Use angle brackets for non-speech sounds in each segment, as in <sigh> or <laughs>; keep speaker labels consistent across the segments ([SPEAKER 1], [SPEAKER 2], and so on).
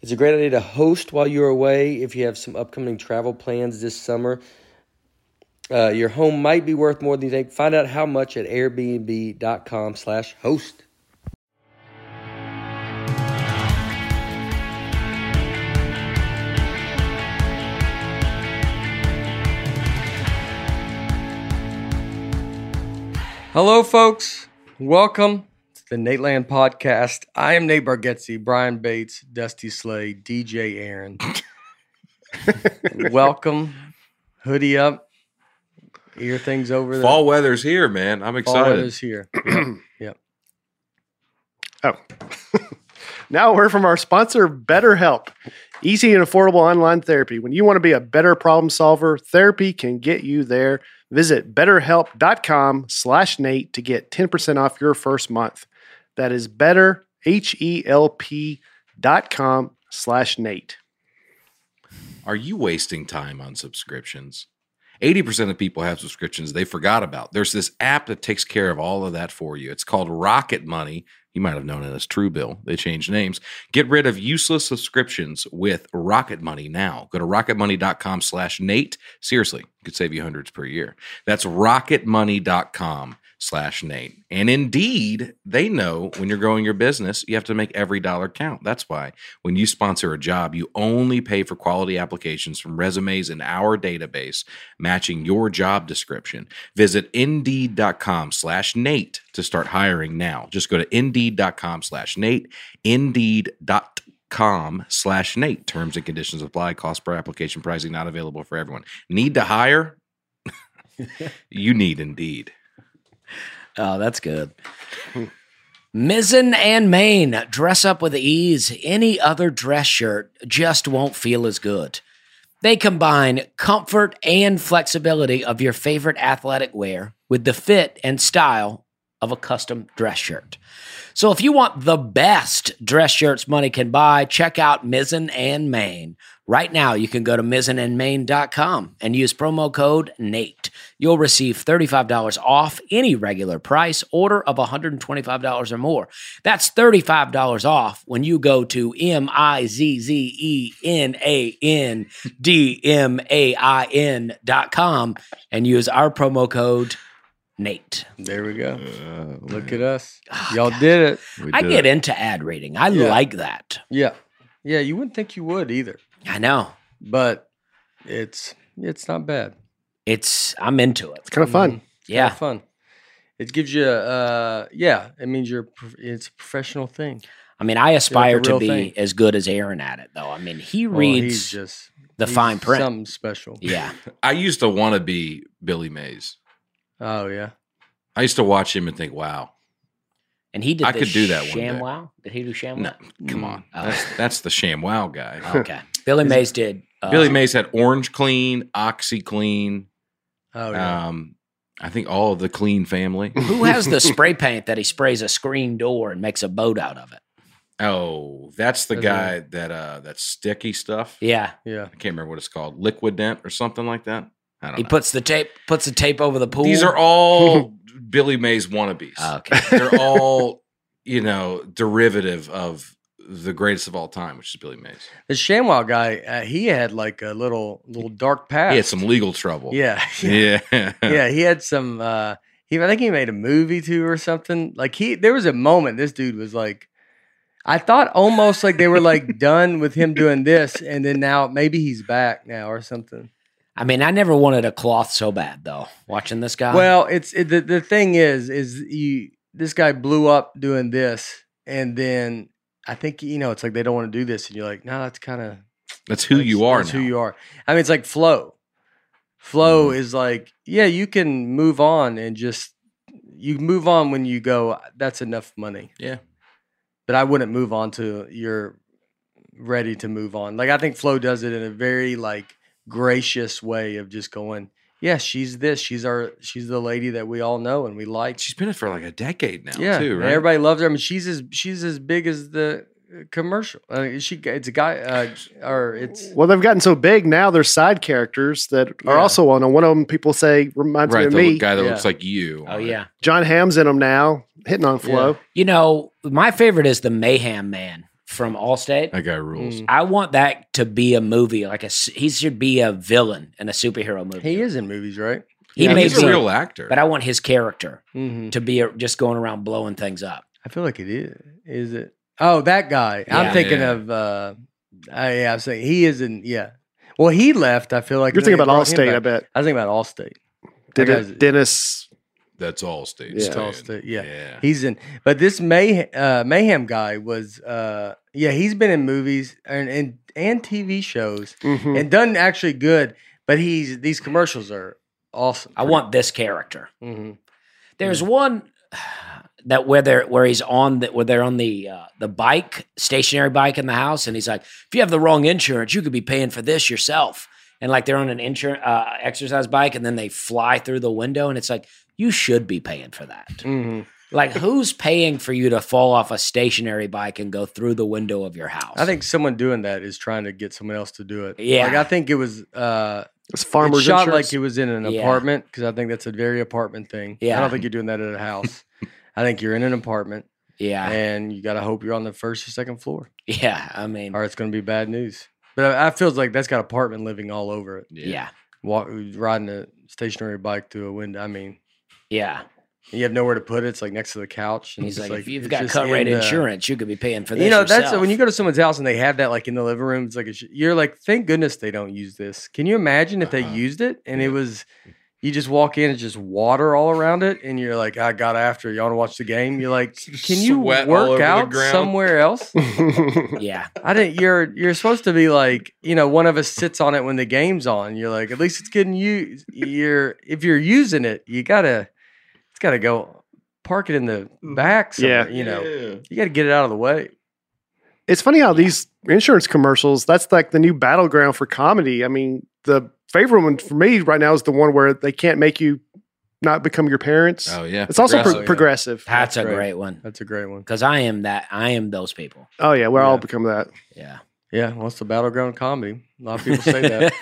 [SPEAKER 1] It's a great idea to host while you're away if you have some upcoming travel plans this summer. Uh, your home might be worth more than you think. Find out how much at airbnb.com/host. Hello, folks. Welcome to the Nate Land Podcast. I am Nate Bargatze, Brian Bates, Dusty Slade, DJ Aaron. Welcome. Hoodie up. Ear things over there.
[SPEAKER 2] Fall weather's here, man. I'm
[SPEAKER 1] Fall
[SPEAKER 2] excited.
[SPEAKER 1] weather's here.
[SPEAKER 3] Oh. now we're from our sponsor, BetterHelp. Easy and affordable online therapy. When you want to be a better problem solver, therapy can get you there. Visit betterhelp.com slash Nate to get 10% off your first month. That is better, H-E-L-P dot com slash Nate.
[SPEAKER 2] Are you wasting time on subscriptions? 80% of people have subscriptions they forgot about. There's this app that takes care of all of that for you. It's called Rocket Money. You might have known it as Truebill. They changed names. Get rid of useless subscriptions with Rocket Money now. Go to rocketmoney.com slash Nate. Seriously, it could save you hundreds per year. That's rocketmoney.com slash Nate. And indeed, they know when you're growing your business, you have to make every dollar count. That's why when you sponsor a job, you only pay for quality applications from resumes in our database matching your job description. Visit indeed.com slash Nate to start hiring now. Just go to indeed.com slash Nate, indeed.com slash Nate. Terms and conditions apply. Cost per application pricing not available for everyone. Need to hire? you need Indeed.
[SPEAKER 4] Oh, that's good. Mizzen and Maine dress up with ease. Any other dress shirt just won't feel as good. They combine comfort and flexibility of your favorite athletic wear with the fit and style of a custom dress shirt. So if you want the best dress shirts money can buy, check out Mizzen and Maine. Right now, you can go to mizzenandmain.com and use promo code NATE. You'll receive $35 off any regular price order of $125 or more. That's $35 off when you go to M I Z Z E N A N D M A I N.com and use our promo code NATE.
[SPEAKER 1] There we go. Look
[SPEAKER 2] man.
[SPEAKER 1] at us.
[SPEAKER 4] Oh,
[SPEAKER 1] Y'all
[SPEAKER 4] God.
[SPEAKER 1] did it.
[SPEAKER 2] We
[SPEAKER 4] I
[SPEAKER 2] did
[SPEAKER 4] get
[SPEAKER 2] it.
[SPEAKER 4] into ad reading. I
[SPEAKER 1] Yeah.
[SPEAKER 4] like that.
[SPEAKER 1] Yeah. Yeah, you wouldn't think you would either.
[SPEAKER 4] I know.
[SPEAKER 1] But it's it's not bad.
[SPEAKER 4] It's I'm into it.
[SPEAKER 3] It's kind of fun.
[SPEAKER 1] Mhm. Kinda
[SPEAKER 4] Yeah.
[SPEAKER 1] fun. It gives you uh yeah, it means you're a prof- it's a professional thing.
[SPEAKER 4] I mean, I aspire to
[SPEAKER 1] real
[SPEAKER 4] be
[SPEAKER 1] thing.
[SPEAKER 4] as good as Aaron at it though. I mean, he
[SPEAKER 2] Oh,
[SPEAKER 1] Well, Oh, he's
[SPEAKER 4] reads
[SPEAKER 1] just
[SPEAKER 4] the
[SPEAKER 1] he's
[SPEAKER 4] fine print.
[SPEAKER 1] Something special.
[SPEAKER 4] <laughs> yeah.
[SPEAKER 2] I used to want to be Billy Mays.
[SPEAKER 1] Oh yeah.
[SPEAKER 2] I used to watch him and think, wow,
[SPEAKER 4] And he did
[SPEAKER 2] I
[SPEAKER 4] the
[SPEAKER 2] could do that one day.
[SPEAKER 4] ShamWow. Did he do ShamWow?
[SPEAKER 2] no, come on.
[SPEAKER 4] Oh.
[SPEAKER 2] Mm. That's, that's the sham wow guy.
[SPEAKER 4] <laughs> Okay. Billy
[SPEAKER 1] Is-
[SPEAKER 4] Mays did uh,
[SPEAKER 2] Billy Mays had Orange Clean, Oxy Clean,
[SPEAKER 1] Oh yeah.
[SPEAKER 2] um, I think all of the clean family.
[SPEAKER 1] Mm.
[SPEAKER 4] Who has
[SPEAKER 2] <laughs>
[SPEAKER 4] the spray paint that he sprays a screen door and makes a boat out of it?
[SPEAKER 2] oh, that's the
[SPEAKER 1] That's
[SPEAKER 2] guy that uh that sticky stuff.
[SPEAKER 4] Yeah.
[SPEAKER 1] yeah.
[SPEAKER 2] I can't remember what it's called. Liquid dent or something like that. I don't
[SPEAKER 4] He
[SPEAKER 2] know.
[SPEAKER 4] puts the tape puts the tape over the pool.
[SPEAKER 2] Uh-huh. These are all Billy Mays wannabes.
[SPEAKER 4] Oh, okay.
[SPEAKER 2] They're all, you know, derivative of the greatest of all time, which is Billy Mays.
[SPEAKER 1] The ShamWow guy, uh, he had like a little little dark past.
[SPEAKER 2] He had some legal trouble.
[SPEAKER 1] Yeah. <laughs>
[SPEAKER 2] Yeah.
[SPEAKER 1] yeah, he had some. uh He, I think he made a movie too or something. Like he, there was a moment this dude was like, I thought almost like they were like done with him doing this, and then now maybe he's back now or something.
[SPEAKER 4] I mean, I never wanted a cloth so bad though. Watching this guy,
[SPEAKER 1] Well, it's it, the the thing is, is you this guy blew up doing this, and then I think you know it's like they don't want to do this, and you're like, no, that's kind of
[SPEAKER 2] <laughs> That's who you are
[SPEAKER 1] That's
[SPEAKER 2] now. Mm-hmm.
[SPEAKER 1] who you are. I mean, it's like flow. Flow is like, yeah, you can move on and just you move on when you go. That's enough money.
[SPEAKER 2] Yeah.
[SPEAKER 1] but I wouldn't move on to you're ready to move on. Like I think flow does it in a very like gracious way of just going. Yeah, she's this. She's our. She's the lady that we all know and we like.
[SPEAKER 2] She's been it for like a decade now,
[SPEAKER 1] yeah,
[SPEAKER 2] too,
[SPEAKER 1] and
[SPEAKER 2] right?
[SPEAKER 1] everybody loves her. I mean, she's as she's as big as the uh, commercial. Uh, she it's a guy uh, or it's
[SPEAKER 3] <laughs> Well, they've gotten so big now. They're side characters that are
[SPEAKER 1] Yeah.
[SPEAKER 3] also on. And one of them people say reminds me
[SPEAKER 2] right,
[SPEAKER 3] of
[SPEAKER 2] the
[SPEAKER 3] me.
[SPEAKER 2] guy that
[SPEAKER 1] Yeah.
[SPEAKER 2] looks like you.
[SPEAKER 4] oh yeah,
[SPEAKER 3] John Ham's in them now, hitting on flow.
[SPEAKER 4] you know, my favorite is the Mayhem Man from Allstate.
[SPEAKER 2] That guy
[SPEAKER 1] Mm.
[SPEAKER 2] rules.
[SPEAKER 4] I want that to be a movie. Like a s- he should be a villain in a superhero movie.
[SPEAKER 1] he is in movies, right?
[SPEAKER 4] He
[SPEAKER 2] Yeah,
[SPEAKER 4] may
[SPEAKER 2] he's a
[SPEAKER 4] be,
[SPEAKER 2] real actor.
[SPEAKER 4] but I want his character
[SPEAKER 1] Mm-hmm.
[SPEAKER 4] to be a, just going around blowing things up.
[SPEAKER 1] I feel like it is. Is it? Oh, that guy.
[SPEAKER 4] Yeah.
[SPEAKER 1] I'm thinking
[SPEAKER 2] Yeah.
[SPEAKER 1] of. uh I, yeah, I'm saying he is in. Yeah. Well, he left. I feel like
[SPEAKER 3] You're
[SPEAKER 1] and then
[SPEAKER 3] thinking
[SPEAKER 1] they
[SPEAKER 3] about
[SPEAKER 1] brought him
[SPEAKER 3] Allstate, I
[SPEAKER 1] back.
[SPEAKER 3] bet.
[SPEAKER 1] I was thinking about Allstate. That
[SPEAKER 3] Did
[SPEAKER 1] guy's-
[SPEAKER 3] it, Dennis?
[SPEAKER 2] That's all state.
[SPEAKER 3] Yeah.
[SPEAKER 2] staying.
[SPEAKER 1] Allstate, yeah.
[SPEAKER 2] yeah.
[SPEAKER 1] He's in, but this May uh, mayhem guy was, uh, yeah, he's been in movies and and, and TV shows
[SPEAKER 3] Mhm.
[SPEAKER 1] and done actually good. But he's these commercials are awesome.
[SPEAKER 4] I want this character.
[SPEAKER 1] hmm
[SPEAKER 3] Mm-hmm.
[SPEAKER 4] There's one that where they're where he's on that where they're on the uh, the bike, stationary bike in the house, and he's like, if you have the wrong insurance, you could be paying for this yourself. And like they're on an insurance uh, exercise bike, and then they fly through the window, and it's like you should be paying
[SPEAKER 1] <laughs>
[SPEAKER 4] for that.
[SPEAKER 1] hmm
[SPEAKER 4] Like who's paying for you to fall off a stationary bike and go through the window of your house?
[SPEAKER 1] I think someone doing that is trying to get someone else to do it.
[SPEAKER 4] Yeah.
[SPEAKER 1] like I think it was. Uh,
[SPEAKER 3] It's farmers
[SPEAKER 1] it shot
[SPEAKER 3] insurance.
[SPEAKER 1] like it was in an
[SPEAKER 4] Yeah.
[SPEAKER 1] apartment because I think that's a very apartment thing. I
[SPEAKER 4] Yeah.
[SPEAKER 1] don't think you're doing that at a
[SPEAKER 4] <laughs>
[SPEAKER 1] house. I think you're in an apartment
[SPEAKER 4] yeah,
[SPEAKER 1] and you got to hope you're on the first or second floor,
[SPEAKER 4] yeah. I mean,
[SPEAKER 1] or it's going to be bad news. But I, I feels like that's got apartment living all over it.
[SPEAKER 4] yeah,
[SPEAKER 1] Walk, riding a stationary bike through a window. I mean,
[SPEAKER 4] yeah.
[SPEAKER 1] you have nowhere to put it. It's like next to the couch.
[SPEAKER 4] And he's
[SPEAKER 1] it's
[SPEAKER 4] like, if you've
[SPEAKER 1] it's
[SPEAKER 4] got
[SPEAKER 1] just
[SPEAKER 4] cut
[SPEAKER 1] in
[SPEAKER 4] rate
[SPEAKER 1] the-
[SPEAKER 4] insurance, you could be paying for this.
[SPEAKER 1] You know, that's uh,
[SPEAKER 4] yourself.
[SPEAKER 1] when you go to someone's house and they have that like in the living room. It's like a sh- you're like, thank goodness they don't use this. Can you imagine if
[SPEAKER 2] Uh-huh.
[SPEAKER 1] they used it and it was you just walk in and just water all around it, and you're like, I got after it. you want to watch the game. You're
[SPEAKER 2] <laughs>
[SPEAKER 1] like, can you
[SPEAKER 2] Sweat all over
[SPEAKER 1] work
[SPEAKER 2] the
[SPEAKER 1] out
[SPEAKER 2] ground."
[SPEAKER 1] somewhere else?
[SPEAKER 4] Yeah,
[SPEAKER 1] <laughs> I didn't. You're you're supposed to be like you know one of us sits on it when the game's on. You're like at least it's getting used. You're if you're using it, you gotta it's gotta go park it in the
[SPEAKER 2] Mm.
[SPEAKER 1] back.
[SPEAKER 3] Yeah.
[SPEAKER 1] Somewhere, you know you gotta get it out of the way.
[SPEAKER 3] <laughs> it's funny how these insurance commercials. That's like the new battleground for comedy. I mean, the favorite one for me right now is the one where they can't make you not become your parents.
[SPEAKER 2] Oh yeah.
[SPEAKER 3] it's also
[SPEAKER 1] progressive,
[SPEAKER 3] pro-
[SPEAKER 1] yeah.
[SPEAKER 3] progressive.
[SPEAKER 4] that's, a
[SPEAKER 1] great.
[SPEAKER 4] great one
[SPEAKER 1] That's a great one.
[SPEAKER 4] because I am that. I am those people.
[SPEAKER 3] Oh yeah, we're all
[SPEAKER 1] Yeah.
[SPEAKER 3] become that.
[SPEAKER 4] Yeah.
[SPEAKER 1] Yeah, well, it's the battleground comedy. A lot of people say
[SPEAKER 2] <laughs>
[SPEAKER 1] that.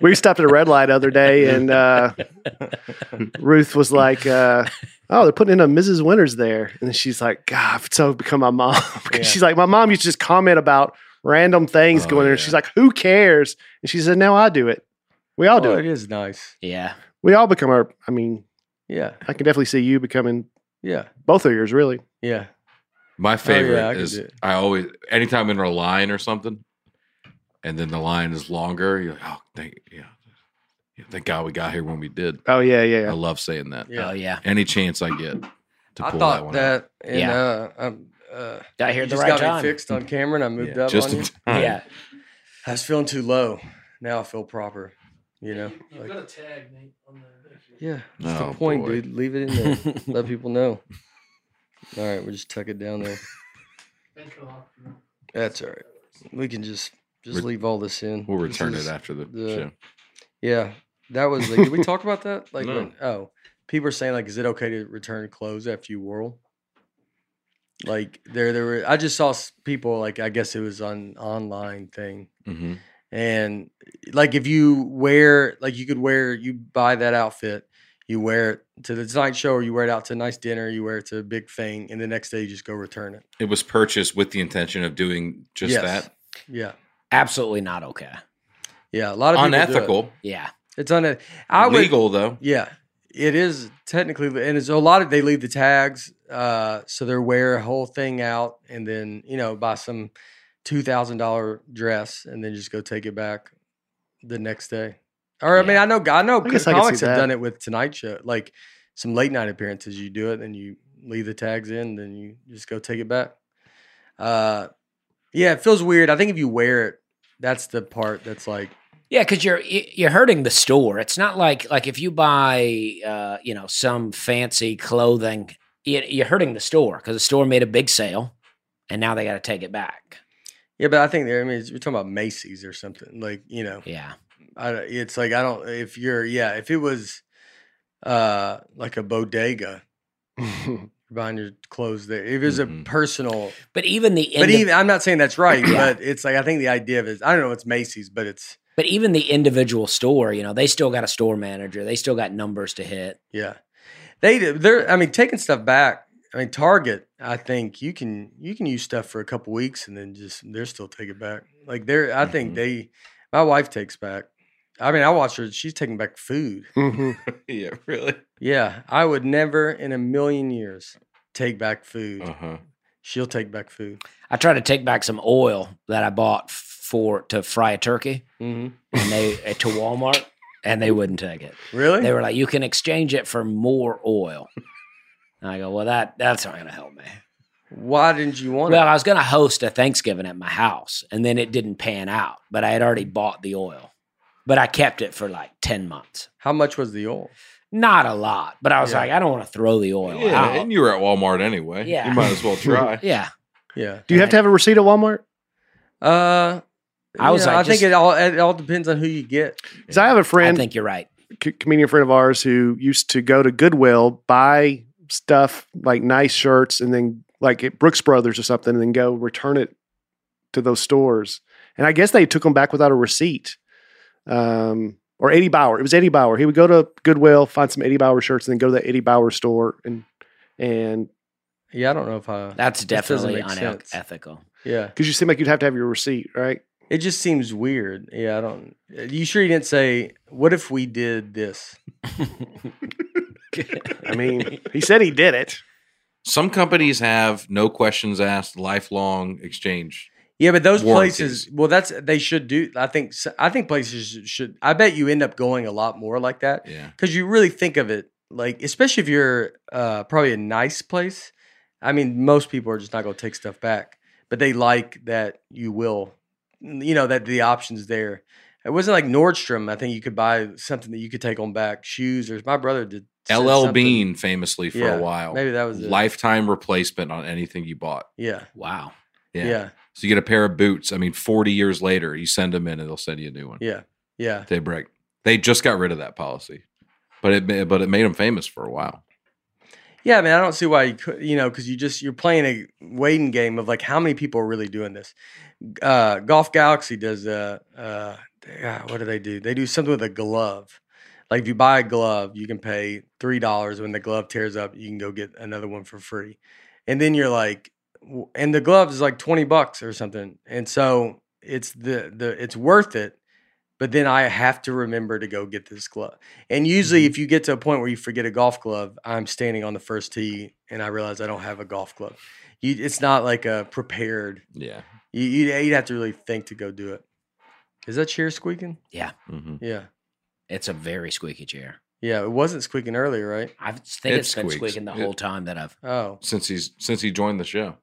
[SPEAKER 3] we stopped at a red light the other day, and uh, Ruth was like, uh, "Oh, they're putting in a Mrs. Winters there," and she's like, "God, I've so become my mom." <laughs> 'Cause
[SPEAKER 1] Yeah.
[SPEAKER 3] She's like, "My mom used to just comment about random things
[SPEAKER 2] Oh,
[SPEAKER 3] going there."
[SPEAKER 2] yeah.
[SPEAKER 3] She's like, "Who cares?" And she said, "No, I do it. We all do
[SPEAKER 1] Oh,
[SPEAKER 3] it.
[SPEAKER 1] it is nice.
[SPEAKER 4] <laughs> yeah.
[SPEAKER 3] We all become our. I mean,
[SPEAKER 1] Yeah,
[SPEAKER 3] I can definitely see you becoming
[SPEAKER 1] yeah,
[SPEAKER 3] both of yours, really.
[SPEAKER 1] Oh, yeah.
[SPEAKER 2] My favorite
[SPEAKER 1] I could
[SPEAKER 2] is
[SPEAKER 1] do it.
[SPEAKER 2] I always anytime in a line or something, and then the line is longer. You're like, oh, thank yeah, yeah thank God we got here when we did.
[SPEAKER 3] Oh yeah, yeah.
[SPEAKER 2] I
[SPEAKER 3] <laughs> yeah.
[SPEAKER 2] love saying that.
[SPEAKER 1] Yeah.
[SPEAKER 4] Oh yeah.
[SPEAKER 2] Any chance I get to pull
[SPEAKER 1] I
[SPEAKER 2] that
[SPEAKER 1] thought
[SPEAKER 2] one out.
[SPEAKER 1] that, and
[SPEAKER 4] Yeah.
[SPEAKER 1] uh, I'm. Uh,
[SPEAKER 4] I hear
[SPEAKER 1] you
[SPEAKER 4] the
[SPEAKER 1] just
[SPEAKER 4] right
[SPEAKER 1] got
[SPEAKER 4] time.
[SPEAKER 1] me fixed on camera, and I moved
[SPEAKER 2] Yeah,
[SPEAKER 1] up
[SPEAKER 2] just
[SPEAKER 1] on
[SPEAKER 2] <laughs>
[SPEAKER 1] you.
[SPEAKER 2] in time.
[SPEAKER 4] Yeah.
[SPEAKER 1] I was feeling too low. Now I feel proper. You know. like- Yeah, that's
[SPEAKER 2] Oh,
[SPEAKER 1] the point,
[SPEAKER 2] boy.
[SPEAKER 1] dude. Leave it in
[SPEAKER 2] <laughs>
[SPEAKER 1] there. Let people know. All right, we'll just tuck it down there. That's all right. We can just just
[SPEAKER 2] Re-
[SPEAKER 1] leave all this in.
[SPEAKER 2] We'll
[SPEAKER 1] This <laughs>
[SPEAKER 2] return
[SPEAKER 1] is-
[SPEAKER 2] it after the,
[SPEAKER 1] the-
[SPEAKER 2] show.
[SPEAKER 1] Yeah, that was. Like, did we talk about
[SPEAKER 2] <laughs>
[SPEAKER 1] that? Like,
[SPEAKER 2] No.
[SPEAKER 1] when, oh, people are saying like, is it okay to return clothes after you whirl? Like there, there were. I just saw s- people like I guess it was on online thing
[SPEAKER 2] hmm
[SPEAKER 1] and like if you wear like you could wear you buy that outfit you wear it to the night show or you wear it out to a nice dinner you wear it to a big thing and the next day you just go return it
[SPEAKER 2] It was purchased with the intention of doing just
[SPEAKER 1] Yes.
[SPEAKER 2] that.
[SPEAKER 1] yeah
[SPEAKER 4] <laughs> Absolutely not okay.
[SPEAKER 1] yeah a lot of people do it.
[SPEAKER 2] Unethical,
[SPEAKER 4] Yeah.
[SPEAKER 1] it's unethical i would <laughs>
[SPEAKER 2] legal though.
[SPEAKER 1] yeah it is technically and it's a lot of they leave the tags uh so they wear a whole thing out and then you know by some two thousand dollar dress and then just go take it back the next day. Or I mean, I know I know
[SPEAKER 3] I guess I could
[SPEAKER 1] comics
[SPEAKER 3] see
[SPEAKER 1] have done
[SPEAKER 3] that.
[SPEAKER 1] it with Tonight Show, like some late night appearances. You do it, then you leave the tags in, then you just go take it back. Uh, yeah, it feels weird. I think if you wear it, that's the part that's like
[SPEAKER 4] Yeah, because you're y- you're hurting the store. It's not like like if you buy uh, you know some fancy clothing, you- you're hurting the store because the store made a big sale, and now they got to take it back.
[SPEAKER 1] yeah, but I think there. I mean, we're talking about Macy's or something like you know.
[SPEAKER 4] Yeah,
[SPEAKER 1] I, don't- it's like I don't if you're yeah if it was uh like a bodega you're
[SPEAKER 3] Mm-hmm.
[SPEAKER 1] buying your clothes there if it was a
[SPEAKER 2] Mhm.
[SPEAKER 1] personal
[SPEAKER 4] but even the
[SPEAKER 1] but
[SPEAKER 4] indi-
[SPEAKER 1] even I'm not saying that's right
[SPEAKER 4] Yeah.
[SPEAKER 1] but it's like I think the idea of it I don't know it's Macy's but it's
[SPEAKER 4] but even the individual store, you know, they still got a store manager. They still got numbers to hit.
[SPEAKER 1] yeah they do- they're I mean taking stuff back I mean Target I think you can you can use stuff for a couple weeks and then just they're still take it back like they're I
[SPEAKER 2] Mhm.
[SPEAKER 1] think they my wife takes back I mean I watch her she's taking back food
[SPEAKER 2] yeah, really.
[SPEAKER 1] Yeah, I would never in a million years take back food.
[SPEAKER 2] Uh huh.
[SPEAKER 1] She'll take back food.
[SPEAKER 4] I tried to take back some oil that I bought for to fry a turkey,
[SPEAKER 1] Mm-hmm.
[SPEAKER 4] and they eh, to Walmart, and they wouldn't take it.
[SPEAKER 1] Really?
[SPEAKER 4] They were like, "You can exchange it for more oil." And I go, "Well, that that's not going to help me."
[SPEAKER 1] Why didn't you want
[SPEAKER 4] Well,
[SPEAKER 1] it?
[SPEAKER 4] I was going to host a Thanksgiving at my house, and then it didn't pan out. But I had already bought the oil, but I kept it for like ten months.
[SPEAKER 1] How much was the oil?
[SPEAKER 4] Not a lot, but I was
[SPEAKER 1] Yeah.
[SPEAKER 4] like, I don't want to throw the oil
[SPEAKER 2] yeah,
[SPEAKER 4] out.
[SPEAKER 2] and you were at Walmart anyway.
[SPEAKER 4] Yeah.
[SPEAKER 2] you might as
[SPEAKER 1] <laughs>
[SPEAKER 2] well try.
[SPEAKER 4] yeah,
[SPEAKER 1] Yeah.
[SPEAKER 3] Do you have to have a receipt at Walmart?
[SPEAKER 1] Uh,
[SPEAKER 4] I was
[SPEAKER 1] you know,
[SPEAKER 4] like,
[SPEAKER 1] I think
[SPEAKER 4] just-
[SPEAKER 1] it all it all depends on who you get.
[SPEAKER 3] Because I have a
[SPEAKER 4] I
[SPEAKER 3] friend,
[SPEAKER 4] think you're right.
[SPEAKER 3] co- comedian friend of ours, who used to go to Goodwill, buy stuff like nice shirts, and then like at Brooks Brothers or something, and then go return it to those stores. And I guess they took them back without a receipt. Um, or Eddie Bauer. It was Eddie Bauer. He would go to Goodwill, find some Eddie Bauer shirts, and then go to the Eddie Bauer store and and
[SPEAKER 1] Yeah, I don't know if I.
[SPEAKER 4] That's
[SPEAKER 1] doesn't
[SPEAKER 4] definitely
[SPEAKER 1] make sense.
[SPEAKER 4] unethical. <laughs>
[SPEAKER 1] yeah,
[SPEAKER 3] because you seem like you'd have to have your receipt, right?
[SPEAKER 1] it just seems weird. Yeah, I don't. You sure you didn't say? What if we did this?
[SPEAKER 3] I mean, he said he did it.
[SPEAKER 2] <laughs> Some companies have no questions asked, lifelong exchange.
[SPEAKER 1] Yeah, but those
[SPEAKER 2] Warranties.
[SPEAKER 1] places. Well, that's they should do. I think. s- I think places should. I bet you end up going a lot more like that.
[SPEAKER 2] Yeah,
[SPEAKER 1] because you really think of it like especially if you're uh, probably a nice place i mean most people are just not going to take stuff back but they like that you will you know that the options there it wasn't like nordstrom i think you could buy something that you could take on back shoes or my brother did said
[SPEAKER 2] LL
[SPEAKER 1] something.
[SPEAKER 2] Bean famously for
[SPEAKER 1] Yeah,
[SPEAKER 2] a while.
[SPEAKER 1] maybe that was it.
[SPEAKER 2] lifetime replacement on anything you bought.
[SPEAKER 1] yeah
[SPEAKER 4] Wow.
[SPEAKER 1] yeah
[SPEAKER 2] Yeah.
[SPEAKER 1] yeah
[SPEAKER 2] So you get a pair of boots. I mean, 40 years later, you send them in and they'll send you a new one.
[SPEAKER 1] yeah yeah
[SPEAKER 2] They break. They just got rid of that policy, but it ma- but it made them famous for a while.
[SPEAKER 1] yeah i mean i don't see why you could you know because you just you're playing a waiting game of like how many people are really doing this uh, Golf Galaxy does uh, uh, yeah, what do they do? They do something with a glove. Like if you buy a glove, you can pay three dollars. When the glove tears up, you can go get another one for free. And then you're like, w- and the gloves is like twenty bucks or something. And so it's the the it's worth it. But then I have to remember to go get this glove. And usually,
[SPEAKER 4] Mm-hmm.
[SPEAKER 1] if you get to a point where you forget a golf glove, I'm standing on the first tee and I realize I don't have a golf glove. You, it's not like a prepared
[SPEAKER 2] Yeah.
[SPEAKER 1] you, you'd, you'd have to really think to go do it. Is that chair squeaking?
[SPEAKER 2] hmm
[SPEAKER 1] Yeah.
[SPEAKER 4] It's a very squeaky chair.
[SPEAKER 1] Yeah. It wasn't squeaking earlier, right?
[SPEAKER 4] I think
[SPEAKER 2] It
[SPEAKER 4] it's been
[SPEAKER 2] squeaks.
[SPEAKER 4] squeaking the
[SPEAKER 2] It-
[SPEAKER 4] whole time that I've.
[SPEAKER 1] Oh.
[SPEAKER 2] Since he's since he joined the show.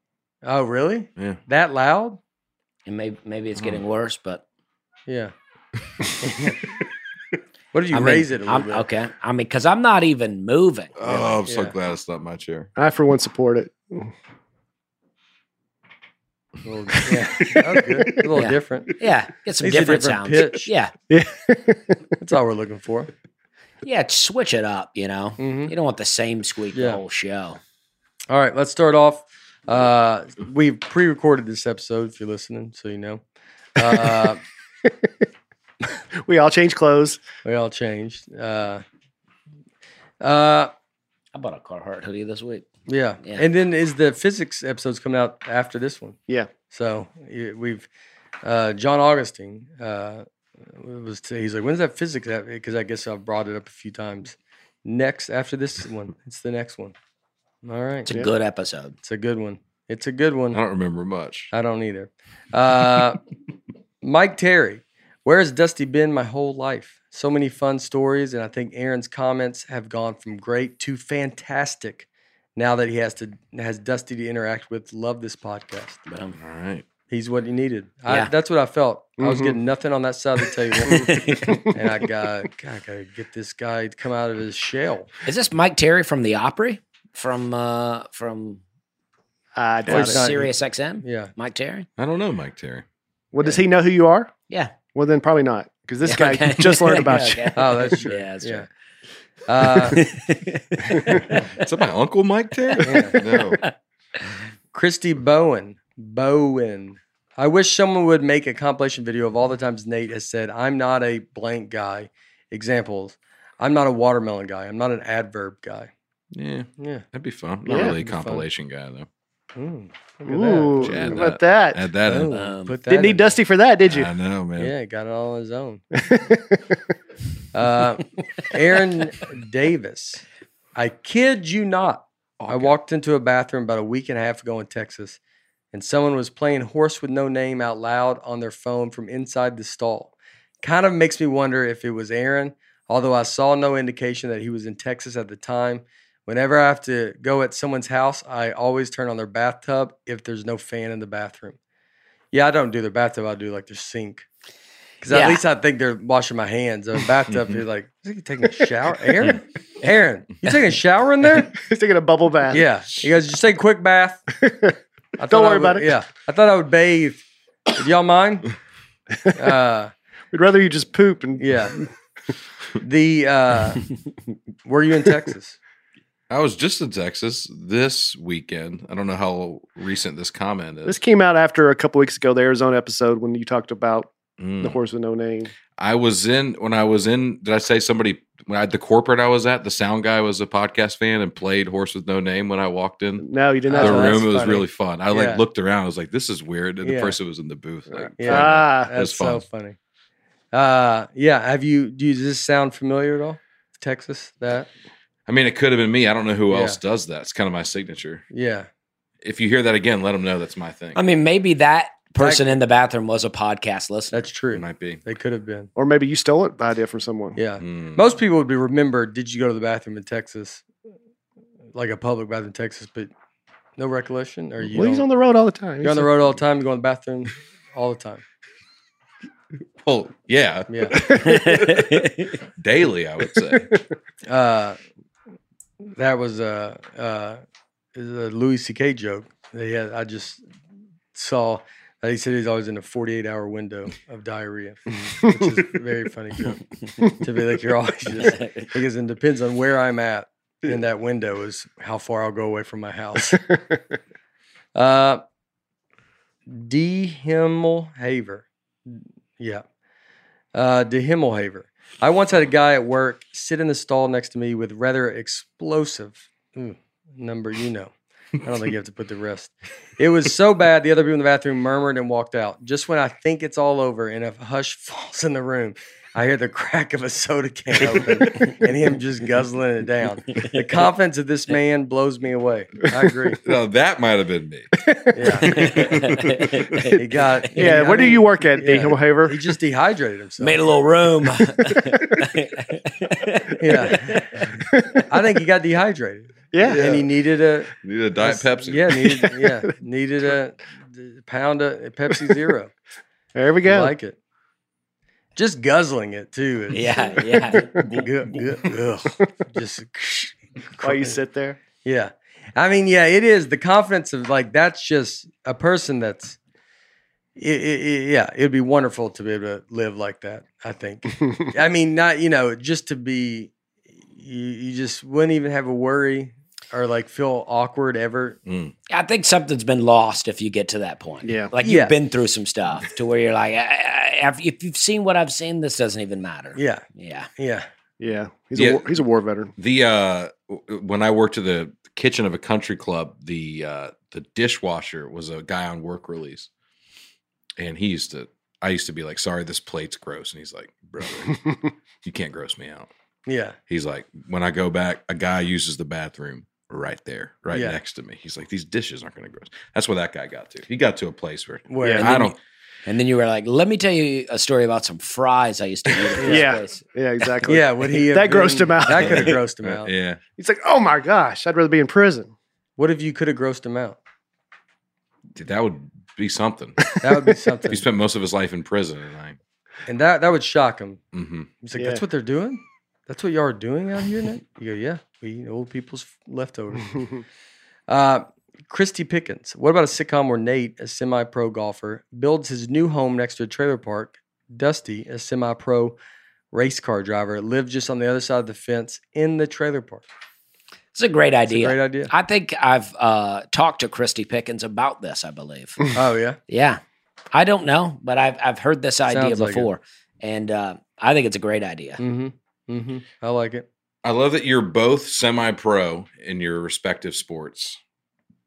[SPEAKER 1] Oh, really?
[SPEAKER 2] Yeah.
[SPEAKER 1] That loud?
[SPEAKER 4] And maybe maybe
[SPEAKER 2] Oh.
[SPEAKER 4] it's
[SPEAKER 1] Mm.
[SPEAKER 4] getting worse, but <laughs>
[SPEAKER 1] Yeah. what if you
[SPEAKER 4] I mean,
[SPEAKER 1] raise it a little
[SPEAKER 4] I'm-
[SPEAKER 1] bit?
[SPEAKER 4] Okay, I mean, because I'm not even moving.
[SPEAKER 2] Oh, I'm so
[SPEAKER 1] Yeah.
[SPEAKER 2] glad it's not my chair.
[SPEAKER 3] I for one support it.
[SPEAKER 1] Little- yeah. That was good. A little
[SPEAKER 4] <laughs> Yeah.
[SPEAKER 1] different.
[SPEAKER 4] Yeah, get some
[SPEAKER 1] These are
[SPEAKER 4] different,
[SPEAKER 1] different
[SPEAKER 4] sounds.
[SPEAKER 1] pitch.
[SPEAKER 4] Yeah,
[SPEAKER 3] Yeah.
[SPEAKER 1] That's all we're looking for.
[SPEAKER 4] yeah, switch it up. You know,
[SPEAKER 1] Mhm.
[SPEAKER 4] you don't want the same squeak the
[SPEAKER 1] Yeah.
[SPEAKER 4] whole show.
[SPEAKER 1] All right. Let's start off. Uh, we pre recorded this episode if you're listening, so you know.
[SPEAKER 4] <laughs>
[SPEAKER 1] Uh,
[SPEAKER 3] we all change clothes.
[SPEAKER 1] we all changed. Uh, uh,
[SPEAKER 4] I bought a Carhartt hoodie this week.
[SPEAKER 1] Yeah.
[SPEAKER 4] Yeah.
[SPEAKER 1] And then is the physics episodes coming out after this one?
[SPEAKER 3] Yeah.
[SPEAKER 1] So y- we've uh, John Augustine uh, was t- he's like, when's that physics? Because I guess I've brought it up a few times. Next after this one, it's the next one. All right,
[SPEAKER 4] It's a
[SPEAKER 3] Yeah.
[SPEAKER 4] good episode.
[SPEAKER 1] it's a good one. It's a good
[SPEAKER 2] I
[SPEAKER 1] one.
[SPEAKER 2] don't remember much.
[SPEAKER 1] I don't either. Uh, Mike Terry, where has Dusty been my whole life? So many fun stories, and I think Aaron's comments have gone from great to fantastic. Now that he has to has Dusty to interact with, love this podcast. <laughs>
[SPEAKER 4] But um,
[SPEAKER 2] All right.
[SPEAKER 1] He's what he needed.
[SPEAKER 4] Yeah. Mm-hmm.
[SPEAKER 1] I, that's what I felt. I was
[SPEAKER 3] Mhm.
[SPEAKER 1] getting nothing on that side of the table, and I got God, I gotta get this guy to come out of his shell.
[SPEAKER 4] <laughs> is this Mike Terry from the Opry? From uh from
[SPEAKER 3] I
[SPEAKER 1] Well,
[SPEAKER 3] doubt
[SPEAKER 1] he's
[SPEAKER 3] it.
[SPEAKER 1] not-
[SPEAKER 4] Sirius XM?
[SPEAKER 1] Yeah,
[SPEAKER 4] Mike Terry?
[SPEAKER 2] I don't know, Mike
[SPEAKER 1] <laughs>
[SPEAKER 2] Terry.
[SPEAKER 3] Well, does he know who you are?
[SPEAKER 4] Yeah.
[SPEAKER 3] Well, then probably not, because this
[SPEAKER 4] <laughs> Yeah,
[SPEAKER 3] guy
[SPEAKER 4] okay.
[SPEAKER 3] just learned about
[SPEAKER 4] <laughs> Yeah,
[SPEAKER 3] you.
[SPEAKER 4] okay.
[SPEAKER 1] Oh, that's true.
[SPEAKER 4] Yeah, that's
[SPEAKER 1] yeah.
[SPEAKER 4] true.
[SPEAKER 1] Uh,
[SPEAKER 2] Is that my uncle, Mike Terry?
[SPEAKER 1] Yeah.
[SPEAKER 2] No.
[SPEAKER 1] Christy Bowen. Bowen. I wish someone would make a compilation video of all the times Nate has said, I'm not a blank guy. Examples. I'm not a watermelon guy. I'm not an adverb guy.
[SPEAKER 2] Yeah,
[SPEAKER 1] Yeah.
[SPEAKER 2] that'd be fun. I'm not
[SPEAKER 3] Yeah,
[SPEAKER 2] really a
[SPEAKER 1] it'd be fun.
[SPEAKER 2] compilation guy though.
[SPEAKER 1] Mm, look at that.
[SPEAKER 3] Ooh,
[SPEAKER 2] Add
[SPEAKER 3] how
[SPEAKER 2] that.
[SPEAKER 3] about that.
[SPEAKER 2] Add that in.
[SPEAKER 1] Oh,
[SPEAKER 4] Um,
[SPEAKER 1] put that
[SPEAKER 3] Didn't
[SPEAKER 1] in
[SPEAKER 3] need
[SPEAKER 1] there.
[SPEAKER 3] Dusty for that, did you?
[SPEAKER 2] I
[SPEAKER 3] <laughs>
[SPEAKER 2] know, man.
[SPEAKER 1] Yeah, he got it all on his own.
[SPEAKER 3] That's
[SPEAKER 1] Uh, Aaron Davis. I kid you not. I walked into a bathroom about a week and a half ago in Texas, and someone was playing Horse with No Name out loud on their phone from inside the stall. Kind of makes me wonder if it was Aaron, although I saw no indication that he was in Texas at the time. Whenever I have to go at someone's house, I always turn on their bathtub if there's no fan in the bathroom. Yeah, I don't do their bathtub, I do like their sink. Because
[SPEAKER 4] Yeah.
[SPEAKER 1] at least I think they're washing my hands. A
[SPEAKER 3] <laughs>
[SPEAKER 1] bathtub, you're like, is he taking a shower? Aaron? Aaron, you taking a shower in
[SPEAKER 3] <laughs>
[SPEAKER 1] there?
[SPEAKER 3] taking a bubble bath.
[SPEAKER 1] Yeah. You guys just take a quick
[SPEAKER 3] <laughs>
[SPEAKER 1] bath. I thought I
[SPEAKER 3] worry
[SPEAKER 1] would-
[SPEAKER 3] about it.
[SPEAKER 1] Yeah. I thought I would bathe. Would y'all mind?
[SPEAKER 3] <laughs>
[SPEAKER 1] Uh,
[SPEAKER 3] We'd rather you just poop and
[SPEAKER 1] yeah. The uh, were you in Texas?
[SPEAKER 2] I was just in Texas this weekend. I don't know how recent this comment is.
[SPEAKER 3] <laughs> This came out after a couple weeks ago, the Arizona episode when you talked about
[SPEAKER 2] Mm.
[SPEAKER 1] Hmm.
[SPEAKER 3] the horse with no name.
[SPEAKER 2] I was in when I was in. Did I say somebody when I the corporate I was at? The sound guy was a podcast fan and played "Horse with No Name" when I walked in
[SPEAKER 3] No, you did not.
[SPEAKER 2] the
[SPEAKER 1] Oh,
[SPEAKER 3] tell us.
[SPEAKER 1] that's
[SPEAKER 2] room. It was
[SPEAKER 1] funny.
[SPEAKER 2] really fun. I
[SPEAKER 1] Yeah.
[SPEAKER 2] like looked around. I was like, "This is weird." And the
[SPEAKER 1] Yeah.
[SPEAKER 2] person was in the booth. Like,
[SPEAKER 1] Yeah.
[SPEAKER 3] Ah,
[SPEAKER 1] That's so
[SPEAKER 2] fun.
[SPEAKER 1] funny. Uh, yeah. Have you? Do you, does this sound familiar at all? Texas? That?
[SPEAKER 2] I mean, it could have been me. I don't know who
[SPEAKER 1] Yeah.
[SPEAKER 2] else does that. It's kind of my signature.
[SPEAKER 1] Yeah.
[SPEAKER 2] If you hear that again, let them know that's my thing.
[SPEAKER 4] I mean, maybe that person in the bathroom was a podcast <laughs> listener.
[SPEAKER 1] That's
[SPEAKER 2] it
[SPEAKER 1] true.
[SPEAKER 2] might be.
[SPEAKER 1] They could have been.
[SPEAKER 3] or maybe you stole it the idea from someone.
[SPEAKER 1] Yeah.
[SPEAKER 2] Mm.
[SPEAKER 1] Most people would be remembered. Did you go to the bathroom in Texas? Like a public bathroom in Texas, but no recollection. Or you?
[SPEAKER 3] well, he's
[SPEAKER 1] don't-
[SPEAKER 3] on the road all the time.
[SPEAKER 1] You're on the road all the time. You go in the bathroom all the time.
[SPEAKER 2] Well, yeah,
[SPEAKER 1] Yeah.
[SPEAKER 2] daily I would
[SPEAKER 1] <laughs>
[SPEAKER 2] say.
[SPEAKER 1] Uh, that was a, uh, is a Louis C.K. joke. That he had, I just saw that he said he's always in a 48 hour window of diarrhea, which is a very funny joke. to be like, you're always just, because it depends on where I'm at in that window, is how far I'll go away from my house.
[SPEAKER 3] <laughs>
[SPEAKER 1] <laughs> Uh, D. Himmelhaver. Yeah. Uh, D. Himmelhaver. I once had a guy at work sit in the stall next to me with rather explosive mm, number, you know. I don't think you have to put the rest. It was so bad, the other people in the bathroom murmured and walked out. Just when I think it's all over and a hush <laughs> falls in the room, I hear the crack of a soda can open and him just guzzling it down. The confidence of this man blows me away. I agree.
[SPEAKER 2] no, that might have been me.
[SPEAKER 1] Yeah.
[SPEAKER 4] <laughs>
[SPEAKER 1] He got.
[SPEAKER 3] Yeah,
[SPEAKER 1] I
[SPEAKER 3] where do
[SPEAKER 1] mean,
[SPEAKER 3] you work at,
[SPEAKER 1] yeah.
[SPEAKER 3] yeah.
[SPEAKER 1] He just dehydrated himself.
[SPEAKER 4] Made a little <laughs> room. <laughs>
[SPEAKER 1] yeah, I think he got dehydrated,
[SPEAKER 3] <laughs> Yeah.
[SPEAKER 1] and he needed a
[SPEAKER 2] Need a diet Pepsi.
[SPEAKER 1] Yeah,
[SPEAKER 2] <laughs>
[SPEAKER 1] needed, yeah, needed a d- pound of Pepsi Zero.
[SPEAKER 3] <laughs> There we
[SPEAKER 1] I
[SPEAKER 3] go.
[SPEAKER 1] like it. Just guzzling it too. is- <laughs>
[SPEAKER 4] yeah, yeah.
[SPEAKER 1] Gu- gu-
[SPEAKER 4] <laughs>
[SPEAKER 1] ugh. just <laughs>
[SPEAKER 3] While you sit there. <laughs>
[SPEAKER 1] Yeah. I mean, yeah, it is the confidence of like that's just a person that's i i i- yeah, it'd be wonderful to be able to live like that, I think. I mean, not you know, just to be you, you just wouldn't even have a worry or like feel awkward ever.
[SPEAKER 2] Mm.
[SPEAKER 4] I think something's been lost if you get to that point.
[SPEAKER 3] Yeah.
[SPEAKER 4] Like
[SPEAKER 1] Yeah.
[SPEAKER 4] you've been through some stuff to where you're like, I, I, I- if you've seen what I've seen, this doesn't even matter.
[SPEAKER 1] Yeah,
[SPEAKER 4] Yeah.
[SPEAKER 1] yeah.
[SPEAKER 3] Yeah. He's,
[SPEAKER 2] Yeah.
[SPEAKER 3] A war, he's a war veteran. <laughs>
[SPEAKER 2] The uh, w- when I worked at the kitchen of a country club, the uh, the dishwasher was a guy on work release, and he used to. I used to be like, "Sorry, this plate's gross," and he's like, "Brother,
[SPEAKER 1] <laughs>
[SPEAKER 2] you can't gross me out."
[SPEAKER 1] Yeah.
[SPEAKER 2] He's like, "When I go back, a guy uses the bathroom right there, right
[SPEAKER 1] Yeah.
[SPEAKER 2] next to me. He's like, these dishes aren't going to gross. That's where that guy got to. He got to a place where
[SPEAKER 1] Where
[SPEAKER 3] Yeah,
[SPEAKER 1] and
[SPEAKER 2] I
[SPEAKER 1] then-
[SPEAKER 2] don't.
[SPEAKER 4] And then you were like, "Let me tell you a story about some fries I used to eat."
[SPEAKER 3] <laughs>
[SPEAKER 4] At this
[SPEAKER 3] Yeah.
[SPEAKER 4] place.
[SPEAKER 3] Yeah, exactly.
[SPEAKER 1] Yeah, would he have
[SPEAKER 3] <laughs> That grossed
[SPEAKER 1] been-
[SPEAKER 3] him out.
[SPEAKER 1] That could
[SPEAKER 2] <laughs>
[SPEAKER 1] have grossed him
[SPEAKER 2] uh,
[SPEAKER 1] out.
[SPEAKER 2] yeah,
[SPEAKER 3] <laughs> He's like, oh my gosh, I'd rather be in prison.
[SPEAKER 1] What if you could have grossed him out?
[SPEAKER 2] dude, that would be something.
[SPEAKER 1] <laughs> That
[SPEAKER 2] <laughs>
[SPEAKER 1] would be something.
[SPEAKER 2] he spent most of his life in prison, and I.
[SPEAKER 1] and that that would shock him.
[SPEAKER 2] hmm
[SPEAKER 1] He's like,
[SPEAKER 3] Yeah.
[SPEAKER 1] that's what they're doing? That's what y'all are doing out here now? You go, yeah, we eat old people's leftovers. Uh, Christy Pickens. What about a sitcom where Nate, a semi pro golfer, builds his new home next to a trailer park? Dusty, a semi pro race car driver, lives just on the other side of the fence in the trailer park.
[SPEAKER 4] It's a great
[SPEAKER 1] It's a
[SPEAKER 4] idea.
[SPEAKER 1] great
[SPEAKER 4] <laughs>
[SPEAKER 1] idea.
[SPEAKER 4] I think I've uh, talked to Christy Pickens about this. I
[SPEAKER 2] <laughs>
[SPEAKER 4] believe.
[SPEAKER 1] Oh, yeah.
[SPEAKER 4] yeah, I don't know, but I've I've heard this idea
[SPEAKER 1] Sounds like it.
[SPEAKER 4] before, and uh, I think it's a great idea.
[SPEAKER 1] Mm hmm. Mm hmm. I like it.
[SPEAKER 2] I love that you're both semi-pro in your respective sports,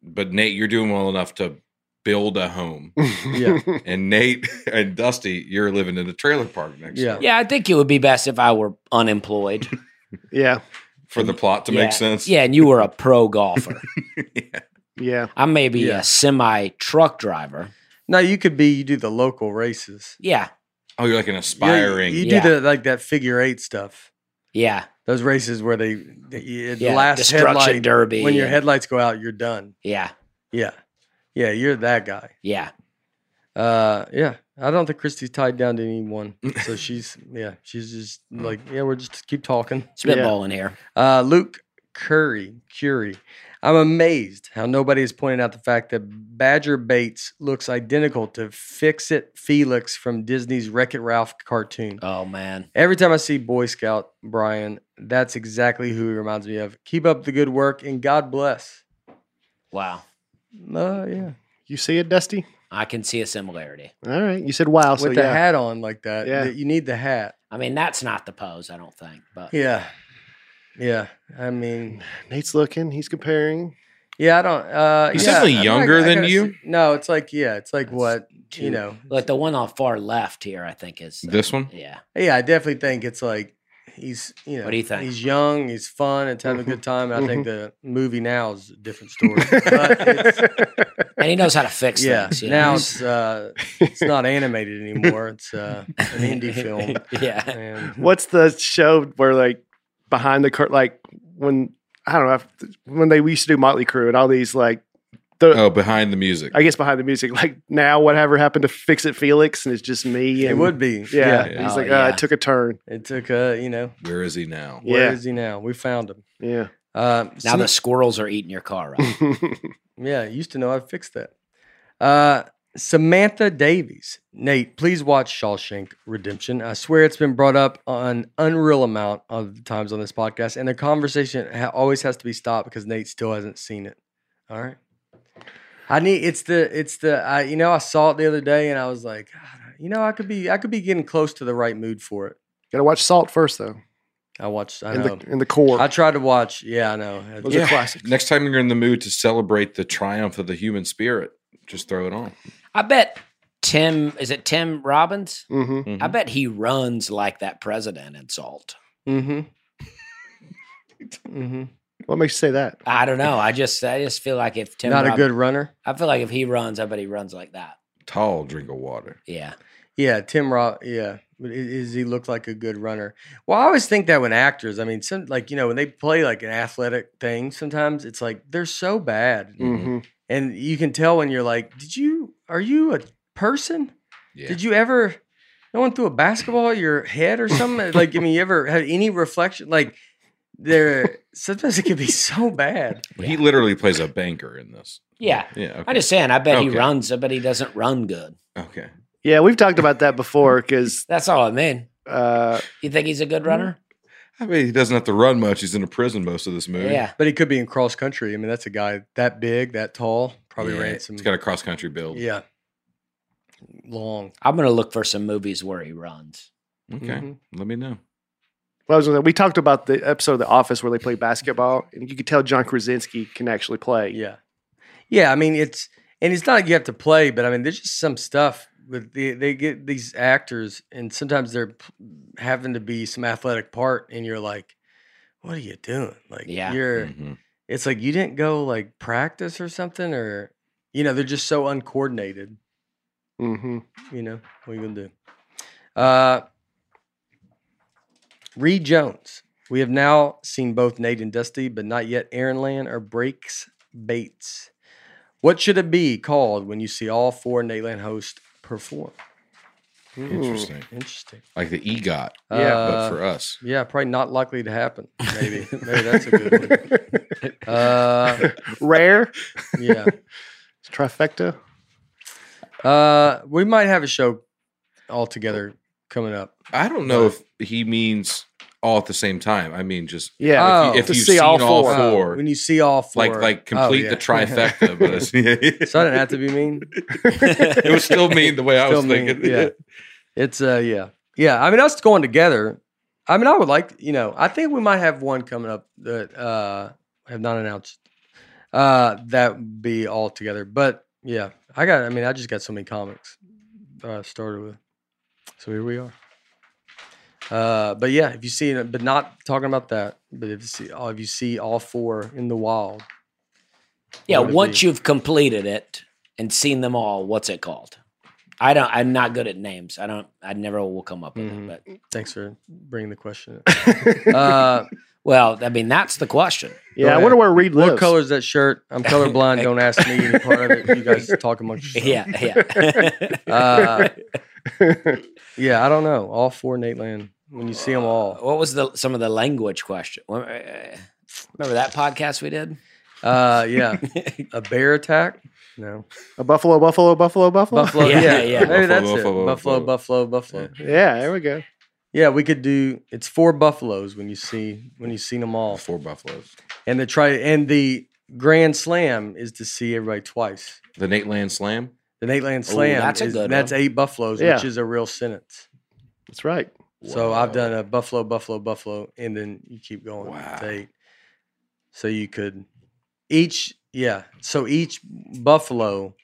[SPEAKER 2] but Nate, you're doing well enough to build
[SPEAKER 1] <laughs>
[SPEAKER 2] a home,
[SPEAKER 1] <laughs> Yeah.
[SPEAKER 2] and Nate and Dusty, you're living in a trailer park next.
[SPEAKER 1] Yeah.
[SPEAKER 2] door.
[SPEAKER 4] Yeah, I think it would be best if I were unemployed.
[SPEAKER 3] <laughs> Yeah.
[SPEAKER 2] for the plot <laughs> to
[SPEAKER 4] yeah.
[SPEAKER 2] make sense.
[SPEAKER 4] Yeah, and you were a pro golfer.
[SPEAKER 3] Yeah.
[SPEAKER 4] I may be
[SPEAKER 1] Yeah.
[SPEAKER 4] a semi truck driver.
[SPEAKER 1] Now, you could be, you do the local races.
[SPEAKER 4] Yeah,
[SPEAKER 2] <laughs> Oh, you're like an
[SPEAKER 1] Yeah, you-
[SPEAKER 2] aspiring.
[SPEAKER 1] You,
[SPEAKER 4] Yeah.
[SPEAKER 1] do the, like that figure eight stuff.
[SPEAKER 4] yeah,
[SPEAKER 1] Those races where they, the
[SPEAKER 4] yeah.
[SPEAKER 1] last
[SPEAKER 4] Destruction
[SPEAKER 1] headlight,
[SPEAKER 4] derby.
[SPEAKER 1] when your
[SPEAKER 4] and-
[SPEAKER 1] headlights go out, you're done.
[SPEAKER 4] Yeah,
[SPEAKER 1] Yeah. Yeah. You're that guy.
[SPEAKER 4] yeah.
[SPEAKER 1] Uh, yeah. I don't think Christy's tied down to anyone,
[SPEAKER 3] <laughs>
[SPEAKER 1] so she's yeah, she's just like yeah, we're just keep talking.
[SPEAKER 4] Spitballing here.
[SPEAKER 1] Uh, Luke Curry, Curie. I'm amazed how nobody has pointed out the fact that Badger Bates looks identical to Fix It Felix from Disney's Wreck It Ralph cartoon.
[SPEAKER 4] Oh man.
[SPEAKER 1] Every time I see Boy Scout Brian, that's exactly who he reminds me of. Keep up the good work and God bless.
[SPEAKER 4] Wow.
[SPEAKER 1] Uh, yeah.
[SPEAKER 3] You see it, Dusty?
[SPEAKER 4] I can see a similarity.
[SPEAKER 3] All right. You said wow. So
[SPEAKER 1] With the
[SPEAKER 3] yeah.
[SPEAKER 1] hat on like that,
[SPEAKER 3] Yeah.
[SPEAKER 1] you need the hat.
[SPEAKER 4] I mean, that's not the pose, I don't think. But
[SPEAKER 1] Yeah. Yeah. I mean,
[SPEAKER 3] Nate's looking. He's comparing.
[SPEAKER 1] yeah, I don't. Uh,
[SPEAKER 2] He's
[SPEAKER 1] yeah,
[SPEAKER 2] definitely
[SPEAKER 1] I'm not-
[SPEAKER 2] younger
[SPEAKER 1] I
[SPEAKER 2] than
[SPEAKER 1] gotta
[SPEAKER 2] you.
[SPEAKER 1] see- no, it's like, yeah, it's like
[SPEAKER 4] That's
[SPEAKER 1] what,
[SPEAKER 4] too-
[SPEAKER 1] you know.
[SPEAKER 4] look, the one on far left here, I think is uh,
[SPEAKER 2] This one?
[SPEAKER 4] Yeah,
[SPEAKER 1] Yeah, I definitely think it's like he's, you know,
[SPEAKER 4] What do you think?
[SPEAKER 1] He's young, he's fun, it's having a good time. And I think the movie now is a different story. but
[SPEAKER 3] <laughs>
[SPEAKER 1] it's,
[SPEAKER 3] yeah.
[SPEAKER 4] and he knows how to fix
[SPEAKER 1] yeah,
[SPEAKER 4] things. you
[SPEAKER 1] now
[SPEAKER 4] know?
[SPEAKER 1] it's, uh, it's not animated anymore, it's uh, an
[SPEAKER 4] <laughs>
[SPEAKER 1] indie film.
[SPEAKER 3] <laughs>
[SPEAKER 4] yeah,
[SPEAKER 1] And
[SPEAKER 3] What's the show where like behind the curtain, like when I don't know if, when they we used to do Motley Crue and all these like the
[SPEAKER 2] Oh, behind the music.
[SPEAKER 3] I guess behind the music like now whatever happened to Fix It Felix and it's just me.
[SPEAKER 1] it
[SPEAKER 3] And,
[SPEAKER 1] would be.
[SPEAKER 3] Yeah.
[SPEAKER 2] yeah.
[SPEAKER 3] He's
[SPEAKER 4] Oh,
[SPEAKER 3] like, uh,
[SPEAKER 4] yeah.
[SPEAKER 3] it took a turn.
[SPEAKER 1] It took, uh, you know,
[SPEAKER 2] Where is he now?
[SPEAKER 3] Yeah.
[SPEAKER 1] where is he now? We found him.
[SPEAKER 3] Yeah. <laughs>
[SPEAKER 1] Uh,
[SPEAKER 4] now the squirrels are eating your car up.
[SPEAKER 1] Yeah, I used to know I fixed that. Uh, Samantha Davies. Nate, please watch Shawshank Redemption. I swear it's been brought up an unreal amount of times on this podcast, and the conversation ha- always has to be stopped because Nate still hasn't seen it. All right. I need it's the it's the I you know I saw it the other day and I was like "God, you know I could be I could be getting close to the right mood for it.
[SPEAKER 3] Gotta watch Salt first though.
[SPEAKER 1] I watched I
[SPEAKER 3] In
[SPEAKER 1] know
[SPEAKER 3] the in the core.
[SPEAKER 1] I tried to watch yeah I know
[SPEAKER 3] Those are
[SPEAKER 1] <laughs>
[SPEAKER 3] classics.
[SPEAKER 2] Next time you're in the mood to celebrate the triumph of the human spirit, just throw it on.
[SPEAKER 4] I bet Tim is it Tim Robbins?
[SPEAKER 3] mm-hmm.
[SPEAKER 4] I bet he runs like that president in Salt.
[SPEAKER 3] <laughs>
[SPEAKER 1] mm-hmm mm-hmm
[SPEAKER 3] What makes you say that?
[SPEAKER 4] I don't know. I just I just feel like if Tim
[SPEAKER 1] not
[SPEAKER 4] Rob-
[SPEAKER 1] a good runner
[SPEAKER 4] I feel like if he runs, I bet he runs like that.
[SPEAKER 2] Tall drink of water.
[SPEAKER 4] Yeah.
[SPEAKER 1] Yeah, Tim Roth. Yeah, But i- is he look like a good runner? Well, I always think that when actors, I mean, some like you know when they play like an athletic thing, sometimes it's like they're so bad,
[SPEAKER 2] Mm.
[SPEAKER 3] Mm-hmm.
[SPEAKER 1] and you can tell when you're like, did you are you a person?
[SPEAKER 2] Yeah.
[SPEAKER 1] Did you ever? No one threw a basketball at your head or
[SPEAKER 2] <laughs>
[SPEAKER 1] something. like, I mean, you ever had any reflection? Like, there sometimes it can be so bad.
[SPEAKER 2] He literally plays a banker in this.
[SPEAKER 4] Yeah.
[SPEAKER 2] Yeah.
[SPEAKER 4] I'm
[SPEAKER 2] Okay.
[SPEAKER 4] just saying, I bet he
[SPEAKER 2] Okay.
[SPEAKER 4] runs. I bet he doesn't run good.
[SPEAKER 2] okay.
[SPEAKER 3] Yeah, we've talked about that before because
[SPEAKER 4] That's all I mean.
[SPEAKER 3] uh,
[SPEAKER 4] You think he's a good runner?
[SPEAKER 2] I mean, he doesn't have to run much. He's in a prison most of this movie.
[SPEAKER 4] Yeah.
[SPEAKER 1] But he could be in cross country. I mean, that's a guy that big, that tall, probably
[SPEAKER 2] Yeah,
[SPEAKER 1] ran some.
[SPEAKER 2] He's got a cross country build.
[SPEAKER 1] yeah, long.
[SPEAKER 4] I'm gonna look for some movies where he runs.
[SPEAKER 2] Okay.
[SPEAKER 1] Mhm.
[SPEAKER 2] Let me know.
[SPEAKER 3] well, I was gonna say, we talked about the episode of The Office where they play basketball, and you could tell John Krasinski can actually play.
[SPEAKER 1] Yeah. Yeah. I mean, it's, and it's not like you have to play, but I mean, there's just some stuff with the, they get these actors and sometimes they're p- having to be some athletic part and you're like, what are you doing? Like,
[SPEAKER 4] Yeah.
[SPEAKER 1] you're,
[SPEAKER 2] Mhm.
[SPEAKER 1] it's like you didn't go like practice or something, or you know, they're just so uncoordinated.
[SPEAKER 3] Mm-hmm.
[SPEAKER 1] You know, what are you gonna do? Uh Reed Jones. We have now seen both Nate and Dusty, but not yet Aaron Land or Breaks Bates. What should it be called when you see all four Nate Land hosts perform?
[SPEAKER 2] Interesting.
[SPEAKER 1] Interesting.
[SPEAKER 2] Like the EGOT,
[SPEAKER 1] Yeah.
[SPEAKER 2] but for us.
[SPEAKER 1] Yeah, probably not likely to happen. Maybe. Maybe
[SPEAKER 3] Hmm.
[SPEAKER 1] that's a good one. Uh,
[SPEAKER 3] <laughs> Rare.
[SPEAKER 1] yeah.
[SPEAKER 3] It's trifecta.
[SPEAKER 1] Uh, we might have a show all together coming up.
[SPEAKER 2] I don't know if he means all at the same time. I mean, just
[SPEAKER 3] Yeah.
[SPEAKER 1] Oh,
[SPEAKER 2] if
[SPEAKER 3] to
[SPEAKER 2] you've
[SPEAKER 3] see
[SPEAKER 2] seen
[SPEAKER 3] all
[SPEAKER 2] all
[SPEAKER 3] four.
[SPEAKER 2] four,
[SPEAKER 1] Uh, when you see all four,
[SPEAKER 2] like like
[SPEAKER 1] Oh,
[SPEAKER 2] complete
[SPEAKER 1] yeah. <laughs>
[SPEAKER 2] the trifecta, but it's, <laughs>
[SPEAKER 1] so I didn't have to be mean.
[SPEAKER 2] it was still mean the way I was
[SPEAKER 1] Still mean,
[SPEAKER 2] thinking.
[SPEAKER 1] yeah. It's uh yeah. Yeah. I mean us going together. I mean, I would like, you know, I think we might have one coming up that uh I have not announced. Uh that would be all together. But yeah, I got I mean, I just got so many comics that I started with. So here we are. Uh but yeah, if you see it, but not talking about that, but if you see oh, if you see all four in the wild.
[SPEAKER 4] Yeah,
[SPEAKER 1] what would it
[SPEAKER 4] once
[SPEAKER 1] be?
[SPEAKER 4] you've completed it and seen them all, what's it called? I don't. I'm not good at names. I don't. I never will come up with
[SPEAKER 1] Mhm.
[SPEAKER 4] it. But
[SPEAKER 1] Thanks for bringing the question.
[SPEAKER 4] <laughs>
[SPEAKER 1] up. uh
[SPEAKER 4] well, I mean, that's the question.
[SPEAKER 3] Yeah. I
[SPEAKER 1] ahead.
[SPEAKER 3] wonder where Reed lives.
[SPEAKER 1] What color is that shirt? I'm colorblind. Don't ask me any part of it. You guys talk
[SPEAKER 4] <laughs>
[SPEAKER 1] amongst yourselves. <laughs>
[SPEAKER 4] Yeah, yeah. <laughs>
[SPEAKER 1] Uh, yeah, I don't know. All four Nate Land. When you see them all,
[SPEAKER 4] what was the some of the language question? Wha- uh, Remember that podcast we did? <laughs>
[SPEAKER 1] uh, yeah, a bear attack.
[SPEAKER 4] <laughs>
[SPEAKER 1] No,
[SPEAKER 3] A buffalo, buffalo, buffalo, buffalo.
[SPEAKER 1] buffalo.
[SPEAKER 4] Yeah,
[SPEAKER 1] Yeah, yeah.
[SPEAKER 4] yeah.
[SPEAKER 1] Maybe that's
[SPEAKER 2] Buffalo,
[SPEAKER 1] it.
[SPEAKER 2] buffalo,
[SPEAKER 1] Buffalo, buffalo,
[SPEAKER 2] buffalo.
[SPEAKER 1] buffalo.
[SPEAKER 3] Yeah. There we go.
[SPEAKER 1] Yeah, we could do. It's four buffaloes when you see when you see them
[SPEAKER 2] All
[SPEAKER 1] all,
[SPEAKER 2] four buffaloes.
[SPEAKER 1] and the try and the grand slam is to see everybody twice.
[SPEAKER 2] The Nate Land Slam.
[SPEAKER 1] The Nate Land slam.
[SPEAKER 4] that's a
[SPEAKER 1] is-
[SPEAKER 4] good
[SPEAKER 1] That's
[SPEAKER 4] one.
[SPEAKER 1] eight buffaloes,
[SPEAKER 3] Yeah.
[SPEAKER 1] which is a real sentence.
[SPEAKER 3] That's right.
[SPEAKER 1] So I've
[SPEAKER 2] Wow.
[SPEAKER 1] done a buffalo, buffalo, buffalo, and then you keep going.
[SPEAKER 2] Wow.
[SPEAKER 1] to eight. So you could each, yeah. So each buffalo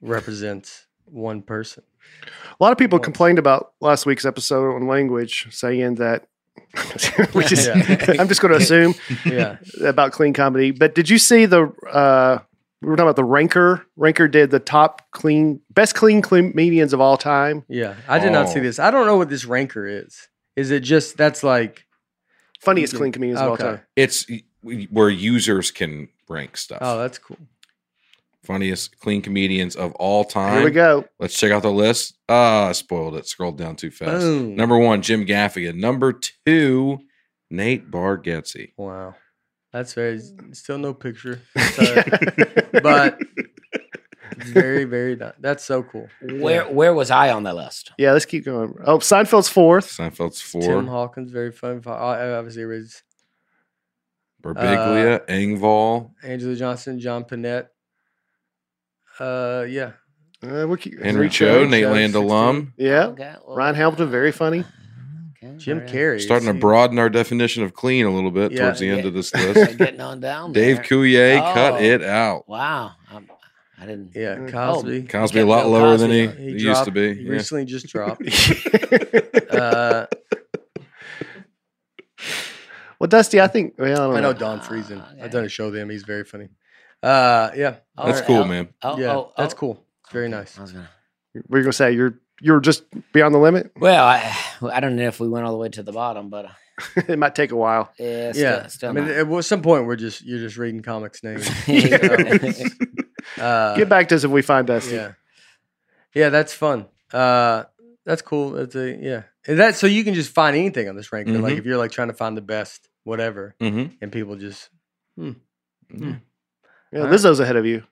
[SPEAKER 1] represents one person.
[SPEAKER 3] A lot of people
[SPEAKER 1] Well-
[SPEAKER 3] complained about last week's episode on language, saying that. <laughs> we just,
[SPEAKER 1] Yeah.
[SPEAKER 3] <laughs> I'm just going to assume
[SPEAKER 1] Yeah.
[SPEAKER 3] about clean comedy. But did you see the? Uh, we were talking about the Ranker. Ranker did the top clean, best clean comedians of all time.
[SPEAKER 1] Yeah. I did not see
[SPEAKER 2] Oh.
[SPEAKER 1] this. I don't know what this ranker is. Is it just that's like
[SPEAKER 3] Funniest
[SPEAKER 1] Okay.
[SPEAKER 3] clean comedians of all
[SPEAKER 1] okay.
[SPEAKER 3] time.
[SPEAKER 2] It's where users can rank stuff.
[SPEAKER 1] Oh, that's cool.
[SPEAKER 2] Funniest clean comedians of all time.
[SPEAKER 3] Here we go.
[SPEAKER 2] Let's check out the list. Ah, I spoiled it. Scrolled down too fast.
[SPEAKER 1] Boom.
[SPEAKER 2] Number one, Jim Gaffigan. Number two, Nate Bargatze.
[SPEAKER 1] Wow. That's very still no picture.
[SPEAKER 3] Yeah.
[SPEAKER 1] So- but it's very, very ni- that's so cool.
[SPEAKER 4] Where Where was I on the list?
[SPEAKER 3] <laughs> yeah, let's keep going. Oh, Seinfeld's fourth.
[SPEAKER 2] Seinfeld's
[SPEAKER 1] Tim
[SPEAKER 2] four.
[SPEAKER 1] Hawkins, very fun. fi- I- I Obviously, was
[SPEAKER 2] Berbiglia,
[SPEAKER 1] uh,
[SPEAKER 2] Engvall,
[SPEAKER 1] Angela Johnson, John Panette. Uh, yeah.
[SPEAKER 3] Uh, we'll keep,
[SPEAKER 2] Henry
[SPEAKER 1] Cho,
[SPEAKER 2] Cho, Nate
[SPEAKER 1] Cho,
[SPEAKER 2] Land
[SPEAKER 1] 16.
[SPEAKER 2] alum.
[SPEAKER 3] Yeah,
[SPEAKER 4] Okay, well-
[SPEAKER 3] Ron Hamilton, very funny.
[SPEAKER 4] Okay,
[SPEAKER 1] Jim
[SPEAKER 4] all right.
[SPEAKER 1] Carrey.
[SPEAKER 2] Starting to
[SPEAKER 1] see-
[SPEAKER 2] broaden our definition of clean a little bit
[SPEAKER 1] Yeah.
[SPEAKER 2] towards the end
[SPEAKER 1] <laughs>
[SPEAKER 2] of this
[SPEAKER 4] We're
[SPEAKER 2] list.
[SPEAKER 4] Getting on down.
[SPEAKER 2] Dave
[SPEAKER 4] there.
[SPEAKER 2] Coulier,
[SPEAKER 4] Oh.
[SPEAKER 2] cut it out.
[SPEAKER 4] Wow, I'm, I didn't.
[SPEAKER 1] Yeah,
[SPEAKER 3] Oh,
[SPEAKER 1] Mm, Cosby.
[SPEAKER 2] Cosby
[SPEAKER 4] Yeah,
[SPEAKER 2] a lot
[SPEAKER 4] Bill
[SPEAKER 2] lower than
[SPEAKER 4] Cosby.
[SPEAKER 2] he,
[SPEAKER 1] uh, He
[SPEAKER 2] he used to
[SPEAKER 1] dropped-
[SPEAKER 2] be.
[SPEAKER 1] He
[SPEAKER 2] Yeah.
[SPEAKER 1] recently
[SPEAKER 2] <laughs>
[SPEAKER 1] just dropped. uh,
[SPEAKER 3] <laughs> Well, Dusty, I think. Well, I don't know.
[SPEAKER 1] I know Don Friesen.
[SPEAKER 4] okay.
[SPEAKER 1] I've done a show with him. He's very funny. Uh, yeah.
[SPEAKER 4] Oh,
[SPEAKER 2] That's
[SPEAKER 4] oh,
[SPEAKER 2] cool, man.
[SPEAKER 4] Oh,
[SPEAKER 1] yeah,
[SPEAKER 4] oh,
[SPEAKER 1] that's
[SPEAKER 4] oh.
[SPEAKER 1] cool. It's very nice.
[SPEAKER 4] I was gonna.
[SPEAKER 3] Were you gonna say you're you're just beyond the limit? <laughs>
[SPEAKER 4] Well, I, I don't know if we went all the way to the bottom, but uh,
[SPEAKER 3] it might take a while.
[SPEAKER 4] yeah, still,
[SPEAKER 1] yeah.
[SPEAKER 4] still
[SPEAKER 1] I mean,
[SPEAKER 4] not.
[SPEAKER 1] at well, some point we're just you're just reading comics names. <laughs>
[SPEAKER 4] <laughs>
[SPEAKER 1] Uh,
[SPEAKER 3] Get back to us if we find Dusty.
[SPEAKER 1] Yeah. Yeah, that's fun. Uh, that's cool. That's a, yeah. And that so you can just find anything on this ranker. Like
[SPEAKER 3] Mm-hmm.
[SPEAKER 2] Mhm.
[SPEAKER 1] if you're like trying to find the best, whatever,
[SPEAKER 2] Mhm.
[SPEAKER 1] and people
[SPEAKER 4] <laughs>
[SPEAKER 1] just
[SPEAKER 2] Yeah.
[SPEAKER 3] Yeah,
[SPEAKER 1] All right.
[SPEAKER 3] Lizzo's ahead of
[SPEAKER 2] <laughs>
[SPEAKER 3] you.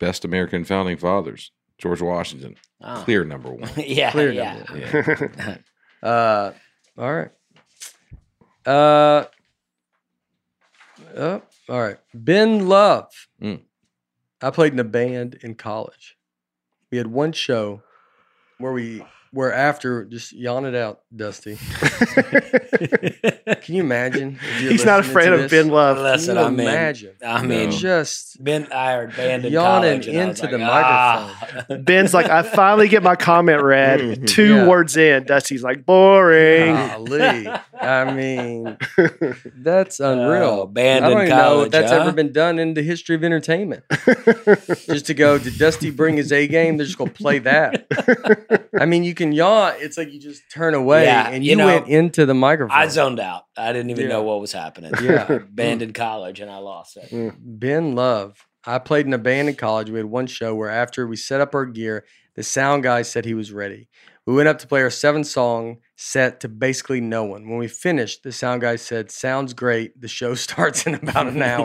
[SPEAKER 2] Best American founding fathers. George Washington,
[SPEAKER 1] Uh.
[SPEAKER 4] Oh.
[SPEAKER 2] clear number one.
[SPEAKER 4] <laughs> Yeah,
[SPEAKER 1] clear.
[SPEAKER 4] yeah.
[SPEAKER 1] Yeah.
[SPEAKER 3] <laughs>
[SPEAKER 2] Yeah.
[SPEAKER 3] That's
[SPEAKER 1] Uh, all right. Uh, oh, all right. Ben Love.
[SPEAKER 2] Mm.
[SPEAKER 1] I played in a band in college. We had one show where we we're after, just yawn it out, Dusty. Can you imagine? if you're
[SPEAKER 3] He's not
[SPEAKER 1] listening
[SPEAKER 3] afraid
[SPEAKER 1] to
[SPEAKER 3] of
[SPEAKER 1] this?
[SPEAKER 3] Ben Love.
[SPEAKER 1] Can
[SPEAKER 4] <laughs> Listen,
[SPEAKER 1] you
[SPEAKER 4] I mean,
[SPEAKER 1] imagine?
[SPEAKER 4] I
[SPEAKER 2] No.
[SPEAKER 4] mean,
[SPEAKER 1] Just
[SPEAKER 4] Ben, I abandoned
[SPEAKER 1] Yawning
[SPEAKER 4] college, and I was
[SPEAKER 1] into the
[SPEAKER 4] like, ah.
[SPEAKER 3] Ben's like,
[SPEAKER 4] <laughs>
[SPEAKER 3] I finally get my comment
[SPEAKER 2] Mm-hmm.
[SPEAKER 3] read. Two
[SPEAKER 1] Yeah.
[SPEAKER 3] words in, Dusty's like, boring.
[SPEAKER 1] golly.
[SPEAKER 4] <laughs>
[SPEAKER 1] I mean, that's unreal.
[SPEAKER 4] Uh, abandoned
[SPEAKER 1] I don't even know
[SPEAKER 4] Oh, college,
[SPEAKER 1] if that's
[SPEAKER 4] huh?
[SPEAKER 1] ever been done in the history of
[SPEAKER 4] <laughs>
[SPEAKER 1] entertainment. just to go, did Dusty bring his A game? They're just gonna play that.
[SPEAKER 4] <laughs>
[SPEAKER 1] I mean, you can yawn. It's like you just turn away
[SPEAKER 4] Yeah,
[SPEAKER 1] and
[SPEAKER 4] you
[SPEAKER 1] you,
[SPEAKER 4] know,
[SPEAKER 1] went into the microphone.
[SPEAKER 4] I zoned out. I didn't even
[SPEAKER 1] Yeah.
[SPEAKER 4] know what was happening.
[SPEAKER 1] <laughs> Yeah.
[SPEAKER 4] <laughs> abandoned college, and I lost it.
[SPEAKER 1] Ben Love. I played in a band in college. We had one show where after we set up our gear, the sound guy said he was ready. We went up to play our seven song set to basically no one. When we finished, the sound guy said, Sounds great. The show <laughs> starts in about an hour.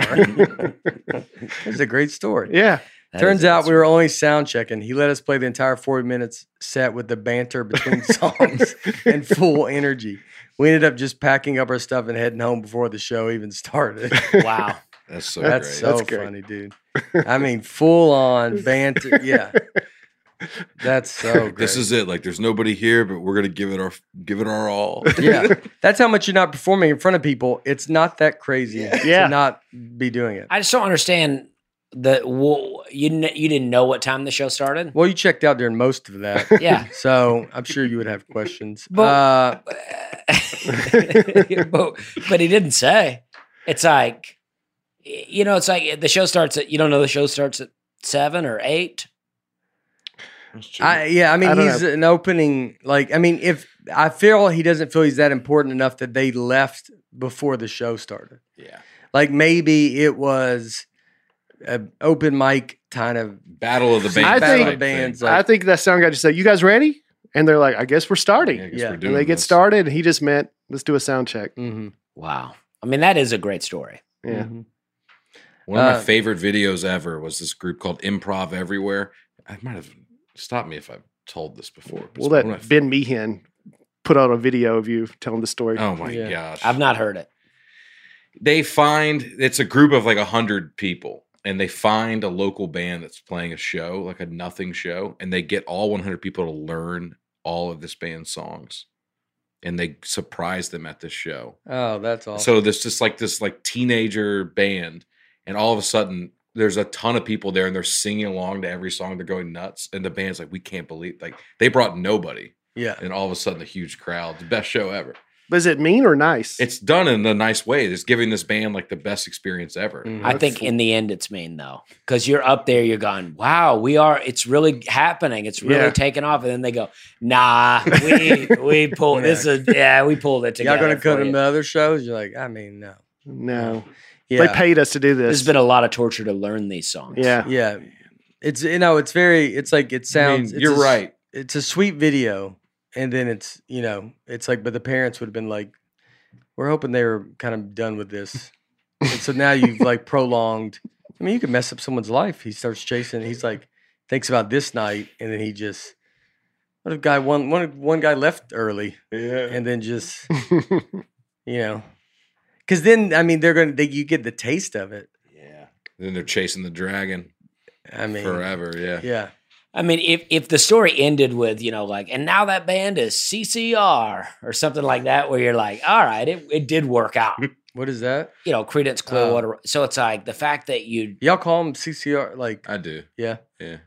[SPEAKER 1] it's a great story.
[SPEAKER 3] <laughs> Yeah.
[SPEAKER 1] <laughs> Turns out we were only sound checking. He let us play the entire 40 minutes set with the banter between songs and full energy. We ended up just packing up our stuff and heading home before the show even started.
[SPEAKER 4] were wow.
[SPEAKER 2] That's so
[SPEAKER 1] That's
[SPEAKER 2] great.
[SPEAKER 1] so
[SPEAKER 3] That's great.
[SPEAKER 1] funny, dude.
[SPEAKER 3] <laughs>
[SPEAKER 1] I mean, full on banter. Yeah, that's so great.
[SPEAKER 2] This is it. Like there's nobody here, but we're gonna give it our give it our all. <laughs>
[SPEAKER 1] yeah. That's how much you're not performing in front of people. It's not that crazy
[SPEAKER 3] Yeah.
[SPEAKER 1] to not be doing it.
[SPEAKER 4] I just don't understand that well, you kn- you didn't know what time the
[SPEAKER 1] <laughs>
[SPEAKER 4] show started.
[SPEAKER 1] Well, you checked out during most of
[SPEAKER 3] <laughs>
[SPEAKER 1] that,
[SPEAKER 4] Yeah,
[SPEAKER 1] so I'm sure you would have questions.
[SPEAKER 4] But-
[SPEAKER 1] uh,
[SPEAKER 4] <laughs> but, but he didn't say. It's like you know, it's like the show starts at you don't know the show starts at seven or eight.
[SPEAKER 1] I, yeah, I mean,
[SPEAKER 3] I don't
[SPEAKER 1] he's an opening. Like, I mean, if I feel he doesn't feel he's that important enough that they left before the show started.
[SPEAKER 2] yeah.
[SPEAKER 1] Like, maybe it was an open mic kind of
[SPEAKER 2] Battle of the bands.
[SPEAKER 3] I
[SPEAKER 1] Battle of
[SPEAKER 3] think-
[SPEAKER 1] the bands.
[SPEAKER 3] I
[SPEAKER 1] Like,
[SPEAKER 3] think that sound guy just said, You guys ready? And they're like, I guess we're starting.
[SPEAKER 2] Yeah, I guess
[SPEAKER 1] Yeah.
[SPEAKER 2] we're
[SPEAKER 1] And
[SPEAKER 2] doing
[SPEAKER 3] and they get
[SPEAKER 2] this.
[SPEAKER 3] started. And he just meant, Let's do a sound check.
[SPEAKER 1] mhm,
[SPEAKER 4] Wow, I mean that is a great story.
[SPEAKER 2] Mm-hmm.
[SPEAKER 3] Yeah.
[SPEAKER 1] mhm.
[SPEAKER 2] One of my
[SPEAKER 1] Uh,
[SPEAKER 2] favorite videos ever was this group called Improv Everywhere. I might have stopped me if I've told this before. but
[SPEAKER 3] We'll
[SPEAKER 2] it's one of
[SPEAKER 3] let
[SPEAKER 2] my-
[SPEAKER 3] Ben Meehan put out a video of you telling the story.
[SPEAKER 2] Oh my
[SPEAKER 1] Yeah.
[SPEAKER 2] gosh!
[SPEAKER 4] I've not heard it.
[SPEAKER 2] they find it's a group of like a hundred people, and they find a local band that's playing a show, like a nothing show, and they get all 100 people to learn all of this band's songs, and they surprise them at this show.
[SPEAKER 1] Oh, that's awesome.
[SPEAKER 2] So there's just like this like teenager band, and all of a sudden there's a ton of people there and they're singing along to every song. They're going nuts, and the band's like, we can't believe like they brought nobody,
[SPEAKER 1] yeah.
[SPEAKER 2] and all of a sudden a huge crowd, the best show ever.
[SPEAKER 3] But is it mean or nice?
[SPEAKER 2] It's done in a nice way. It's giving this band like the best experience ever.
[SPEAKER 1] Mhm.
[SPEAKER 4] I
[SPEAKER 3] That's
[SPEAKER 4] think
[SPEAKER 3] cool.
[SPEAKER 4] in the end it's mean though, because you're up there, you're going, wow, we are. It's really happening. It's really
[SPEAKER 3] Yeah.
[SPEAKER 4] taking off. And then they go, nah, we we pulled this is yeah, we pulled it
[SPEAKER 1] Y'all
[SPEAKER 4] together.
[SPEAKER 1] gonna
[SPEAKER 4] for
[SPEAKER 1] cut
[SPEAKER 4] you.
[SPEAKER 1] him to other shows? You're like, I mean, no.
[SPEAKER 3] no.
[SPEAKER 1] Yeah,
[SPEAKER 3] They paid us to do this.
[SPEAKER 4] There's been a lot of torture to learn these songs.
[SPEAKER 3] yeah.
[SPEAKER 1] <laughs>
[SPEAKER 3] <laughs>
[SPEAKER 1] yeah. It's you know, it's very. It's like it
[SPEAKER 2] I mean,
[SPEAKER 1] sounds. it's
[SPEAKER 2] you're
[SPEAKER 1] a s-
[SPEAKER 2] right.
[SPEAKER 1] It's a sweet video, and then it's you know, it's like, but the parents would have been like, we're hoping they were kind of done with this, and so now you've like prolonged. I mean, you could mess up someone's life. He starts chasing. He's like, thinks about this night, and then he just. What if guy one one one guy left early,
[SPEAKER 2] Yeah.
[SPEAKER 1] and then just you know because then i mean they're gonna they, you get the taste of it
[SPEAKER 2] Yeah. Then they're chasing the dragon
[SPEAKER 1] i mean
[SPEAKER 2] forever. Yeah.
[SPEAKER 1] yeah
[SPEAKER 4] I mean, if if the story ended with you know like, and now that band is CCR or something like that, where you're like, all right, it it did
[SPEAKER 1] <laughs>
[SPEAKER 4] work out.
[SPEAKER 1] what is that
[SPEAKER 4] You know,
[SPEAKER 1] Oh.
[SPEAKER 4] Credence Clearwater. so it's like the fact that you
[SPEAKER 1] y'all call them ccr like
[SPEAKER 2] I do.
[SPEAKER 1] yeah
[SPEAKER 2] Yeah.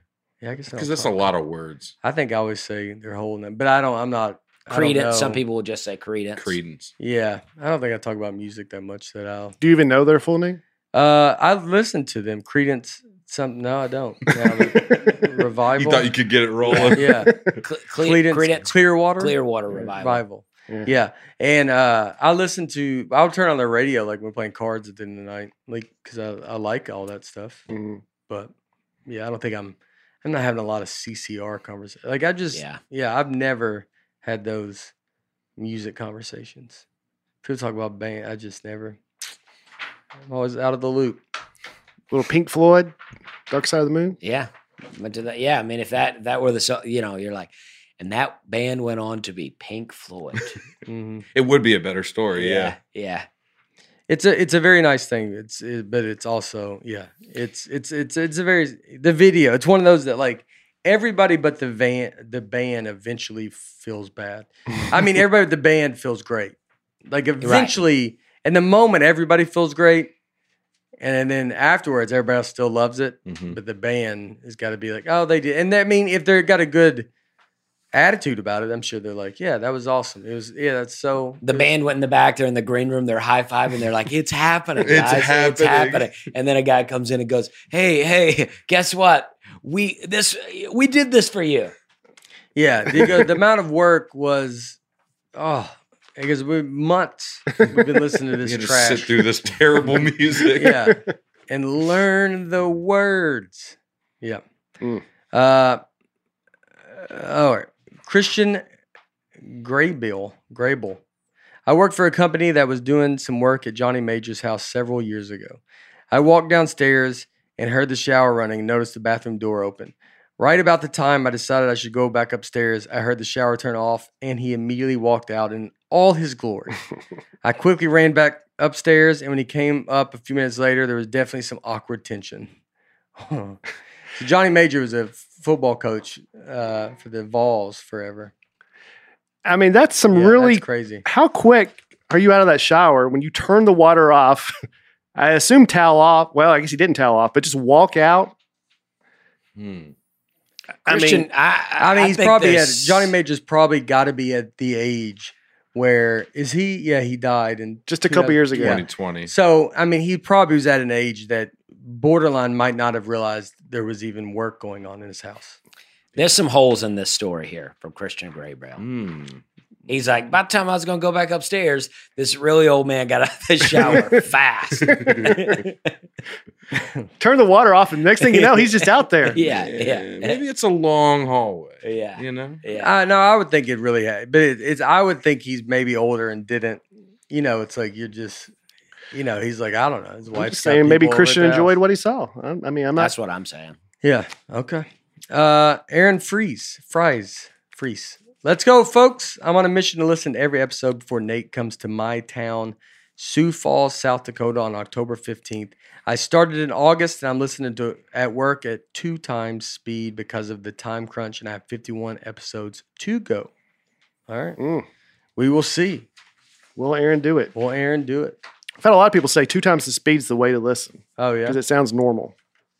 [SPEAKER 1] yeah i guess
[SPEAKER 2] Because that's a lot of words.
[SPEAKER 1] i think i always say their whole name but i don't i'm not I don't
[SPEAKER 4] Credence. Some
[SPEAKER 1] know.
[SPEAKER 4] people would just say Credence.
[SPEAKER 2] Credence.
[SPEAKER 1] yeah i don't think i talk about music that much that i'll
[SPEAKER 3] Do you even know their
[SPEAKER 2] <laughs>
[SPEAKER 3] full name?
[SPEAKER 1] uh i listened to them credence some no i
[SPEAKER 4] <laughs>
[SPEAKER 1] don't Now
[SPEAKER 3] Mm-hmm.
[SPEAKER 1] that-
[SPEAKER 2] You
[SPEAKER 1] revival
[SPEAKER 2] thought you could get it rolling.
[SPEAKER 1] yeah <laughs>
[SPEAKER 4] Cle- <laughs> Cle-
[SPEAKER 1] credence,
[SPEAKER 4] Credence,
[SPEAKER 1] clearwater
[SPEAKER 4] Clearwater
[SPEAKER 1] revival.
[SPEAKER 4] Revival.
[SPEAKER 3] Yeah.
[SPEAKER 1] Yeah. And uh, I listen to, I'll turn on the radio like we're playing cards at the end of the night, like, cause I, I like all that stuff.
[SPEAKER 3] Mm.
[SPEAKER 1] But yeah, I don't think I'm, I'm not having a lot of CCR conversation. Like I just, yeah.
[SPEAKER 4] Yeah.
[SPEAKER 1] I've never had those music conversations. People talk about band, I just never, I'm always out of the loop.
[SPEAKER 3] Little Pink Floyd, Dark Side of the Moon.
[SPEAKER 4] Yeah. But to that, yeah, I mean, if that that were the so- you know, you're like, and that band went on to be
[SPEAKER 1] <laughs>
[SPEAKER 4] Pink Floyd.
[SPEAKER 1] hmm
[SPEAKER 2] <laughs> It would be a better
[SPEAKER 1] Oh,
[SPEAKER 2] story. yeah.
[SPEAKER 4] yeah,
[SPEAKER 1] It's a, it's a very nice thing. It's, it, but it's also, yeah, it's, it's, it's, it's a very, the video, it's one of those that like, everybody but the van the band eventually feels bad. I mean, everybody but the band feels great. Like eventually, in the moment, everybody feels great, and then afterwards, everybody else still loves it.
[SPEAKER 2] Mhm.
[SPEAKER 1] But the band has got to be like, oh, they did. And that, I mean, if they're got a good attitude about it, I'm sure they're like, yeah, that was awesome. It was, yeah, that's so.
[SPEAKER 4] The band went in the back. They're in the green room. They're high fiving. They're like, "It's happening,
[SPEAKER 2] It's
[SPEAKER 4] guys! It's happening.
[SPEAKER 2] happening."
[SPEAKER 4] And then a guy comes in and goes, "Hey, hey, guess what? We this we did this for you."
[SPEAKER 1] Yeah, the, the- the amount of work was, oh, because we months we've been listening to
[SPEAKER 2] <laughs> You
[SPEAKER 1] this
[SPEAKER 2] had to
[SPEAKER 1] trash.
[SPEAKER 2] sit through this
[SPEAKER 1] <laughs>
[SPEAKER 2] terrible music.
[SPEAKER 1] yeah, and learn the words. Yeah.
[SPEAKER 3] Mm.
[SPEAKER 1] Uh, uh, all right, Christian Graybill. Grable. I worked for a company that was doing some work at Johnny Major's house several years ago. I walked downstairs and heard the shower running. and Noticed the bathroom door open. Right about the time I decided I should go back upstairs, I heard the shower turn off and he immediately walked out in all his glory. I quickly ran back upstairs, and when he came up a few minutes later, there was definitely some awkward tension. <laughs> so Johnny Major was a football coach uh, for the Vols forever.
[SPEAKER 3] I mean, that's some
[SPEAKER 1] Yeah, that's
[SPEAKER 3] really
[SPEAKER 1] crazy.
[SPEAKER 3] how quick are you out of that shower when you turn the water off? <laughs> I assume towel off. Well, I guess he didn't towel off, but just walk out.
[SPEAKER 2] Hmm.
[SPEAKER 3] I
[SPEAKER 4] Christian,
[SPEAKER 3] mean,
[SPEAKER 4] I, I,
[SPEAKER 1] I mean, he's
[SPEAKER 4] think
[SPEAKER 1] probably at
[SPEAKER 4] there's-
[SPEAKER 1] Johnny Major's probably got to be at the age where is he? Yeah, he died, and
[SPEAKER 3] just a couple years ago.
[SPEAKER 1] Yeah.
[SPEAKER 2] 2020.
[SPEAKER 1] so I mean, he probably was at an age that borderline might not have realized there was even work going on in his house.
[SPEAKER 4] There's some holes in this story here from Christian Graybrail.
[SPEAKER 2] Hmm.
[SPEAKER 4] He's like, by the time I was going to go back upstairs, this really old man got out of the shower fast.
[SPEAKER 3] Turn the water off, and next thing you know, he's just
[SPEAKER 1] <laughs>
[SPEAKER 3] out there.
[SPEAKER 4] yeah, yeah,
[SPEAKER 2] Maybe it's a long hallway.
[SPEAKER 4] yeah,
[SPEAKER 2] You know?
[SPEAKER 4] yeah.
[SPEAKER 1] Uh, no, I would think it really had, but it, it's. I would think he's maybe older and didn't. You know, it's like you're just. You know, he's like I don't know. His
[SPEAKER 3] I'm
[SPEAKER 1] wife's
[SPEAKER 3] just
[SPEAKER 1] got
[SPEAKER 3] saying, maybe
[SPEAKER 1] people over at
[SPEAKER 3] Christian
[SPEAKER 1] the
[SPEAKER 3] enjoyed
[SPEAKER 1] house.
[SPEAKER 3] what he saw. I, I mean, I'm not.
[SPEAKER 4] That's what I'm saying.
[SPEAKER 1] Yeah. Okay. Uh, Aaron Fries, Fries, Fries. Let's go, folks. I'm on a mission to listen to every episode before Nate comes to my town, Sioux Falls, South Dakota, on October 15th. I started in August, and I'm listening to it at work at two times speed because of the time crunch, and I have 51 episodes to go. All right.
[SPEAKER 3] Mm.
[SPEAKER 1] We will see.
[SPEAKER 3] Will Aaron do it?
[SPEAKER 1] Will Aaron do it?
[SPEAKER 3] I've had a lot of people say two times the speed's the way to listen
[SPEAKER 1] Oh yeah.
[SPEAKER 3] because it sounds normal.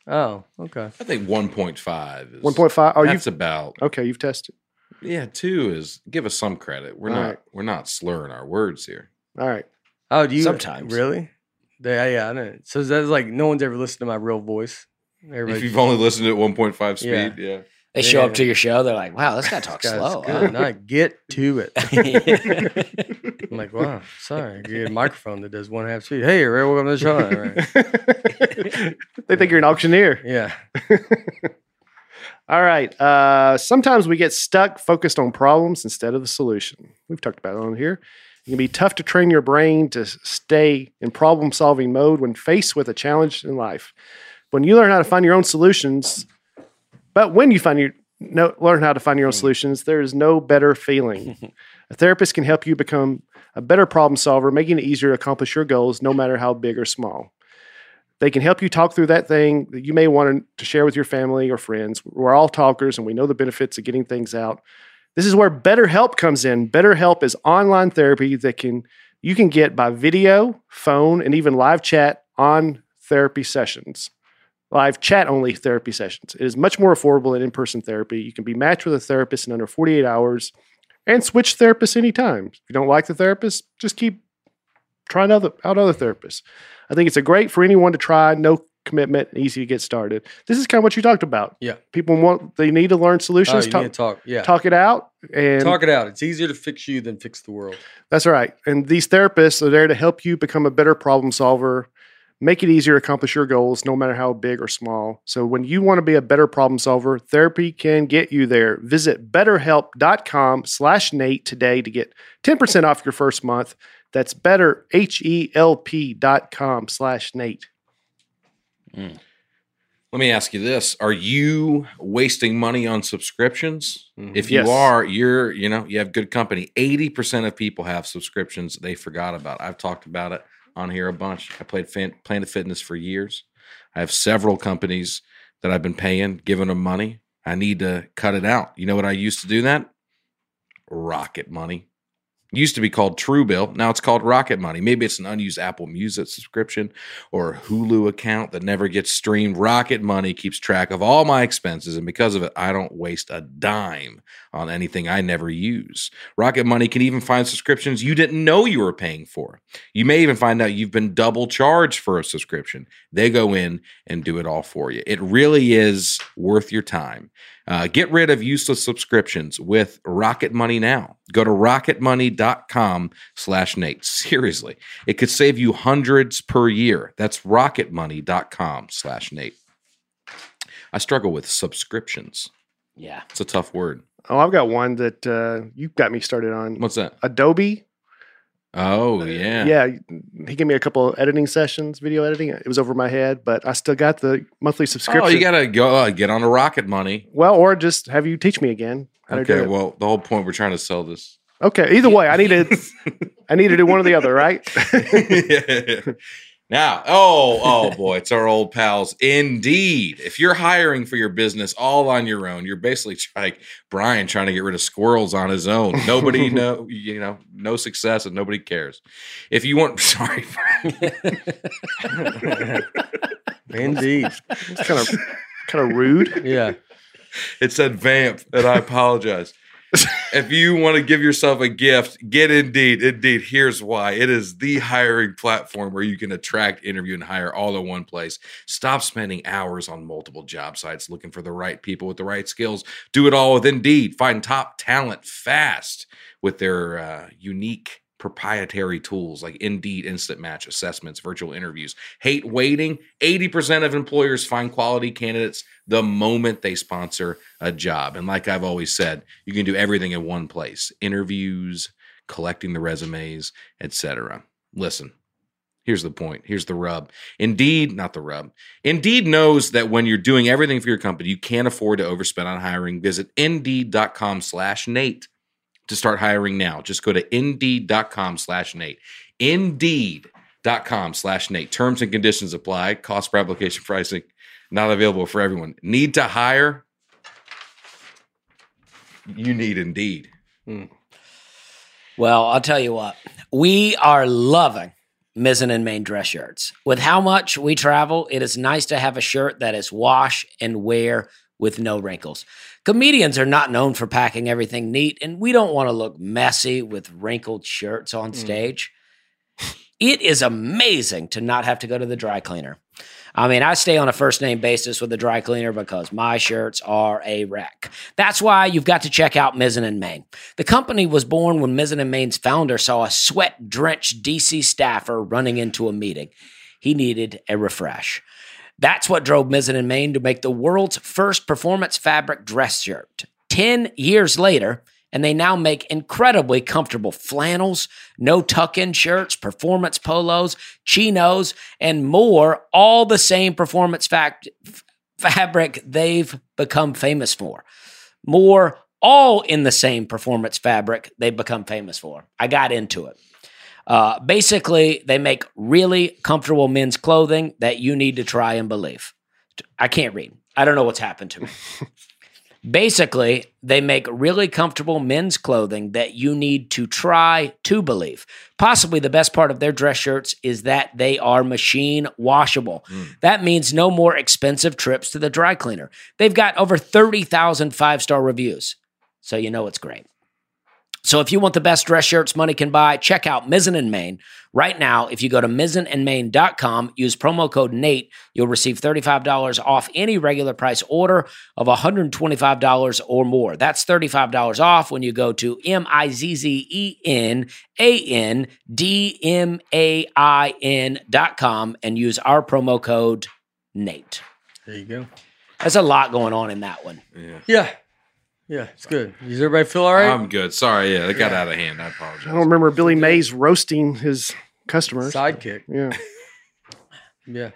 [SPEAKER 1] Oh, okay.
[SPEAKER 2] I think 1.5 is
[SPEAKER 3] One point
[SPEAKER 1] Oh,
[SPEAKER 3] five. Are you
[SPEAKER 2] that's about
[SPEAKER 3] okay? You've tested.
[SPEAKER 2] yeah, two is give us some credit. We're
[SPEAKER 3] All
[SPEAKER 2] not
[SPEAKER 3] right.
[SPEAKER 2] we're not slurring our words here.
[SPEAKER 3] All right. <laughs>
[SPEAKER 1] Oh, do you
[SPEAKER 4] Sometimes.
[SPEAKER 1] really? They, yeah, I know. So that's like no one's ever listened to my real voice.
[SPEAKER 2] If
[SPEAKER 1] Everybody
[SPEAKER 2] you've only listened at 1.5 speed,
[SPEAKER 1] Yeah.
[SPEAKER 2] yeah.
[SPEAKER 4] They show
[SPEAKER 1] Yeah.
[SPEAKER 4] up to your show. They're like, wow, this guy talks slow.
[SPEAKER 1] Good.
[SPEAKER 4] huh?"
[SPEAKER 1] Now get to it.
[SPEAKER 4] yeah.
[SPEAKER 1] I'm like, wow, sorry. I get a microphone that does one half speed. Hey, everybody, welcome to the show.
[SPEAKER 3] <laughs>
[SPEAKER 1] Right.
[SPEAKER 3] they think you're an auctioneer.
[SPEAKER 1] Yeah.
[SPEAKER 3] All right. Uh, sometimes we get stuck focused on problems instead of the solution. We've talked about it on here. It can be tough to train your brain to s- stay in problem solving mode when faced with a challenge in life. When you learn how to find your own solutions, but when you find your no, learn how to find your own solutions, there is no better feeling. a therapist can help you become a better problem solver, making it easier to accomplish your goals, no matter how big or small. They can help you talk through that thing that you may want to share with your family or friends. We're all talkers and we know the benefits of getting things out. This is where BetterHelp comes in. BetterHelp is online therapy that can you can get by video, phone, and even live chat on therapy sessions. Live chat only therapy sessions. It is much more affordable than in-person therapy. You can be matched with a therapist in under 48 hours and switch therapists anytime. If you don't like the therapist, just keep trying other out other therapists. I think it's a great for anyone to try. No commitment, easy to get started. This is kind of what you talked about.
[SPEAKER 1] Yeah.
[SPEAKER 3] people want they need to learn
[SPEAKER 1] Oh,
[SPEAKER 3] solutions.
[SPEAKER 1] you
[SPEAKER 3] Talk-
[SPEAKER 1] need to talk. Yeah. Talk,
[SPEAKER 3] talk it out and
[SPEAKER 1] it out. It's easier to fix you than fix the world.
[SPEAKER 3] that's right and these therapists are there to help you become a better problem solver make it easier to accomplish your goals no matter how big or small so when you want to be a better problem solver therapy can get you there visit betterhelp.com slash nate today to get 10% off your first month that's better h-e-l-p dot com slash nate
[SPEAKER 2] Let me ask you this. Are you wasting money on subscriptions?
[SPEAKER 1] Mhm.
[SPEAKER 2] If you
[SPEAKER 3] Yes.
[SPEAKER 2] are, you're, you know, you have good company. 80% of people have subscriptions they forgot about. I've talked about it on here a bunch. I played fan, Planet Fitness for years. I have several companies that I've been paying, giving them money. I need to cut it out. You know what I used to do that? Rocket Money. Used to be called True Bill. Now it's called Rocket Money. Maybe it's an unused Apple Music subscription or a Hulu account that never gets streamed. Rocket Money keeps track of all my expenses, and because of it, I don't waste a dime on anything I never use. Rocket Money can even find subscriptions you didn't know you were paying for. You may even find out you've been double charged for a subscription. They go in and do it all for you. It really is worth your time. Uh, get rid of useless subscriptions with Rocket Money now. Go to rocketmoney.com slash Nate. <laughs> Seriously, it could save you hundreds per year. That's rocketmoney.com slash Nate. I struggle with subscriptions.
[SPEAKER 4] <laughs> Yeah.
[SPEAKER 2] It's a tough word.
[SPEAKER 3] Oh, I've got one that uh, you got me started on.
[SPEAKER 2] What's that?
[SPEAKER 3] Adobe.
[SPEAKER 2] Oh, yeah.
[SPEAKER 3] yeah. he gave me a couple editing sessions, video editing. It was over my head, but I still got the monthly subscription.
[SPEAKER 2] Oh, you got to go uh, get on a rocket money.
[SPEAKER 3] well, or just have you teach me again. how to do
[SPEAKER 2] Okay.
[SPEAKER 3] it.
[SPEAKER 2] Well, the whole point we're trying to sell this. <laughs>
[SPEAKER 3] okay. Either way, I need to. I need to do one or the other, right?
[SPEAKER 2] now, oh, oh boy, it's our old pals. Indeed. If you're hiring for your business all on your own, you're basically like Brian trying to get rid of squirrels on his own. Nobody know, you know, no success and nobody cares. If you want, <laughs> sorry,
[SPEAKER 1] <laughs> Indeed.
[SPEAKER 3] It's kind of kind of rude.
[SPEAKER 1] Yeah.
[SPEAKER 2] It said vamp, and I apologize. if you want to give yourself a gift, get Indeed. Indeed, here's why it is the hiring platform where you can attract, interview, and hire all in one place. Stop spending hours on multiple job sites looking for the right people with the right skills. Do it all with Indeed. Find top talent fast with their uh, unique proprietary tools like Indeed Instant Match assessments, virtual interviews. Hate waiting. 80% of employers find quality candidates the moment they sponsor a job. And like I've always said, you can do everything in one place. Interviews, collecting the resumes, etc. Listen, Here's the point. Here's the rub. Indeed, not the rub. Indeed knows that when you're doing everything for your company, you can't afford to overspend on hiring. Visit indeed.com slash Nate to start hiring now. Just go to indeed.com slash Nate. Indeed.com slash Nate. Terms and conditions apply. Cost per application pricing not available for everyone. Need to hire? You need Indeed.
[SPEAKER 4] Well, I'll tell you what, we are loving Mizzen and Main dress shirts. With how much we travel, it is nice to have a shirt that is wash and wear with no wrinkles. Comedians are not known for packing everything neat, and we don't want to look messy with wrinkled shirts on stage. It is amazing to not have to go to the dry cleaner. I mean, I stay on a first name basis with the dry cleaner because my shirts are a wreck. That's why you've got to check out Mizzen and Main. The company was born when Mizzen and Main's founder saw a sweat drenched DC staffer running into a meeting. He needed a refresh. That's what drove Mizzen and Main to make the world's first performance fabric dress shirt. 10 years later, and they now make incredibly comfortable flannels, no tuck in shirts, performance polos, chinos, and more, all the same performance fact, f- fabric they've become famous for. More, all in the same performance fabric they've become famous for. I got into it. Uh, basically, they make really comfortable men's clothing that you need to try and believe. I can't read. I don't know what's happened to me. Basically, they make really comfortable men's clothing that you need to try to believe. Possibly the best part of their dress shirts is that they are machine washable. That means no more expensive trips to the dry cleaner. They've got over 30,000 five star reviews, so you know it's great. So if you want the best dress shirts money can buy, check out Mizzen and Main right now. If you go to mizzenandmain.com, use promo code Nate, you'll receive $35 off any regular price order of $125 or more. That's $35 off when you go to M I Z Z E N A N D M A I N.com and use our promo code Nate.
[SPEAKER 1] There you go.
[SPEAKER 4] There's a lot going on in that one.
[SPEAKER 2] Yeah.
[SPEAKER 1] Yeah. Yeah. It's good. Does everybody feel all right?
[SPEAKER 2] I'm good. Sorry. Yeah, that got out of hand. I
[SPEAKER 3] I don't
[SPEAKER 2] apologize.
[SPEAKER 3] remember Billy Mays roasting his customers.
[SPEAKER 1] Sidekick.
[SPEAKER 3] Yeah.
[SPEAKER 1] Yeah.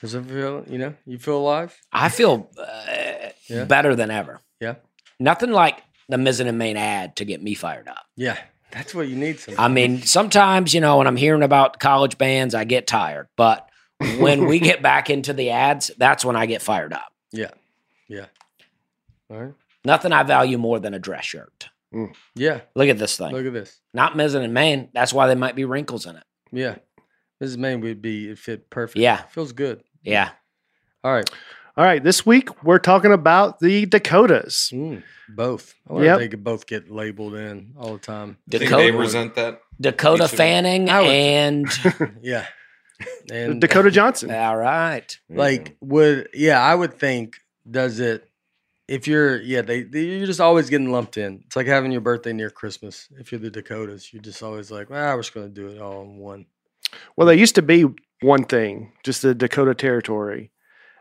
[SPEAKER 1] Does it feel, you know, you feel alive?
[SPEAKER 4] I feel uh,
[SPEAKER 1] Yeah.
[SPEAKER 4] better than ever.
[SPEAKER 1] Yeah.
[SPEAKER 4] Nothing like the Mizzen and Main ad to get me fired up.
[SPEAKER 1] Yeah. That's what you need. Sometimes.
[SPEAKER 4] I mean, sometimes, you know, when I'm hearing about college bands, I get tired.
[SPEAKER 1] <laughs>
[SPEAKER 4] But when we get back into the ads, that's when I get fired up.
[SPEAKER 1] Yeah. Yeah. All right.
[SPEAKER 4] Nothing I value more than a dress shirt.
[SPEAKER 1] Yeah.
[SPEAKER 4] Look at this thing.
[SPEAKER 1] Look at this.
[SPEAKER 4] Not missing and main. That's why there might be wrinkles in it.
[SPEAKER 1] Yeah. Mrs. Maine would be it fit perfect.
[SPEAKER 4] Yeah.
[SPEAKER 1] Feels good.
[SPEAKER 4] Yeah.
[SPEAKER 1] All right.
[SPEAKER 3] All right, this week we're talking about the Dakotas.
[SPEAKER 1] Mm, both. I wonder
[SPEAKER 3] Yep.
[SPEAKER 1] if they could both get labeled in all the time. <laughs>
[SPEAKER 2] Do you think they
[SPEAKER 4] Dakota-
[SPEAKER 2] resent that?
[SPEAKER 4] Dakota
[SPEAKER 2] Each of-
[SPEAKER 4] Fanning
[SPEAKER 1] I would-
[SPEAKER 4] and
[SPEAKER 1] <laughs> Yeah. And
[SPEAKER 3] Dakota Johnson.
[SPEAKER 4] all right.
[SPEAKER 1] like would yeah, I would think does it if you're yeah, they, they you're just always getting lumped in. It's like having your birthday near Christmas. If you're the Dakotas, you're just always like, well, we're just gonna do it all in one.
[SPEAKER 3] Well, they used to be one thing, just the Dakota Territory,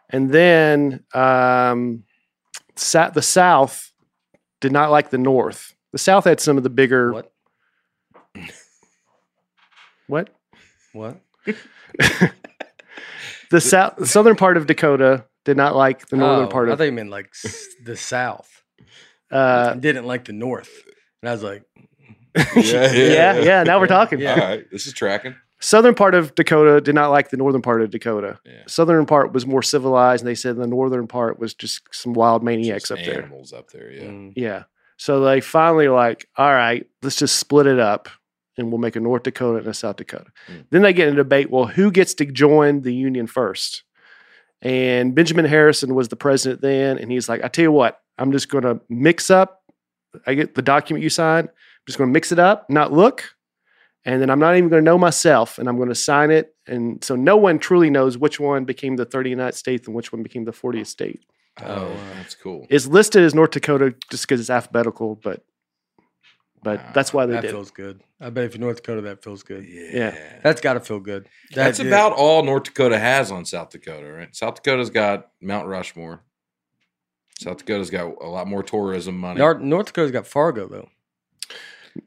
[SPEAKER 3] and then um, sa- the South did not like the North. The South had some of the bigger
[SPEAKER 1] What?
[SPEAKER 3] what?
[SPEAKER 1] What?
[SPEAKER 3] the south the southern part of Dakota did not like the northern
[SPEAKER 1] Oh,
[SPEAKER 3] part
[SPEAKER 1] I
[SPEAKER 3] of
[SPEAKER 1] think you meant like
[SPEAKER 3] <laughs>
[SPEAKER 1] s- the South.
[SPEAKER 3] uh,
[SPEAKER 1] didn't like the North. And I was like,
[SPEAKER 2] <laughs> yeah,
[SPEAKER 3] yeah, yeah. Now we're talking.
[SPEAKER 1] Yeah.
[SPEAKER 2] All right, this is tracking.
[SPEAKER 3] Southern part of Dakota did not like the northern part of Dakota.
[SPEAKER 2] Yeah.
[SPEAKER 3] Southern part was more civilized, and they said the northern part was just some wild maniacs
[SPEAKER 2] Just
[SPEAKER 3] up there.
[SPEAKER 2] Animals up there, yeah.
[SPEAKER 1] "Mm,
[SPEAKER 3] Yeah. So they finally like, all right, let's just split it up, and we'll make a North Dakota and a South Dakota.
[SPEAKER 2] Mm.
[SPEAKER 3] Then they get in a debate. Well, who gets to join the union first? And Benjamin Harrison was the president then, and he's like, I tell you what, I'm just going to mix up. I get the document you signed. I'm just going to mix it up, not look, and then I'm not even going to know myself, and I'm going to sign it. And so no one truly knows which one became the 39th state and which one became the 40th state.
[SPEAKER 1] Oh,
[SPEAKER 2] Oh,
[SPEAKER 1] wow.
[SPEAKER 2] that's cool.
[SPEAKER 3] It's listed as North Dakota just because it's alphabetical, but but
[SPEAKER 2] Wow.
[SPEAKER 3] that's why Oh, they
[SPEAKER 1] that
[SPEAKER 3] did. it.
[SPEAKER 1] feels good. I bet if you're North Dakota, that feels good.
[SPEAKER 2] Yeah.
[SPEAKER 1] That's got to feel good. That
[SPEAKER 2] That's
[SPEAKER 1] did-
[SPEAKER 2] about all North Dakota has on South Dakota, right? South Dakota's got Mount Rushmore. South Dakota's got a lot more tourism money.
[SPEAKER 1] Nor- North Dakota's got Fargo though.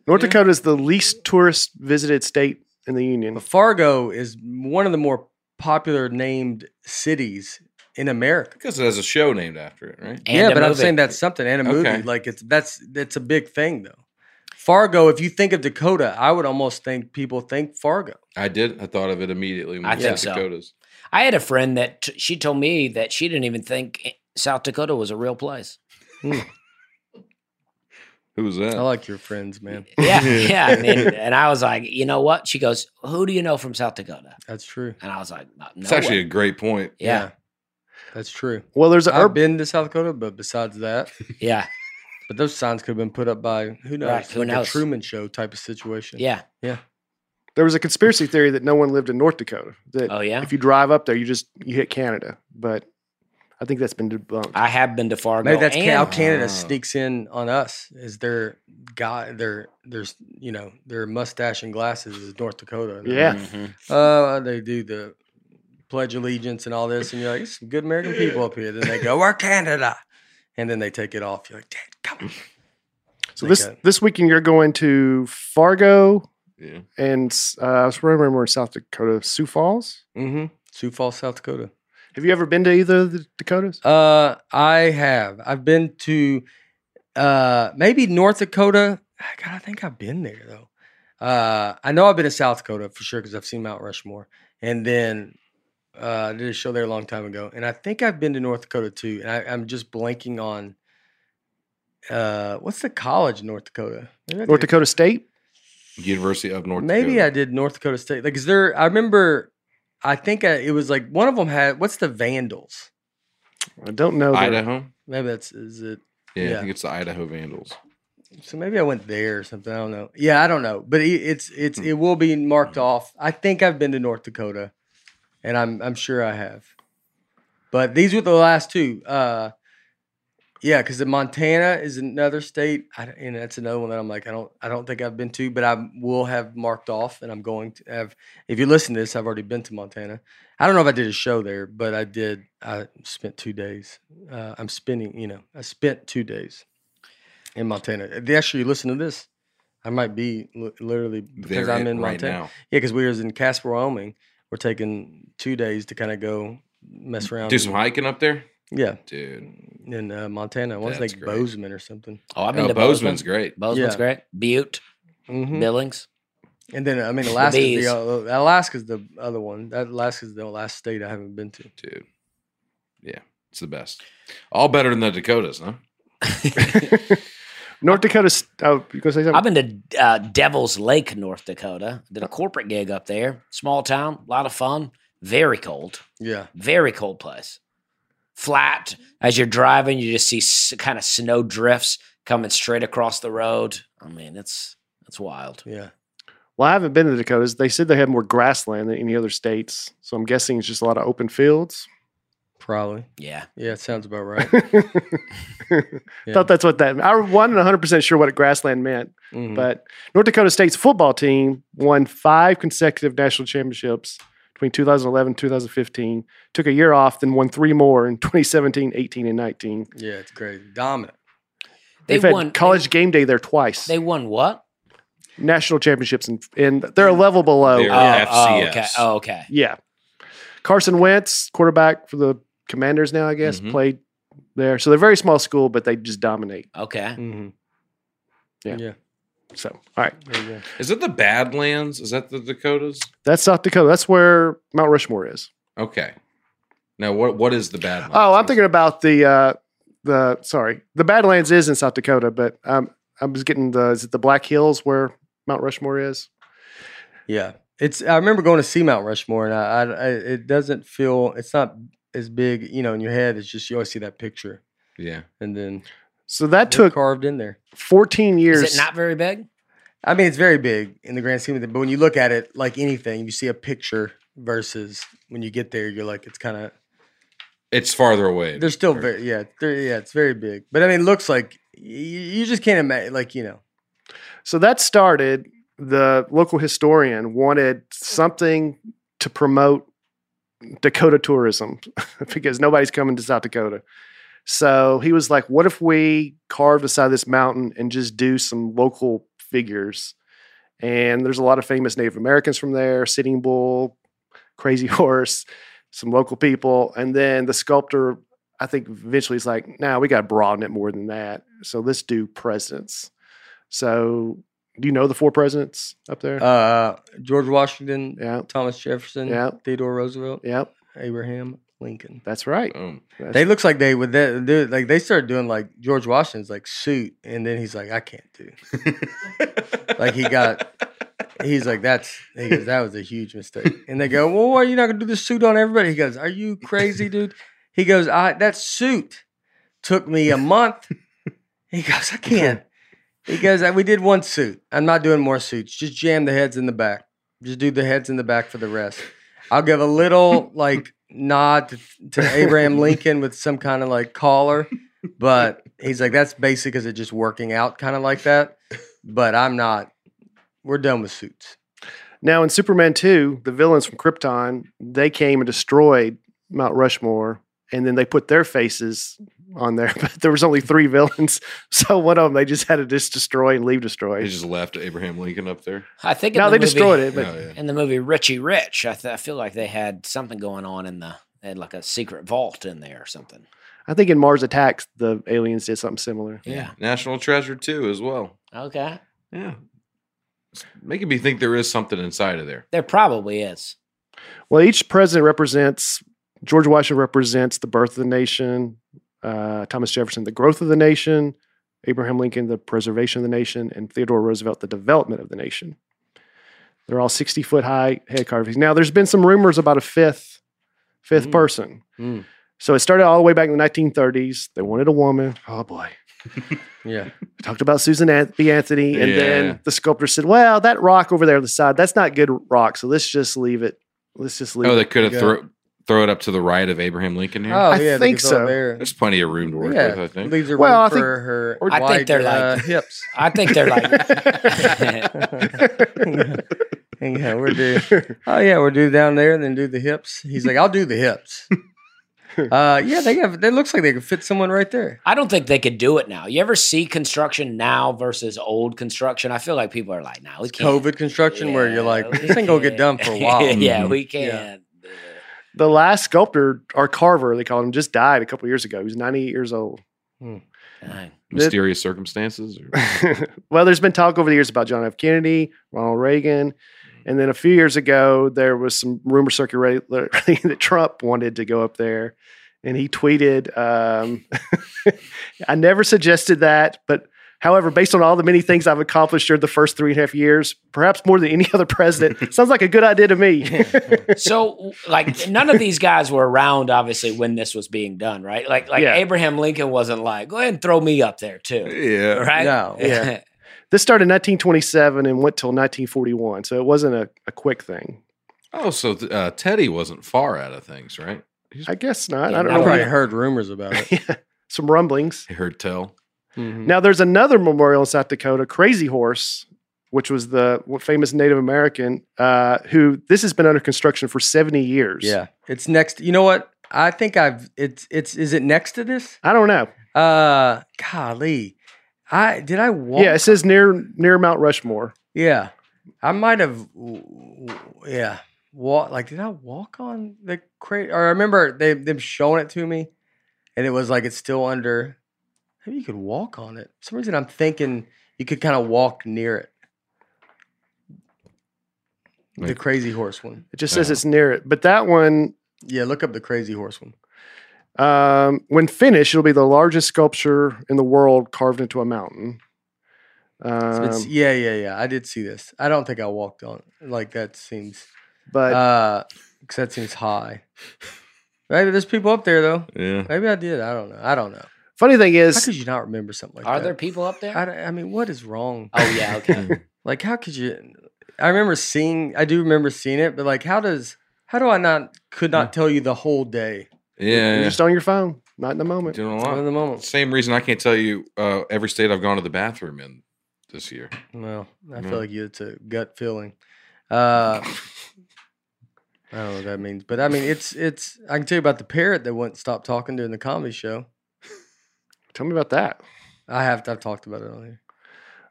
[SPEAKER 3] North
[SPEAKER 2] Yeah.
[SPEAKER 3] Dakota is the least tourist visited state in the union.
[SPEAKER 1] But Fargo is one of the more popular named cities in America.
[SPEAKER 2] because it has a show named after it, right?
[SPEAKER 4] And
[SPEAKER 1] yeah,
[SPEAKER 4] a
[SPEAKER 1] but I'm
[SPEAKER 4] movie.
[SPEAKER 1] saying that's something and a movie.
[SPEAKER 2] Okay.
[SPEAKER 1] Like it's that's that's a big thing though. Fargo, if you think of Dakota, I would almost think people think Fargo.
[SPEAKER 2] I did. I thought of it immediately. When
[SPEAKER 4] I
[SPEAKER 2] we
[SPEAKER 4] think
[SPEAKER 2] said
[SPEAKER 4] so.
[SPEAKER 2] Dakotas.
[SPEAKER 4] I had a friend that t- she told me that she didn't even think i- South Dakota was a real place.
[SPEAKER 2] Who was that?
[SPEAKER 1] I like your friends, man.
[SPEAKER 4] <laughs>
[SPEAKER 2] <laughs>
[SPEAKER 4] Yeah, yeah. I mean, and I was like, you know what? She goes, "Who do you know from South Dakota?"
[SPEAKER 1] That's true.
[SPEAKER 4] And I was like, "No
[SPEAKER 2] it's
[SPEAKER 4] one."
[SPEAKER 2] actually a great point.
[SPEAKER 4] yeah,
[SPEAKER 1] That's true.
[SPEAKER 3] Well, there's an
[SPEAKER 1] I've
[SPEAKER 3] urban.
[SPEAKER 1] been to South Dakota, but besides that,
[SPEAKER 4] yeah,
[SPEAKER 1] But those signs could have been put up by who knows,
[SPEAKER 4] Right, who
[SPEAKER 1] like
[SPEAKER 4] knows?
[SPEAKER 1] a Truman Show type of situation.
[SPEAKER 4] yeah.
[SPEAKER 3] There was a conspiracy theory that no one lived in North Dakota. That
[SPEAKER 4] Oh yeah.
[SPEAKER 3] if you drive up there, you just you hit Canada. But I think that's been debunked.
[SPEAKER 4] I have been to Fargo.
[SPEAKER 1] maybe that's ca- how
[SPEAKER 4] and,
[SPEAKER 1] Canada
[SPEAKER 2] Ah.
[SPEAKER 1] sneaks in on us. Is their guy their there's you know their mustache and glasses is North Dakota. and they're
[SPEAKER 3] Yeah.
[SPEAKER 4] Mm-hmm.
[SPEAKER 2] Mhm.
[SPEAKER 1] like, uh, they do the Pledge Allegiance and all this, and you're like, it's some good American people up here. Then they go, we're Canada, and then they take it off. You're like, Dad, come on.
[SPEAKER 3] so
[SPEAKER 1] They
[SPEAKER 3] this
[SPEAKER 1] got-
[SPEAKER 3] this weekend you're going to Fargo
[SPEAKER 2] Yeah.
[SPEAKER 3] and uh, I was remembering where in South Dakota, Sioux Falls.
[SPEAKER 1] mm-hmm. Sioux Falls, South Dakota.
[SPEAKER 3] Have you ever been to either of the Dakotas?
[SPEAKER 1] Uh, I have. I've been to uh maybe North Dakota. God, I think I've been there though. Uh, I know I've been to South Dakota for sure because I've seen Mount Rushmore, and then uh, I did a show there a long time ago, and I think I've been to North Dakota too. And I, I'm just blanking on uh, what's the college in North Dakota? Maybe I
[SPEAKER 3] North
[SPEAKER 1] did-
[SPEAKER 3] Dakota State.
[SPEAKER 2] University of North.
[SPEAKER 1] Maybe I
[SPEAKER 2] Dakota.
[SPEAKER 1] did North Dakota State. Like, is there? I remember. I think I, it was like one of them had what's the Vandals?
[SPEAKER 3] I don't know. their-
[SPEAKER 2] Idaho.
[SPEAKER 1] Maybe that's is it
[SPEAKER 2] Yeah,
[SPEAKER 1] Yeah.
[SPEAKER 2] I think it's the Idaho Vandals.
[SPEAKER 1] So maybe I went there or something. I don't know. Yeah, I don't know. But it, it's it's it will be marked off. I think I've been to North Dakota, and I'm I'm sure I have. But these were the last two. Uh, yeah, because Montana is another state, I, don't- and that's another one that I'm like I don't I don't think I've been to, but I will have marked off, and I'm going to have. If you listen to this, I've already been to Montana. I don't know if I did a show there, but I did. I spent two days. Uh, I'm spending, you know, I spent two days in Montana. They Actually, listen to this. I might be li- literally because
[SPEAKER 2] They're
[SPEAKER 1] I'm in
[SPEAKER 2] right
[SPEAKER 1] Montana.
[SPEAKER 2] now.
[SPEAKER 1] Yeah, because we was in Casper, Wyoming. We're taking two days to kind of go mess around.
[SPEAKER 2] Do some
[SPEAKER 1] and-
[SPEAKER 2] hiking up there,
[SPEAKER 1] yeah,
[SPEAKER 2] dude.
[SPEAKER 1] in uh, Montana. I want to
[SPEAKER 2] That's
[SPEAKER 1] think
[SPEAKER 2] great.
[SPEAKER 1] Bozeman or something.
[SPEAKER 4] Oh, I've been
[SPEAKER 2] Oh,
[SPEAKER 4] to
[SPEAKER 2] Bozeman's
[SPEAKER 4] Bozeman.
[SPEAKER 2] great.
[SPEAKER 4] Bozeman's
[SPEAKER 1] Yeah.
[SPEAKER 4] great. Butte,
[SPEAKER 1] Mhm.
[SPEAKER 4] Billings.
[SPEAKER 1] And then I mean Alaska's the,
[SPEAKER 4] bees.
[SPEAKER 1] o- Alaska's the other one. That Alaska's the last state I haven't been to.
[SPEAKER 2] dude. Yeah, it's the best. All better than the Dakotas, huh?
[SPEAKER 3] North Dakota. Oh, you gonna say something?
[SPEAKER 4] I've been to uh, Devil's Lake, North Dakota. Did a corporate gig up there. Small town, a lot of fun. Very cold.
[SPEAKER 1] Yeah.
[SPEAKER 4] Very cold place. Flat. As you're driving, you just see s- kind of snow drifts coming straight across the road. I mean, it's it's wild.
[SPEAKER 1] Yeah.
[SPEAKER 3] Well, I haven't been to the Dakotas. They said they had more grassland than any other states. So I'm guessing it's just a lot of open fields. <laughs>
[SPEAKER 1] Probably.
[SPEAKER 4] Yeah.
[SPEAKER 1] Yeah. It sounds about <laughs> right. Yeah.
[SPEAKER 3] Thought that's what that I wasn't 100% sure what grassland meant.
[SPEAKER 1] Mhm.
[SPEAKER 3] But North Dakota State's football team won five consecutive national championships between 2011 2015, took a year off, then won three more in 2017, 18, and 19.
[SPEAKER 1] yeah, it's crazy. Dominant.
[SPEAKER 4] They
[SPEAKER 3] They've had
[SPEAKER 4] won
[SPEAKER 3] college game day there twice.
[SPEAKER 4] They, they won what?
[SPEAKER 3] national championships, and, and they're a level below.
[SPEAKER 2] They're- Or
[SPEAKER 4] oh, okay.
[SPEAKER 2] FCS.
[SPEAKER 4] Oh, okay.
[SPEAKER 3] Yeah. Carson Wentz, quarterback for the Commanders now, I guess,
[SPEAKER 4] Mm-hmm.
[SPEAKER 2] Mhm.
[SPEAKER 3] played there. So they're a very small school, but they just dominate.
[SPEAKER 4] Okay.
[SPEAKER 1] Mm-hmm.
[SPEAKER 3] Yeah.
[SPEAKER 1] Yeah.
[SPEAKER 3] So, all right.
[SPEAKER 1] There you go.
[SPEAKER 2] Is it the Badlands? Is that the Dakotas?
[SPEAKER 3] That's South Dakota. That's where Mount Rushmore is.
[SPEAKER 2] Okay. Now what what is the Badlands?
[SPEAKER 3] Oh, I'm thinking about the uh the sorry. The Badlands is in South Dakota, but um I was getting the is it the Black Hills where Mount Rushmore is?
[SPEAKER 1] Yeah, it's. I remember going to see Mount Rushmore, and I, I, I it doesn't feel. It's not as big, you know, in your head. It's just you always see that picture,
[SPEAKER 2] Yeah.
[SPEAKER 1] and then
[SPEAKER 3] So that
[SPEAKER 1] they're
[SPEAKER 3] took
[SPEAKER 1] carved in there.
[SPEAKER 3] 14 years.
[SPEAKER 4] Is it not very big?
[SPEAKER 1] I mean, it's very big in the grand scheme of it, but when you look at it, like anything, you see a picture versus when you get there, you're like, it's kind of.
[SPEAKER 2] It's farther away.
[SPEAKER 1] They're still
[SPEAKER 2] Or-
[SPEAKER 1] very, yeah, they're, yeah, it's very big. But I mean, it looks like you, you just can't imagine, like you know,
[SPEAKER 3] So that started. The local historian wanted something to promote Dakota tourism <laughs> because nobody's coming to South Dakota. So he was like, What if we carve the side of this mountain and just do some local figures? And there's a lot of famous Native Americans from there Sitting Bull, Crazy <laughs> Horse, some local people. And then the sculptor, I think eventually he's like, Nah, we got to broaden it more than that. So let's do presidents. So, do you know the four presidents up there?
[SPEAKER 1] uh, George Washington,
[SPEAKER 3] yeah.
[SPEAKER 1] Thomas Jefferson,
[SPEAKER 3] Yeah.
[SPEAKER 1] Theodore Roosevelt,
[SPEAKER 3] Yep.
[SPEAKER 1] Abraham Lincoln.
[SPEAKER 3] That's right.
[SPEAKER 2] Um,
[SPEAKER 3] That's-
[SPEAKER 1] They looks like they would they, they- like they started doing like George Washington's like suit, and then he's like, I can't do. Like he got,
[SPEAKER 2] <laughs>
[SPEAKER 1] he's like that's he goes that was a huge mistake, and they go, well, why are you not gonna do the suit on everybody? He goes, are you crazy, dude? He goes, I that suit took me a month. He goes, I can't. He goes, we did one suit. I'm not doing more suits. Just jam the heads in the back. Just do the heads in the back for the rest. I'll give a little like nod to, to Abraham Lincoln with some kind of like collar, but he's like, that's basic because it's just working out kind of like that. But I'm not. We're done with suits.
[SPEAKER 3] Now in Superman 2, the villains from Krypton, they came and destroyed Mount Rushmore and then they put their faces on there, <laughs> but there was only three villains. <laughs> So one of them they just had to just destroy and leave
[SPEAKER 2] they
[SPEAKER 3] destroyed.
[SPEAKER 2] just left Abraham Lincoln up there.
[SPEAKER 4] I think in
[SPEAKER 3] Now
[SPEAKER 4] the
[SPEAKER 3] they
[SPEAKER 4] movie-
[SPEAKER 3] destroyed it, but
[SPEAKER 2] Oh, yeah.
[SPEAKER 4] in the movie Richie Rich. I, th- I feel like they had something going on in the they had like a secret vault in there or something.
[SPEAKER 3] I think in Mars Attacks the aliens did something similar.
[SPEAKER 4] Yeah.
[SPEAKER 2] National Treasure too, as well.
[SPEAKER 4] Okay.
[SPEAKER 2] Yeah. It's making me think there is something inside of there.
[SPEAKER 4] There probably is.
[SPEAKER 3] Well, each president represents George Washington represents the birth of the nation, uh, Thomas Jefferson the growth of the nation, Abraham Lincoln the preservation of the nation, and Theodore Roosevelt the development of the nation. They're all sixty foot high head carvings. Now, there's been some rumors about a fifth, fifth
[SPEAKER 1] Mm.
[SPEAKER 3] person.
[SPEAKER 1] Mm.
[SPEAKER 3] So it started all the way back in the 1930s. They wanted a woman. Oh boy.
[SPEAKER 1] Yeah.
[SPEAKER 3] We talked about Susan An- B. Anthony, and
[SPEAKER 2] Yeah.
[SPEAKER 3] then the sculptor said, "Well, that rock over there on the side, that's not good rock. So let's just leave it. Let's just leave."
[SPEAKER 2] Oh,
[SPEAKER 3] it.
[SPEAKER 2] they could have
[SPEAKER 1] Yeah.
[SPEAKER 2] throw throw it up to the right of Abraham Lincoln here.
[SPEAKER 1] Oh,
[SPEAKER 3] I
[SPEAKER 1] yeah.
[SPEAKER 3] think
[SPEAKER 1] because all
[SPEAKER 3] so.
[SPEAKER 1] There.
[SPEAKER 2] There's plenty of room to work
[SPEAKER 1] Yeah.
[SPEAKER 2] with, I think.
[SPEAKER 1] Leaves her
[SPEAKER 3] Well, I
[SPEAKER 1] room
[SPEAKER 3] think-
[SPEAKER 1] for her
[SPEAKER 4] I think
[SPEAKER 1] wide,
[SPEAKER 4] they're like-
[SPEAKER 1] uh,
[SPEAKER 3] <laughs>
[SPEAKER 1] hips. <laughs>
[SPEAKER 4] I think they're like <laughs>
[SPEAKER 1] yeah, we're due.
[SPEAKER 3] <laughs>
[SPEAKER 1] Oh yeah, we're due down there, and then do the hips. He's like, I'll do the
[SPEAKER 3] <laughs>
[SPEAKER 1] hips. Uh, yeah, they have. It looks like they could fit someone right there.
[SPEAKER 4] I don't think they could do it now. You ever see construction now versus old construction? I feel like people are like, "Now we can't."
[SPEAKER 1] COVID construction, where you're
[SPEAKER 4] Yeah,
[SPEAKER 1] like,
[SPEAKER 4] we
[SPEAKER 1] this ain't gonna get done
[SPEAKER 4] can't."
[SPEAKER 1] for a while.
[SPEAKER 4] <laughs>
[SPEAKER 1] Mm-hmm.
[SPEAKER 4] yeah,
[SPEAKER 2] Mhm.
[SPEAKER 4] we can't. Yeah.
[SPEAKER 3] The last sculptor or carver, they called him, just died a couple years ago. He was 98 years old.
[SPEAKER 4] Dang.
[SPEAKER 2] Mysterious circumstances. Or,
[SPEAKER 3] well, there's been talk over the years about John F. Kennedy, Ronald Reagan, and then a <laughs> few years ago there was some rumor circulating that Trump wanted to go up there, and he tweeted, um, <laughs> I never suggested that, but however, based on all the many things I've accomplished during the first three and a half years, perhaps more than any other <laughs> president, sounds like a good idea to me.
[SPEAKER 4] So, like, none of these guys were around, obviously, when this was being done, right? Like, like
[SPEAKER 3] Yeah.
[SPEAKER 4] Abraham Lincoln wasn't like, go ahead and throw me up there too,
[SPEAKER 2] Yeah.
[SPEAKER 4] right? <laughs>
[SPEAKER 1] No.
[SPEAKER 3] Yeah. this started in 1927 and went till 1941, so it wasn't a, a quick thing.
[SPEAKER 2] Oh, so th- uh, Teddy wasn't far out of things, right?
[SPEAKER 3] I guess not.
[SPEAKER 4] Yeah,
[SPEAKER 3] I don't
[SPEAKER 1] I
[SPEAKER 3] know. <laughs>
[SPEAKER 1] probably heard rumors about it.
[SPEAKER 3] Some rumblings.
[SPEAKER 2] I heard tell.
[SPEAKER 1] Mhm.
[SPEAKER 3] Now, there's another memorial in South Dakota, Crazy Horse, which was the famous Native American uh, who this has been under construction for 70 years.
[SPEAKER 1] Yeah, it's next. You know what? I think I've it's it's is it next to this?
[SPEAKER 3] I don't know.
[SPEAKER 1] Uh, golly, I did I walk?
[SPEAKER 3] Yeah, it says near near Mount Rushmore.
[SPEAKER 1] yeah. I might have. w- w- Yeah, walk like did I walk on the crate? Or I remember they them showing it to me, and it was like it's still under. Maybe you could walk on it. For some reason I'm thinking you could kind of walk near it. The
[SPEAKER 2] Like-
[SPEAKER 1] crazy horse one.
[SPEAKER 3] It just says
[SPEAKER 2] Yeah.
[SPEAKER 3] it's near it. But that one,
[SPEAKER 1] Yeah, look up the crazy horse one.
[SPEAKER 3] um, when finished, it'll be the largest sculpture in the world carved into a mountain. Um,
[SPEAKER 1] It's- yeah, yeah, yeah. I did see this. I don't think I walked on. it. Like that seems,
[SPEAKER 3] but
[SPEAKER 1] uh, 'cause that seems high. Maybe there's people up there though.
[SPEAKER 2] Yeah.
[SPEAKER 1] Maybe I did. I don't know. I don't know.
[SPEAKER 3] funny thing
[SPEAKER 1] How
[SPEAKER 3] is,
[SPEAKER 1] could you not remember something like
[SPEAKER 4] Are
[SPEAKER 1] that?
[SPEAKER 4] there people up there?
[SPEAKER 1] I, don't- Hmm. I mean, what is wrong?
[SPEAKER 4] oh
[SPEAKER 1] <laughs>
[SPEAKER 4] yeah, <laughs> okay.
[SPEAKER 1] Like, how could you? I remember seeing. I do remember seeing it, but like, how does? How do I not? Could
[SPEAKER 3] Hmm.
[SPEAKER 1] not tell you the whole day
[SPEAKER 2] Yeah.
[SPEAKER 3] you're
[SPEAKER 2] yeah.
[SPEAKER 3] just on your phone, not in the moment.
[SPEAKER 2] Doing a
[SPEAKER 1] in
[SPEAKER 2] lot.
[SPEAKER 1] the moment.
[SPEAKER 2] Same reason I can't tell you uh, every state I've gone to the bathroom in this year.
[SPEAKER 1] No, I
[SPEAKER 3] Hmm.
[SPEAKER 2] Yeah.
[SPEAKER 1] feel like you- it's a gut feeling. Uh, I don't know what that means, but I mean, it's it's. I can tell you about the parrot that wouldn't stop talking during the comedy show.
[SPEAKER 3] Tell me about that.
[SPEAKER 1] I have I've talked about it on here.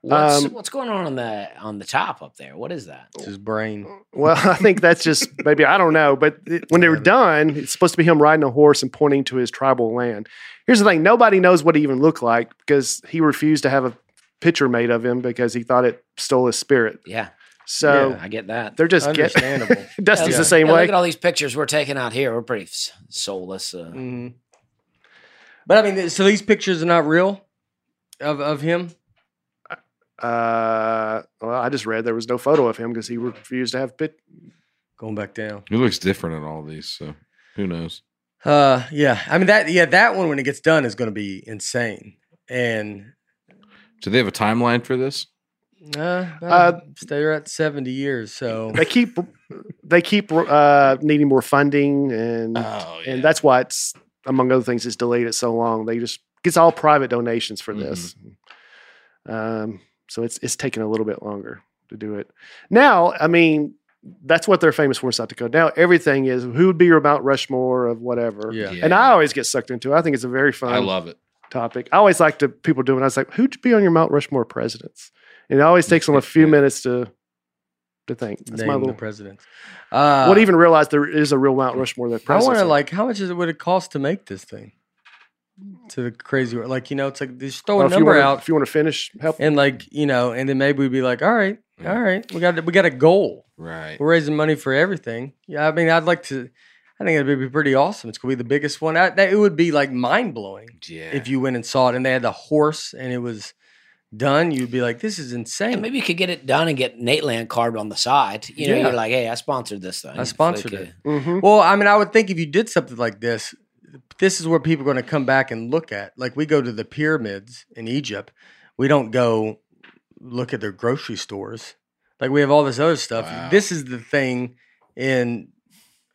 [SPEAKER 4] What's
[SPEAKER 3] Um,
[SPEAKER 4] what's going on on the on the top up there? What is that?
[SPEAKER 1] It's his brain.
[SPEAKER 3] Well, I think that's
[SPEAKER 4] <laughs>
[SPEAKER 3] just maybe I don't know, but it, when they were done, it's supposed to be him riding a horse and pointing to his tribal land. Here's the thing: nobody knows what he even looked like because he refused to have a picture made of him because he thought it stole his spirit.
[SPEAKER 4] Yeah,
[SPEAKER 3] So
[SPEAKER 1] Oh.
[SPEAKER 4] I get that.
[SPEAKER 3] they're just get, <laughs>
[SPEAKER 1] Understandable.
[SPEAKER 3] Dusty's
[SPEAKER 1] <laughs> Yeah.
[SPEAKER 3] the same
[SPEAKER 4] Yeah,
[SPEAKER 3] way.
[SPEAKER 4] Look at all these pictures we're taking out here. We're pretty s- soulless. Uh,
[SPEAKER 1] Mhm. But I mean, so these pictures are not real of of him.
[SPEAKER 3] Uh, well, I just read there was no photo of him because he refused to have pit.
[SPEAKER 1] Going back down.
[SPEAKER 2] It looks different in all these, so who knows?
[SPEAKER 1] Uh, yeah. I mean that. Yeah, that one when it gets done is going to be insane. And
[SPEAKER 2] Do they have a timeline for this?
[SPEAKER 1] uh,
[SPEAKER 3] Uh,
[SPEAKER 1] they're at seventy years.
[SPEAKER 3] <laughs>
[SPEAKER 1] So
[SPEAKER 3] They keep they keep uh, needing more funding,
[SPEAKER 4] Uh,
[SPEAKER 3] and
[SPEAKER 4] Oh,
[SPEAKER 3] and that's why it's among other things it's delayed it so long. They just it's all private donations for this,
[SPEAKER 1] Mm-hmm.
[SPEAKER 3] um, so it's it's taking a little bit longer to do it. Now, I mean, that's what they're famous for in South Dakota. Now everything is who would be your Mount Rushmore of whatever.
[SPEAKER 1] yeah.
[SPEAKER 3] And I always get sucked into. it. I think it's a very fun
[SPEAKER 2] I love it.
[SPEAKER 3] topic. I always like to people do it. I was like, who'd be on your Mount Rushmore presidents? And it always takes them a few
[SPEAKER 2] Yeah.
[SPEAKER 3] minutes to to think. That's
[SPEAKER 1] name
[SPEAKER 3] my
[SPEAKER 1] the
[SPEAKER 3] little.
[SPEAKER 1] president. Uh,
[SPEAKER 3] what even realize there is a real Mount Rushmore that
[SPEAKER 1] I
[SPEAKER 3] presidents.
[SPEAKER 1] want to
[SPEAKER 3] are.
[SPEAKER 1] like how much is it would it cost to make this thing? To the crazy wor- like you know it's like just throw
[SPEAKER 3] Well,
[SPEAKER 1] a
[SPEAKER 3] if you
[SPEAKER 1] Oh, number
[SPEAKER 3] wanna,
[SPEAKER 1] out
[SPEAKER 3] If you want to finish, help.
[SPEAKER 1] and like you know and then maybe we'd be like all right
[SPEAKER 2] Yeah.
[SPEAKER 1] all right we got we got a goal
[SPEAKER 2] Right.
[SPEAKER 1] we're raising money for everything yeah I mean I'd like to I think it'd be pretty awesome it's gonna be the biggest one I, that, it would be like mind blowing
[SPEAKER 2] Yeah.
[SPEAKER 1] if you went and saw it and they had the horse and it was done you'd be like this is
[SPEAKER 4] and
[SPEAKER 1] insane
[SPEAKER 4] maybe you could get it done and get Nate Land carved on the side. You know,
[SPEAKER 1] Yeah.
[SPEAKER 4] you're like, hey, I sponsored this thing.
[SPEAKER 1] I sponsored
[SPEAKER 4] Like, uh,
[SPEAKER 1] it.
[SPEAKER 3] Mhm.
[SPEAKER 1] Well, I mean, I would think if you did something like this, this is where people are going to come back and look at. Like we go to the pyramids in Egypt, we don't go look at their grocery stores. Like we have all this other stuff.
[SPEAKER 2] Wow.
[SPEAKER 1] This is the thing. In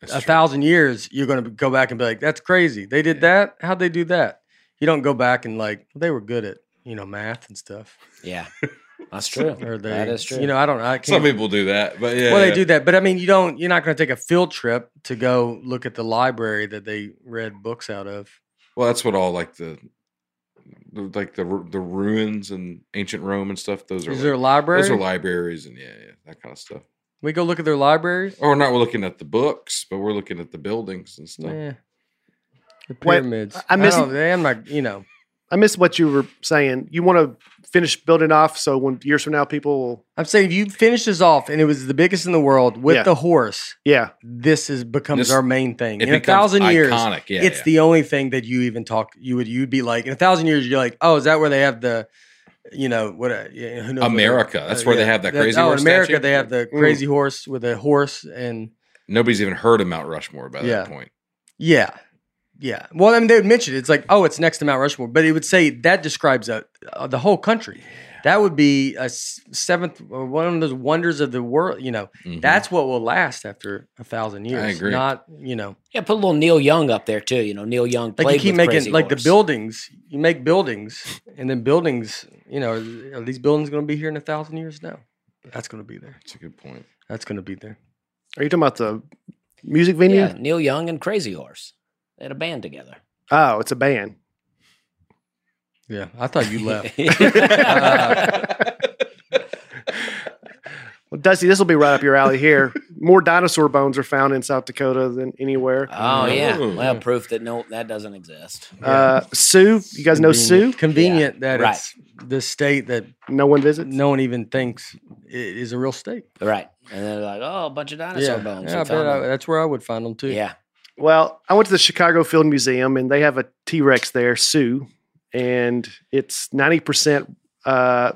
[SPEAKER 2] That's
[SPEAKER 1] a
[SPEAKER 2] true.
[SPEAKER 1] thousand years, you're going to go back and be like, "That's crazy. They did
[SPEAKER 2] Yeah.
[SPEAKER 1] that. How'd they do that?" You don't go back and like they were good at you know math and
[SPEAKER 2] <laughs>
[SPEAKER 1] stuff. <laughs>
[SPEAKER 4] Yeah, that's true.
[SPEAKER 1] Or they,
[SPEAKER 4] that is true.
[SPEAKER 1] You know, I don't. know. I can't.
[SPEAKER 2] Some people do that, but yeah.
[SPEAKER 1] Well, they do
[SPEAKER 2] yeah.
[SPEAKER 1] that, but I mean, you don't. You're not going to take a field trip to go look at the library that they read books out of.
[SPEAKER 2] Well, that's what all like the the- like the ru- the ruins and ancient Rome and stuff. Those are
[SPEAKER 1] Is
[SPEAKER 2] like-
[SPEAKER 1] there a library?
[SPEAKER 2] those are libraries and yeah, yeah, that kind of stuff.
[SPEAKER 1] we go look at their libraries.
[SPEAKER 2] Or we're not looking at the books, but we're looking at the buildings and stuff.
[SPEAKER 1] Yeah. The
[SPEAKER 3] Wait,
[SPEAKER 1] pyramids.
[SPEAKER 3] I miss-
[SPEAKER 1] don't- they- I'm not. You know.
[SPEAKER 3] I missed what you were saying. You want to finish building off so when years from now people will,
[SPEAKER 1] I'm saying if you finish this off and it was the biggest in the world with
[SPEAKER 3] Yeah.
[SPEAKER 1] the horse,
[SPEAKER 3] yeah,
[SPEAKER 1] this is becomes
[SPEAKER 2] This-
[SPEAKER 1] our main thing.
[SPEAKER 2] It
[SPEAKER 1] In a
[SPEAKER 2] becomes
[SPEAKER 1] thousand years,
[SPEAKER 2] iconic. Yeah,
[SPEAKER 1] it's
[SPEAKER 2] yeah.
[SPEAKER 1] the only thing that you even talk. You would you'd be like in a thousand years, you're like, oh, is that where they have the, you know what? uh, yeah, who knows what-
[SPEAKER 2] America. That's where they have that crazy
[SPEAKER 1] oh,
[SPEAKER 2] horse
[SPEAKER 1] in America,
[SPEAKER 2] statue?
[SPEAKER 1] they have the
[SPEAKER 3] Mm.
[SPEAKER 1] crazy horse with a horse and
[SPEAKER 2] Nobody's even heard of Mount Rushmore by
[SPEAKER 1] Yeah.
[SPEAKER 2] that point.
[SPEAKER 1] yeah, yeah. Well, I mean, they would mention it. it's like, oh, it's next to Mount Rushmore, but it would say that describes uh uh, the whole country. That would be a s- seventh or one of those wonders of the world. You know,
[SPEAKER 2] Mhm.
[SPEAKER 1] that's what will last after a thousand years.
[SPEAKER 2] agree.
[SPEAKER 1] Not you know.
[SPEAKER 4] Yeah, put a little Neil Young up there too. You know, Neil Young played
[SPEAKER 1] like you keep
[SPEAKER 4] with
[SPEAKER 1] making
[SPEAKER 4] Crazy
[SPEAKER 1] like the
[SPEAKER 4] Horse.
[SPEAKER 1] buildings you make buildings and then buildings you know are, are these buildings going to be here in a thousand years no that's going to be there
[SPEAKER 2] That's a good point.
[SPEAKER 1] that's going to be there
[SPEAKER 3] are you talking about the music venue?
[SPEAKER 4] Yeah, Neil Young and Crazy Horse. They had a band together.
[SPEAKER 3] Oh, it's a band.
[SPEAKER 1] yeah i thought you
[SPEAKER 4] <laughs>
[SPEAKER 1] left <laughs>
[SPEAKER 3] Well, Dusty, this will be right up your alley here. <laughs> More dinosaur bones are found in South Dakota than anywhere.
[SPEAKER 4] oh yeah,
[SPEAKER 2] Ooh.
[SPEAKER 4] well, proof that no, that doesn't exist.
[SPEAKER 3] Uh, Sue, you guys know Sue?
[SPEAKER 1] Convenient- convenient that
[SPEAKER 4] right.
[SPEAKER 1] it's the state that
[SPEAKER 3] No one visits.
[SPEAKER 1] no one even thinks i- is a real state
[SPEAKER 4] Right, and they're like, oh, a bunch of dinosaur
[SPEAKER 1] yeah,
[SPEAKER 4] bones.
[SPEAKER 1] yeah I
[SPEAKER 4] we found
[SPEAKER 1] bet I-
[SPEAKER 4] them.
[SPEAKER 1] that's where i would find them too
[SPEAKER 4] yeah.
[SPEAKER 3] Well, I went to the Chicago Field Museum and they have a T Rex there, Sue, and it's 90% uh,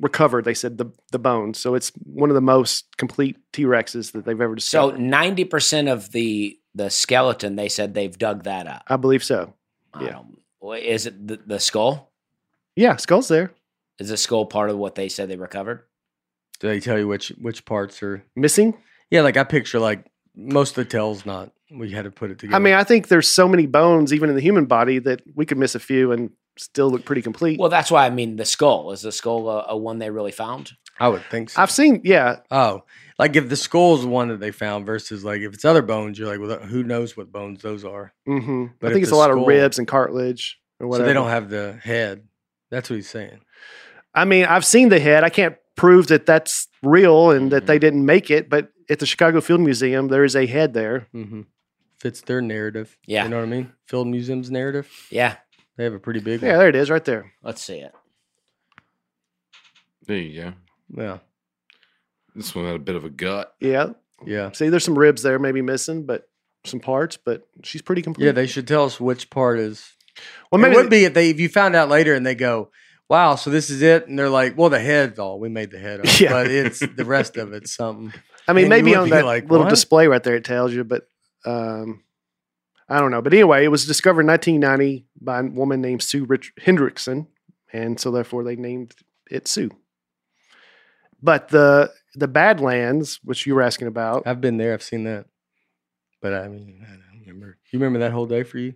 [SPEAKER 3] recovered, they said, the, the bones. So it's one of the most complete T Rexes that they've ever
[SPEAKER 4] So
[SPEAKER 3] discovered.
[SPEAKER 4] ninety percent of the the skeleton, they said they've dug that up.
[SPEAKER 3] I believe so.
[SPEAKER 4] I
[SPEAKER 3] yeah.
[SPEAKER 4] don't- wha- Is it the, the skull?
[SPEAKER 3] Yeah, skull's there.
[SPEAKER 4] Is the skull part of what they said they recovered?
[SPEAKER 1] do they tell you which which parts are
[SPEAKER 3] Missing?
[SPEAKER 1] yeah like i picture like most of the tails not we had to put it together
[SPEAKER 3] I mean, I think there's so many bones, even in the human body, that we could miss a few and still look pretty complete.
[SPEAKER 4] Well, that's why I mean the skull. Is the skull a, a one they really found?
[SPEAKER 1] i would think so
[SPEAKER 3] I've seen, yeah,
[SPEAKER 1] Oh, like if the skull's the one that they found versus like if it's other bones, you're like, well, who knows what bones those are?
[SPEAKER 3] hmm
[SPEAKER 1] But
[SPEAKER 3] I
[SPEAKER 1] if
[SPEAKER 3] think it's a
[SPEAKER 1] the
[SPEAKER 3] lot
[SPEAKER 1] skull-
[SPEAKER 3] of ribs and cartilage or whatever.
[SPEAKER 1] So they don't have the head. That's what he's saying.
[SPEAKER 3] I mean, I've seen the head. I can't prove that that's real and that
[SPEAKER 1] Mm-hmm.
[SPEAKER 3] they didn't make it, but at the Chicago Field Museum, there is a head there.
[SPEAKER 1] Mm-hmm. Fits their narrative.
[SPEAKER 4] Yeah.
[SPEAKER 1] you know what I mean. Field Museum's narrative.
[SPEAKER 4] Yeah.
[SPEAKER 1] They have a pretty big
[SPEAKER 3] Yeah, there it is right there.
[SPEAKER 4] Let's see it.
[SPEAKER 2] There you go.
[SPEAKER 1] one. Yeah,
[SPEAKER 2] This one had a bit of a gut.
[SPEAKER 3] Yeah.
[SPEAKER 1] yeah,
[SPEAKER 3] See, there's some ribs there, maybe missing, but some parts, but she's pretty complete.
[SPEAKER 1] yeah. They should tell us which part is.
[SPEAKER 3] well,
[SPEAKER 1] it
[SPEAKER 3] maybe
[SPEAKER 1] would be if they if you found out later and they go, wow, so this is it, and they're like, well, the head's all we made the head, up,
[SPEAKER 3] Yeah.
[SPEAKER 1] but it's the rest of it's something.
[SPEAKER 3] I
[SPEAKER 1] and
[SPEAKER 3] mean,
[SPEAKER 1] you
[SPEAKER 3] maybe
[SPEAKER 1] would
[SPEAKER 3] on
[SPEAKER 1] be
[SPEAKER 3] that
[SPEAKER 1] like,
[SPEAKER 3] little
[SPEAKER 1] "What?"
[SPEAKER 3] display right there, it tells you, but um, I don't know. But anyway, it was discovered in 1990 by a woman named Sue Rich- Hendrickson, and so therefore they named it Sue. But the the Badlands, which you were asking about,
[SPEAKER 1] I've been there. I've seen that. But I mean, I don't remember. You remember that whole day for you?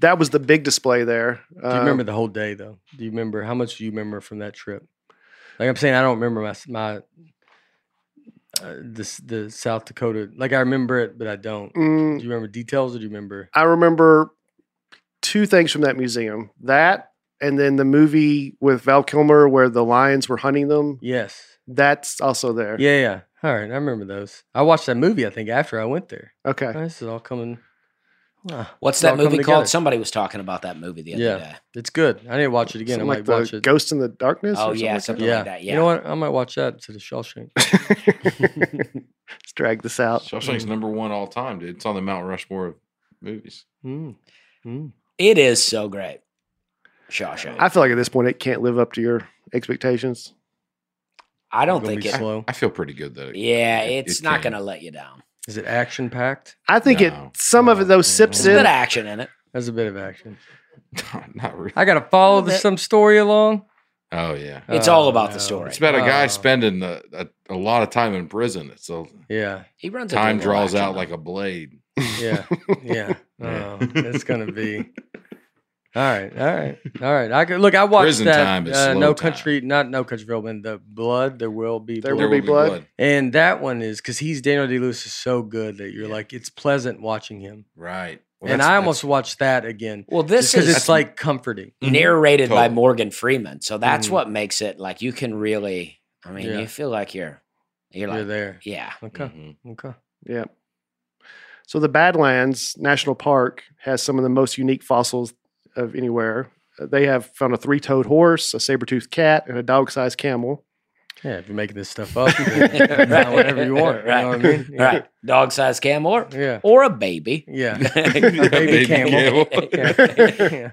[SPEAKER 3] that was the big display there.
[SPEAKER 1] Do you
[SPEAKER 4] Um,
[SPEAKER 1] remember the whole day though? Do you remember how much do you remember from that trip? Like I'm saying, I don't remember my s- my uh, this the South Dakota. Like I remember it, but I don't.
[SPEAKER 3] Mm,
[SPEAKER 1] Do you remember details or do you remember?
[SPEAKER 3] I remember two things from that museum: that, and then the movie with Val Kilmer where the lions were hunting them.
[SPEAKER 1] Yes.
[SPEAKER 3] That's also there.
[SPEAKER 1] Yeah, yeah. All right, I remember those. I watched that movie. I think after I went there.
[SPEAKER 3] Okay.
[SPEAKER 1] Oh, this is all coming. Wow.
[SPEAKER 4] What's
[SPEAKER 1] It's
[SPEAKER 4] that
[SPEAKER 1] all come
[SPEAKER 4] movie
[SPEAKER 1] together.
[SPEAKER 4] called? Somebody was talking about that movie the other
[SPEAKER 1] Yeah.
[SPEAKER 4] day.
[SPEAKER 1] It's good. I need to watch it again.
[SPEAKER 3] Something
[SPEAKER 1] I
[SPEAKER 3] like
[SPEAKER 1] might
[SPEAKER 3] the
[SPEAKER 1] watch it.
[SPEAKER 3] Ghost in the Darkness. or
[SPEAKER 4] Oh
[SPEAKER 3] something
[SPEAKER 4] yeah,
[SPEAKER 3] like
[SPEAKER 4] something
[SPEAKER 1] yeah.
[SPEAKER 4] like that. Yeah.
[SPEAKER 1] You know what? I might watch that instead of Shawshank. <laughs>
[SPEAKER 3] that? <laughs> Let's drag this out.
[SPEAKER 2] Shawshank's number one all time, dude. It's on the Mount Rushmore of movies.
[SPEAKER 1] Mm. Mm.
[SPEAKER 4] It is so great. Shawshank.
[SPEAKER 3] I feel like at this point it can't live up to your expectations.
[SPEAKER 4] I don't
[SPEAKER 1] Gonna be
[SPEAKER 4] think it.
[SPEAKER 1] slow.
[SPEAKER 2] I feel pretty good that it,
[SPEAKER 4] Yeah,
[SPEAKER 2] It-
[SPEAKER 4] it's
[SPEAKER 2] it
[SPEAKER 4] not
[SPEAKER 2] can.
[SPEAKER 4] going to let you down.
[SPEAKER 1] Is it action packed?
[SPEAKER 3] I think
[SPEAKER 2] No.
[SPEAKER 3] it. Some of
[SPEAKER 2] No.
[SPEAKER 3] it though sips
[SPEAKER 4] There's a bit
[SPEAKER 3] in.
[SPEAKER 4] of action in it.
[SPEAKER 1] That's a bit of action.
[SPEAKER 2] <laughs> not really.
[SPEAKER 1] I gotta follow
[SPEAKER 4] Little
[SPEAKER 1] this
[SPEAKER 4] bit.
[SPEAKER 1] some story along.
[SPEAKER 2] Oh yeah,
[SPEAKER 4] It's all about the story.
[SPEAKER 2] it's about a guy
[SPEAKER 1] Oh.
[SPEAKER 2] spending a, a, a lot of time in prison. It's a
[SPEAKER 1] Yeah,
[SPEAKER 4] He runs. into a
[SPEAKER 2] time
[SPEAKER 4] little
[SPEAKER 2] draws
[SPEAKER 4] action,
[SPEAKER 2] out
[SPEAKER 4] though.
[SPEAKER 2] like a blade.
[SPEAKER 1] yeah,
[SPEAKER 4] <laughs>
[SPEAKER 1] yeah.
[SPEAKER 2] Yeah.
[SPEAKER 1] Oh, it's gonna be. All right, all right, all right. I could look. I watched
[SPEAKER 2] Prison
[SPEAKER 1] that.
[SPEAKER 2] time is
[SPEAKER 1] uh,
[SPEAKER 2] slow
[SPEAKER 1] no
[SPEAKER 2] time.
[SPEAKER 1] country, not no country for When The blood, there will be.
[SPEAKER 3] There
[SPEAKER 1] blood.
[SPEAKER 3] will be blood.
[SPEAKER 1] And that one is because he's Daniel Day Lewis is so good that you're like it's pleasant watching him.
[SPEAKER 2] Right.
[SPEAKER 1] and I
[SPEAKER 2] <laughs>
[SPEAKER 1] almost watched that again.
[SPEAKER 4] Well, this
[SPEAKER 1] because
[SPEAKER 4] is
[SPEAKER 1] it's like mm-hmm. comforting.
[SPEAKER 4] narrated by
[SPEAKER 2] Totally.
[SPEAKER 4] Morgan Freeman, so that's
[SPEAKER 1] Mhm.
[SPEAKER 4] what makes it like you can really. I mean,
[SPEAKER 1] Yeah.
[SPEAKER 4] you feel like you're. You're
[SPEAKER 1] You're,
[SPEAKER 4] like "Hmm."
[SPEAKER 1] there.
[SPEAKER 4] yeah.
[SPEAKER 1] Okay,
[SPEAKER 2] Mhm.
[SPEAKER 1] okay.
[SPEAKER 3] Yeah. So the Badlands National Park has some of the most unique fossils of anywhere. Uh, They have found a three toed horse, a saber toothed cat, and a dog sized camel.
[SPEAKER 1] Yeah, if you're making this stuff
[SPEAKER 4] <laughs>
[SPEAKER 1] up, then buy whatever you want. You
[SPEAKER 4] Right.
[SPEAKER 1] know what I mean? Yeah.
[SPEAKER 4] Right. Dog sized camel or,
[SPEAKER 1] Yeah.
[SPEAKER 4] or a baby.
[SPEAKER 1] <laughs> Yeah.
[SPEAKER 4] <laughs>
[SPEAKER 2] Baby
[SPEAKER 1] camel.
[SPEAKER 2] camel.
[SPEAKER 1] <laughs>
[SPEAKER 3] <laughs>
[SPEAKER 1] Yeah. yeah.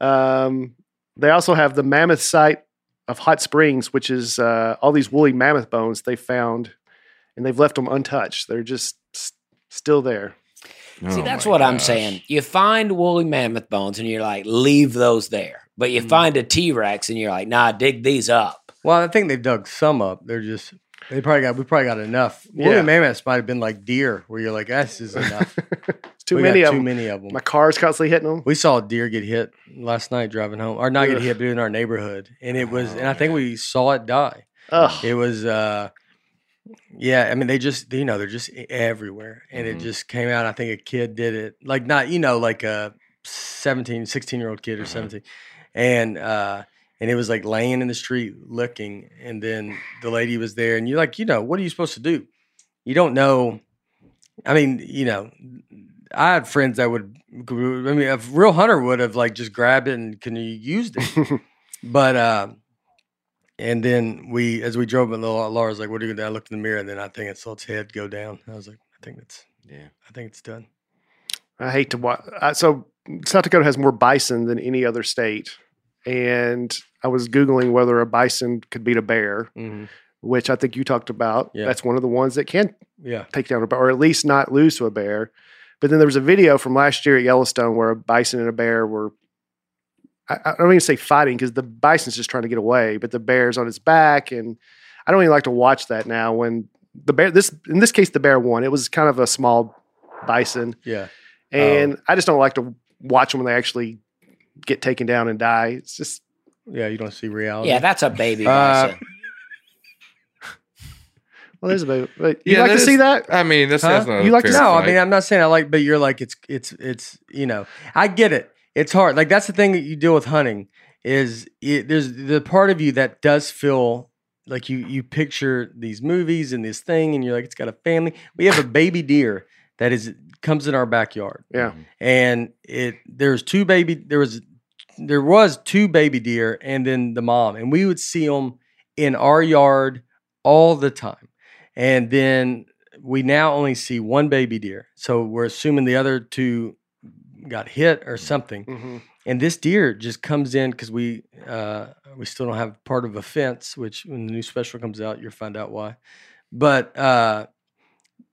[SPEAKER 3] Um, they also have the mammoth site of Hot Springs, which is uh, all these woolly mammoth bones they found, and they've left them untouched. They're just s- still there.
[SPEAKER 4] See,
[SPEAKER 2] Oh
[SPEAKER 4] that's
[SPEAKER 2] my
[SPEAKER 4] what I'm
[SPEAKER 2] gosh.
[SPEAKER 4] saying. You find woolly mammoth bones and you're like, leave those there. But
[SPEAKER 1] Hmm.
[SPEAKER 4] you find a T Rex and you're like, nah, dig these up.
[SPEAKER 1] Well, I think they've dug some up. They're just they probably got we probably got enough. Woolly
[SPEAKER 3] Yeah.
[SPEAKER 1] mammoths might have been like deer, where you're like, this is enough.
[SPEAKER 3] It's <laughs> too
[SPEAKER 1] We got
[SPEAKER 3] many of
[SPEAKER 1] too
[SPEAKER 3] them.
[SPEAKER 1] many of them.
[SPEAKER 3] My car's constantly hitting them.
[SPEAKER 1] We saw a deer get hit last night driving home, or not get
[SPEAKER 3] Ugh.
[SPEAKER 1] hit, but in our neighborhood, and it was,
[SPEAKER 2] Oh,
[SPEAKER 1] and I think we saw it die.
[SPEAKER 3] Ugh.
[SPEAKER 1] It was, uh yeah. I mean, they just, you know, they're just e- everywhere, and
[SPEAKER 2] Mhm.
[SPEAKER 1] it just came out. I think a kid did it, like not, you know, like a 17, 16 year old kid or
[SPEAKER 2] Mhm.
[SPEAKER 1] seventeen, and uh and it was like laying in the street looking, and then the lady was there, and you're like, you know, what are you supposed to do? You don't know. I mean, you know, I had friends that would. I mean, a real hunter would have like just grabbed it and can you used
[SPEAKER 3] <laughs>
[SPEAKER 1] it, but uh, and then we as we drove, and Laura's like, "What are you gonna?" do?" I looked in the mirror, and then I think I saw its head go down. I was like, "I think that's,
[SPEAKER 2] Yeah.
[SPEAKER 1] I think it's done."
[SPEAKER 3] I hate to watch. I, so South Dakota has more bison than any other state, and I was googling whether a bison could beat a bear,
[SPEAKER 1] Mm-hmm.
[SPEAKER 3] which I think you talked about.
[SPEAKER 1] Yeah.
[SPEAKER 3] That's one of the ones that can
[SPEAKER 1] Yeah,
[SPEAKER 3] take down a bear, or at least not lose to a bear. But then there was a video from last year at Yellowstone where a bison and a bear were. I, I don't even say fighting because the bison's just trying to get away, but the bear's on its back, and I don't even like to watch that now. When the bear, this in this case, the bear won. It was kind of a small bison,
[SPEAKER 1] yeah, Oh.
[SPEAKER 3] and I just don't like to watch them when they actually get taken down and die. It's just
[SPEAKER 1] yeah. You don't see reality.
[SPEAKER 4] Yeah, that's a baby
[SPEAKER 1] Oh, <laughs> Uh,
[SPEAKER 4] bison.
[SPEAKER 3] well, there's a baby. But you
[SPEAKER 2] Yeah,
[SPEAKER 3] like
[SPEAKER 2] that
[SPEAKER 3] to see
[SPEAKER 2] is-
[SPEAKER 3] that?
[SPEAKER 2] I mean, that's,
[SPEAKER 1] Huh?
[SPEAKER 2] that's not
[SPEAKER 3] You
[SPEAKER 2] a
[SPEAKER 3] like to-
[SPEAKER 2] fair
[SPEAKER 1] no, I
[SPEAKER 2] fight.
[SPEAKER 1] mean, I'm not saying I like, but you're like, it's, it's, it's, you know, I get it. It's hard. Like that's the thing that you deal with hunting is it, there's the part of you that does feel like you you picture these movies and this thing, and you're like, it's got a family. We have a baby deer that is comes in our backyard,
[SPEAKER 3] Yeah.
[SPEAKER 1] and it there's two baby there was there was two baby deer and then the mom, and we would see them in our yard all the time, and then we now only see one baby deer. So we're assuming the other two got hit or something.
[SPEAKER 3] Mhm.
[SPEAKER 1] And this deer just comes in because we uh, we still don't have part of a fence, which when the new special comes out, you'll find out why. But uh,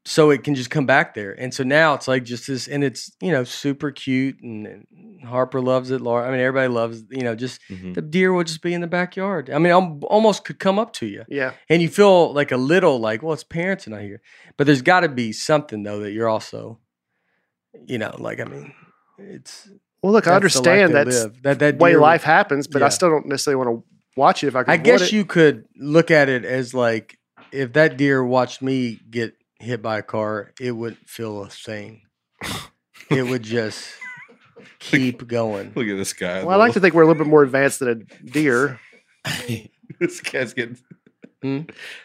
[SPEAKER 1] so it can just come back there, and so now it's like just this, and it's you know super cute, and, and Harper loves it. Laura, I mean everybody loves you know just
[SPEAKER 2] Mhm.
[SPEAKER 1] the deer will just be in the backyard. I mean, al- almost could come up to you
[SPEAKER 3] Yeah,
[SPEAKER 1] and you feel like a little like, well, it's parents are not here, but there's got to be something though that you're also, you know, like I mean, it's
[SPEAKER 3] well, look,
[SPEAKER 1] that's the life
[SPEAKER 3] I understand
[SPEAKER 1] they
[SPEAKER 3] that's
[SPEAKER 1] live. that that
[SPEAKER 3] way
[SPEAKER 1] deer-
[SPEAKER 3] life happens, but I
[SPEAKER 1] Yeah.
[SPEAKER 3] still don't necessarily want to watch it if I could.
[SPEAKER 1] I
[SPEAKER 3] avoid
[SPEAKER 1] guess
[SPEAKER 3] it.
[SPEAKER 1] you could look at it as like if that deer watched me get hit by a car, it would feel a thing. it would just keep going.
[SPEAKER 2] <laughs> Look at this guy.
[SPEAKER 3] Well, I like to think we're a little bit more advanced than a deer.
[SPEAKER 2] <laughs> this guy's getting. <laughs>
[SPEAKER 1] Hmm?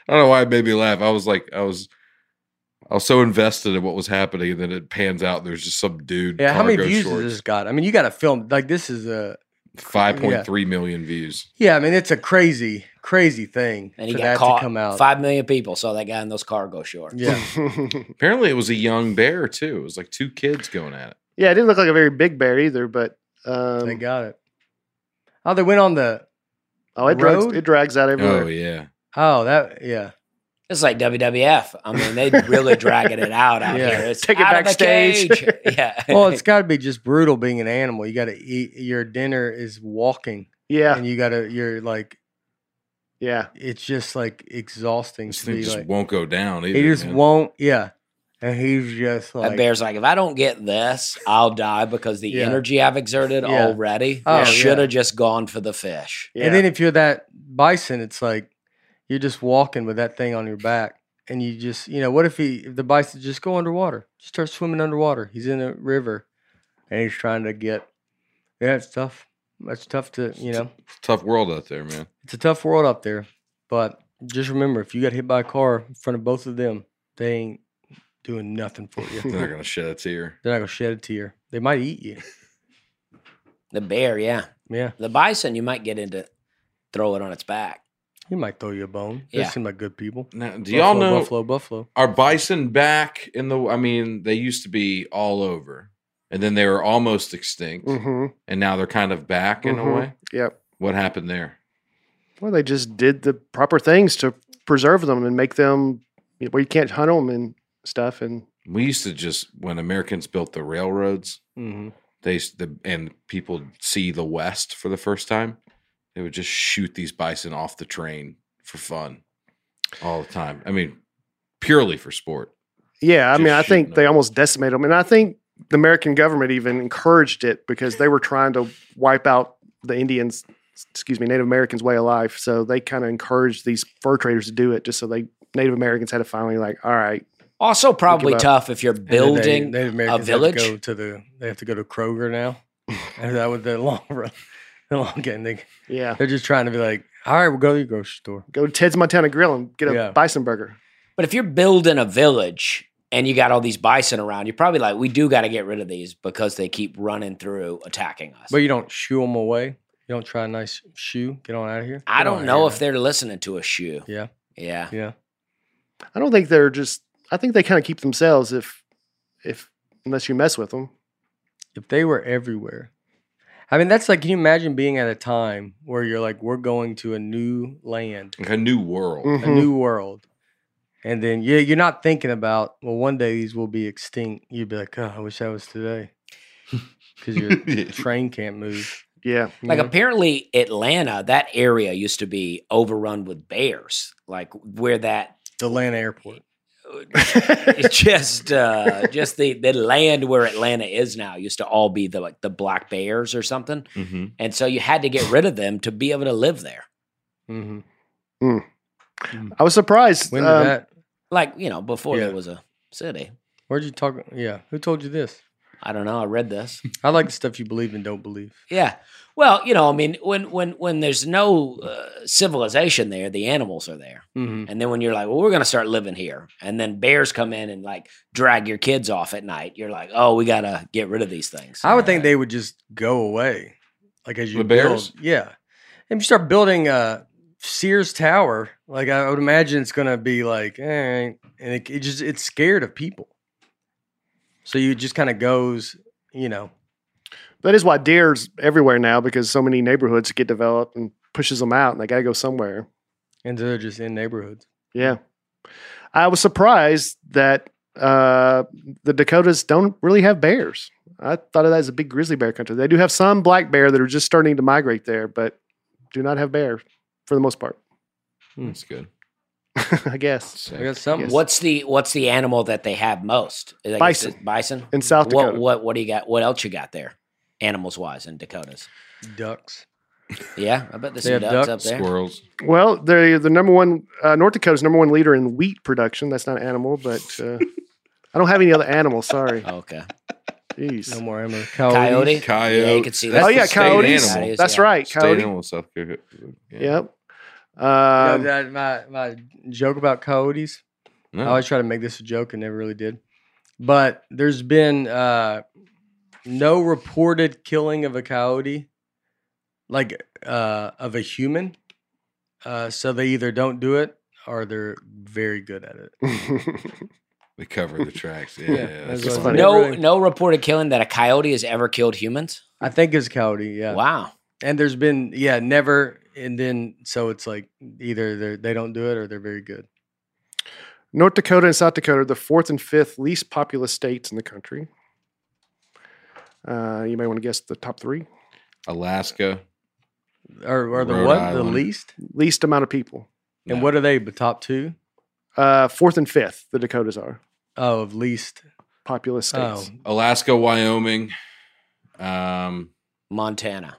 [SPEAKER 2] I don't know why it made me laugh. I was like, I was, I was so invested in what was happening, and then it pans out. There's just some dude.
[SPEAKER 1] Yeah, how many
[SPEAKER 2] cargo
[SPEAKER 1] views
[SPEAKER 2] shorts.
[SPEAKER 1] has this got? I mean, you got to film like this is a
[SPEAKER 2] Five point three million views.
[SPEAKER 1] yeah. I mean, it's a crazy, crazy thing
[SPEAKER 4] and he
[SPEAKER 1] for
[SPEAKER 4] got
[SPEAKER 1] that
[SPEAKER 4] caught.
[SPEAKER 1] to come out.
[SPEAKER 4] Five million people saw that guy in those cargo shorts.
[SPEAKER 1] <laughs> Yeah.
[SPEAKER 2] Apparently, it was a young bear too. It was like two kids going at it.
[SPEAKER 3] <laughs> yeah, it didn't look like a very big bear either, but
[SPEAKER 1] they
[SPEAKER 3] um,
[SPEAKER 1] got it. Oh, they went on the
[SPEAKER 3] oh, it drags,
[SPEAKER 1] road?
[SPEAKER 3] it drags out everywhere.
[SPEAKER 2] Oh yeah,
[SPEAKER 1] oh that yeah
[SPEAKER 4] It's like WWF. I mean, they really dragging it out out
[SPEAKER 1] Yeah.
[SPEAKER 4] here. It's
[SPEAKER 3] Take it
[SPEAKER 4] out of the
[SPEAKER 3] backstage.
[SPEAKER 4] cage. <laughs> yeah.
[SPEAKER 1] <laughs> well
[SPEAKER 3] <laughs>
[SPEAKER 1] it's got to be just brutal being an animal you got to eat your dinner is walking
[SPEAKER 3] Yeah,
[SPEAKER 1] and you got to you're like
[SPEAKER 3] yeah.
[SPEAKER 1] it's just like exhausting
[SPEAKER 2] this
[SPEAKER 1] to
[SPEAKER 2] thing
[SPEAKER 1] be
[SPEAKER 2] just
[SPEAKER 1] like
[SPEAKER 2] won't go down. Either,
[SPEAKER 1] he just
[SPEAKER 2] man.
[SPEAKER 1] won't yeah and he's just
[SPEAKER 4] a
[SPEAKER 1] like
[SPEAKER 4] bear's like, if I don't get this, I'll die because the
[SPEAKER 1] Yeah.
[SPEAKER 4] energy I've exerted
[SPEAKER 1] Yeah.
[SPEAKER 4] already
[SPEAKER 1] Oh,
[SPEAKER 4] I should
[SPEAKER 1] yeah.
[SPEAKER 4] have just gone for the fish.
[SPEAKER 3] yeah.
[SPEAKER 1] and then if you're that bison it's like you're just walking with that thing on your back and you just you know what if he if the bison just go underwater just start swimming underwater he's in a river and he's trying to get yeah it's tough it's tough to you know
[SPEAKER 2] It's a tough world out there,
[SPEAKER 1] <laughs>
[SPEAKER 2] man.
[SPEAKER 1] it's a tough world out there. But just remember, if you got hit by a car in front of both of them, they ain't doing
[SPEAKER 2] <laughs>
[SPEAKER 1] nothing for you.
[SPEAKER 2] They're not gonna shed a tear.
[SPEAKER 1] They're not gonna shed a tear. They might eat you.
[SPEAKER 4] The bear, yeah.
[SPEAKER 1] Yeah,
[SPEAKER 4] The bison, you might get into throw it on its back.
[SPEAKER 1] he might throw you a bone.
[SPEAKER 4] Yeah.
[SPEAKER 1] They seem like good people.
[SPEAKER 2] Now, do y'all
[SPEAKER 1] Buffalo,
[SPEAKER 2] know
[SPEAKER 1] Buffalo? Buffalo.
[SPEAKER 2] are bison back in the? I mean, they used to be all over, and then they were almost extinct,
[SPEAKER 1] Mm-hmm.
[SPEAKER 3] hmm
[SPEAKER 2] and now they're kind of back in a
[SPEAKER 3] Mhm.
[SPEAKER 2] way.
[SPEAKER 3] Yep.
[SPEAKER 2] What happened there?
[SPEAKER 3] Well, they just did the proper things to preserve them and make them where you can't hunt them and stuff. And
[SPEAKER 2] We used to just when Americans built the railroads,
[SPEAKER 1] Mm-hmm.
[SPEAKER 2] they s- the and people see the West for the first time, they would just shoot these bison off the train for fun all the time. I mean, purely for sport.
[SPEAKER 3] yeah, I
[SPEAKER 2] Just
[SPEAKER 3] mean, I
[SPEAKER 2] shooting
[SPEAKER 3] think they
[SPEAKER 2] them.
[SPEAKER 3] almost decimated them. And I think the American government even encouraged it because they were trying to wipe out the Indians, excuse me, Native Americans' way of life. So they kind of encouraged these fur traders to do it just so they Native Americans had to finally like, all right,
[SPEAKER 4] Also, probably
[SPEAKER 3] about-
[SPEAKER 4] tough if you're building.
[SPEAKER 1] Native Americans
[SPEAKER 4] village?
[SPEAKER 1] Have to go to the, they have to go to Kroger
[SPEAKER 4] <laughs>
[SPEAKER 1] now. and that was the long <laughs> run. The long game. They,
[SPEAKER 3] yeah,
[SPEAKER 1] they're just trying to be like, all right, we'll go to the grocery store.
[SPEAKER 3] go to Ted's Montana Grill and get a
[SPEAKER 1] Yeah.
[SPEAKER 3] bison burger.
[SPEAKER 4] but if you're building a village and you got all these bison around, you're probably like, we do got to get rid of these because they keep running through attacking us.
[SPEAKER 1] But you don't shoo them away. You don't try a nice shoe. Get on out of here.
[SPEAKER 4] I
[SPEAKER 1] Get
[SPEAKER 4] don't
[SPEAKER 1] on
[SPEAKER 4] know
[SPEAKER 1] outta
[SPEAKER 4] if they're listening to a shoe.
[SPEAKER 1] Yeah.
[SPEAKER 4] Yeah.
[SPEAKER 1] here. Yeah.
[SPEAKER 3] I don't think they're just. I think they kind of keep themselves if, if unless you mess with them.
[SPEAKER 1] If they were everywhere. I mean, that's like, can you imagine being at a time where you're like, we're going to a new land,
[SPEAKER 2] Like a new world. <laughs>
[SPEAKER 3] Mm.
[SPEAKER 1] a
[SPEAKER 3] Mm-hmm.
[SPEAKER 1] new world. And then yeah, you're not thinking about, well, one day these will be extinct. You'd be like, oh, I wish that was today. Because your train can't move. <laughs>
[SPEAKER 3] Yeah,
[SPEAKER 1] you
[SPEAKER 4] Like
[SPEAKER 1] know?
[SPEAKER 4] apparently Atlanta, that area used to be overrun with bears. Like where that
[SPEAKER 1] the Atlanta airport. <laughs>
[SPEAKER 4] it's just uh just the, the land where Atlanta is now used to all be the like the black bears or something.
[SPEAKER 2] hmm
[SPEAKER 4] And so you had to get rid of them to be able to live there.
[SPEAKER 1] Mm-hmm.
[SPEAKER 3] I was surprised.
[SPEAKER 1] When did
[SPEAKER 3] um,
[SPEAKER 1] that?
[SPEAKER 4] Like, you know, before
[SPEAKER 1] Yeah.
[SPEAKER 4] there was a city.
[SPEAKER 1] Where'd you talk? Yeah, who told you this?
[SPEAKER 4] I don't know, I read this. <laughs>
[SPEAKER 1] I like the stuff you believe and don't believe.
[SPEAKER 4] Yeah. Well, you know, I mean, when when when there's no uh, civilization there, the animals are there.
[SPEAKER 1] Mm-hmm.
[SPEAKER 4] And then when you're like, well, we're going to start living here. And then bears come in and like drag your kids off at night. You're like, oh, we got to get rid of these things.
[SPEAKER 1] I would think they would just go away, like as you
[SPEAKER 2] The
[SPEAKER 1] build.
[SPEAKER 2] bears?
[SPEAKER 1] Yeah, and you start building uh, Sears Tower. Like I would imagine it's gonna be like, eh, and it, it just it's scared of people. So you just kind of goes, you know,
[SPEAKER 3] that is why deer's everywhere now because so many neighborhoods get developed and pushes them out, and they got to go somewhere.
[SPEAKER 1] and they're just in neighborhoods.
[SPEAKER 3] Yeah, I was surprised that uh, the Dakotas don't really have bears. I thought of that as a big grizzly bear country. They do have some black bear that are just starting to migrate there, but do not have bear for the most part. <laughs>
[SPEAKER 2] Mm, That's good.
[SPEAKER 3] I guess
[SPEAKER 1] I got
[SPEAKER 2] Sick.
[SPEAKER 1] something.
[SPEAKER 4] What's the what's the animal that they have most? Like, is
[SPEAKER 3] Bison.
[SPEAKER 4] it Bison.
[SPEAKER 3] in South Dakota.
[SPEAKER 4] What what what do you got? What else you got there? Animals wise in Dakotas.
[SPEAKER 1] ducks?
[SPEAKER 4] Yeah, I bet there's
[SPEAKER 1] They
[SPEAKER 4] some
[SPEAKER 1] have
[SPEAKER 4] ducks
[SPEAKER 1] ducks,
[SPEAKER 4] up there.
[SPEAKER 2] Squirrels.
[SPEAKER 3] Well, they're the number one, uh, North Dakota's number one leader in wheat production. That's not an animal, but
[SPEAKER 2] <laughs>
[SPEAKER 3] uh, I don't have any other animals. Sorry.
[SPEAKER 4] Okay,
[SPEAKER 3] Jeez.
[SPEAKER 1] No more ammo.
[SPEAKER 4] coyote.
[SPEAKER 2] Coyote.
[SPEAKER 4] Yeah, you can see
[SPEAKER 2] That's
[SPEAKER 4] that.
[SPEAKER 3] oh,
[SPEAKER 2] the
[SPEAKER 3] yeah,
[SPEAKER 2] state
[SPEAKER 3] coyotes.
[SPEAKER 2] animal.
[SPEAKER 3] That's
[SPEAKER 4] yeah.
[SPEAKER 3] right.
[SPEAKER 2] State
[SPEAKER 3] Coyote.
[SPEAKER 2] animal of South Dakota. Yeah.
[SPEAKER 3] Yep. Um,
[SPEAKER 1] you know, that, my my joke about coyotes.
[SPEAKER 2] No.
[SPEAKER 1] I always try to make this a joke and never really did. But there's been uh, no reported killing of a coyote, like uh, of a human. Uh, so they either don't do it or they're very good at it.
[SPEAKER 2] They cover the tracks. Yeah.
[SPEAKER 1] that's
[SPEAKER 2] that's
[SPEAKER 1] what-
[SPEAKER 2] funny.
[SPEAKER 4] No
[SPEAKER 1] Really?
[SPEAKER 4] no reported killing that a coyote has ever killed humans.
[SPEAKER 1] I think it's coyote, yeah.
[SPEAKER 4] Wow.
[SPEAKER 1] And there's been yeah never and then so it's like either they they don't do it or they're very good.
[SPEAKER 3] <laughs> North Dakota and South Dakota are the fourth and fifth least populous states in the country. Uh, you may want to guess the top three
[SPEAKER 2] Alaska.
[SPEAKER 1] Or or the
[SPEAKER 2] Rhode
[SPEAKER 1] what the
[SPEAKER 2] Island.
[SPEAKER 1] least?
[SPEAKER 3] least amount of people.
[SPEAKER 1] And
[SPEAKER 2] No.
[SPEAKER 1] what are they? The top two?
[SPEAKER 3] Uh, fourth and fifth, the Dakotas are
[SPEAKER 1] Oh, of least.
[SPEAKER 3] populous
[SPEAKER 1] Oh,
[SPEAKER 3] states.
[SPEAKER 2] Alaska, Wyoming, um,
[SPEAKER 4] Montana.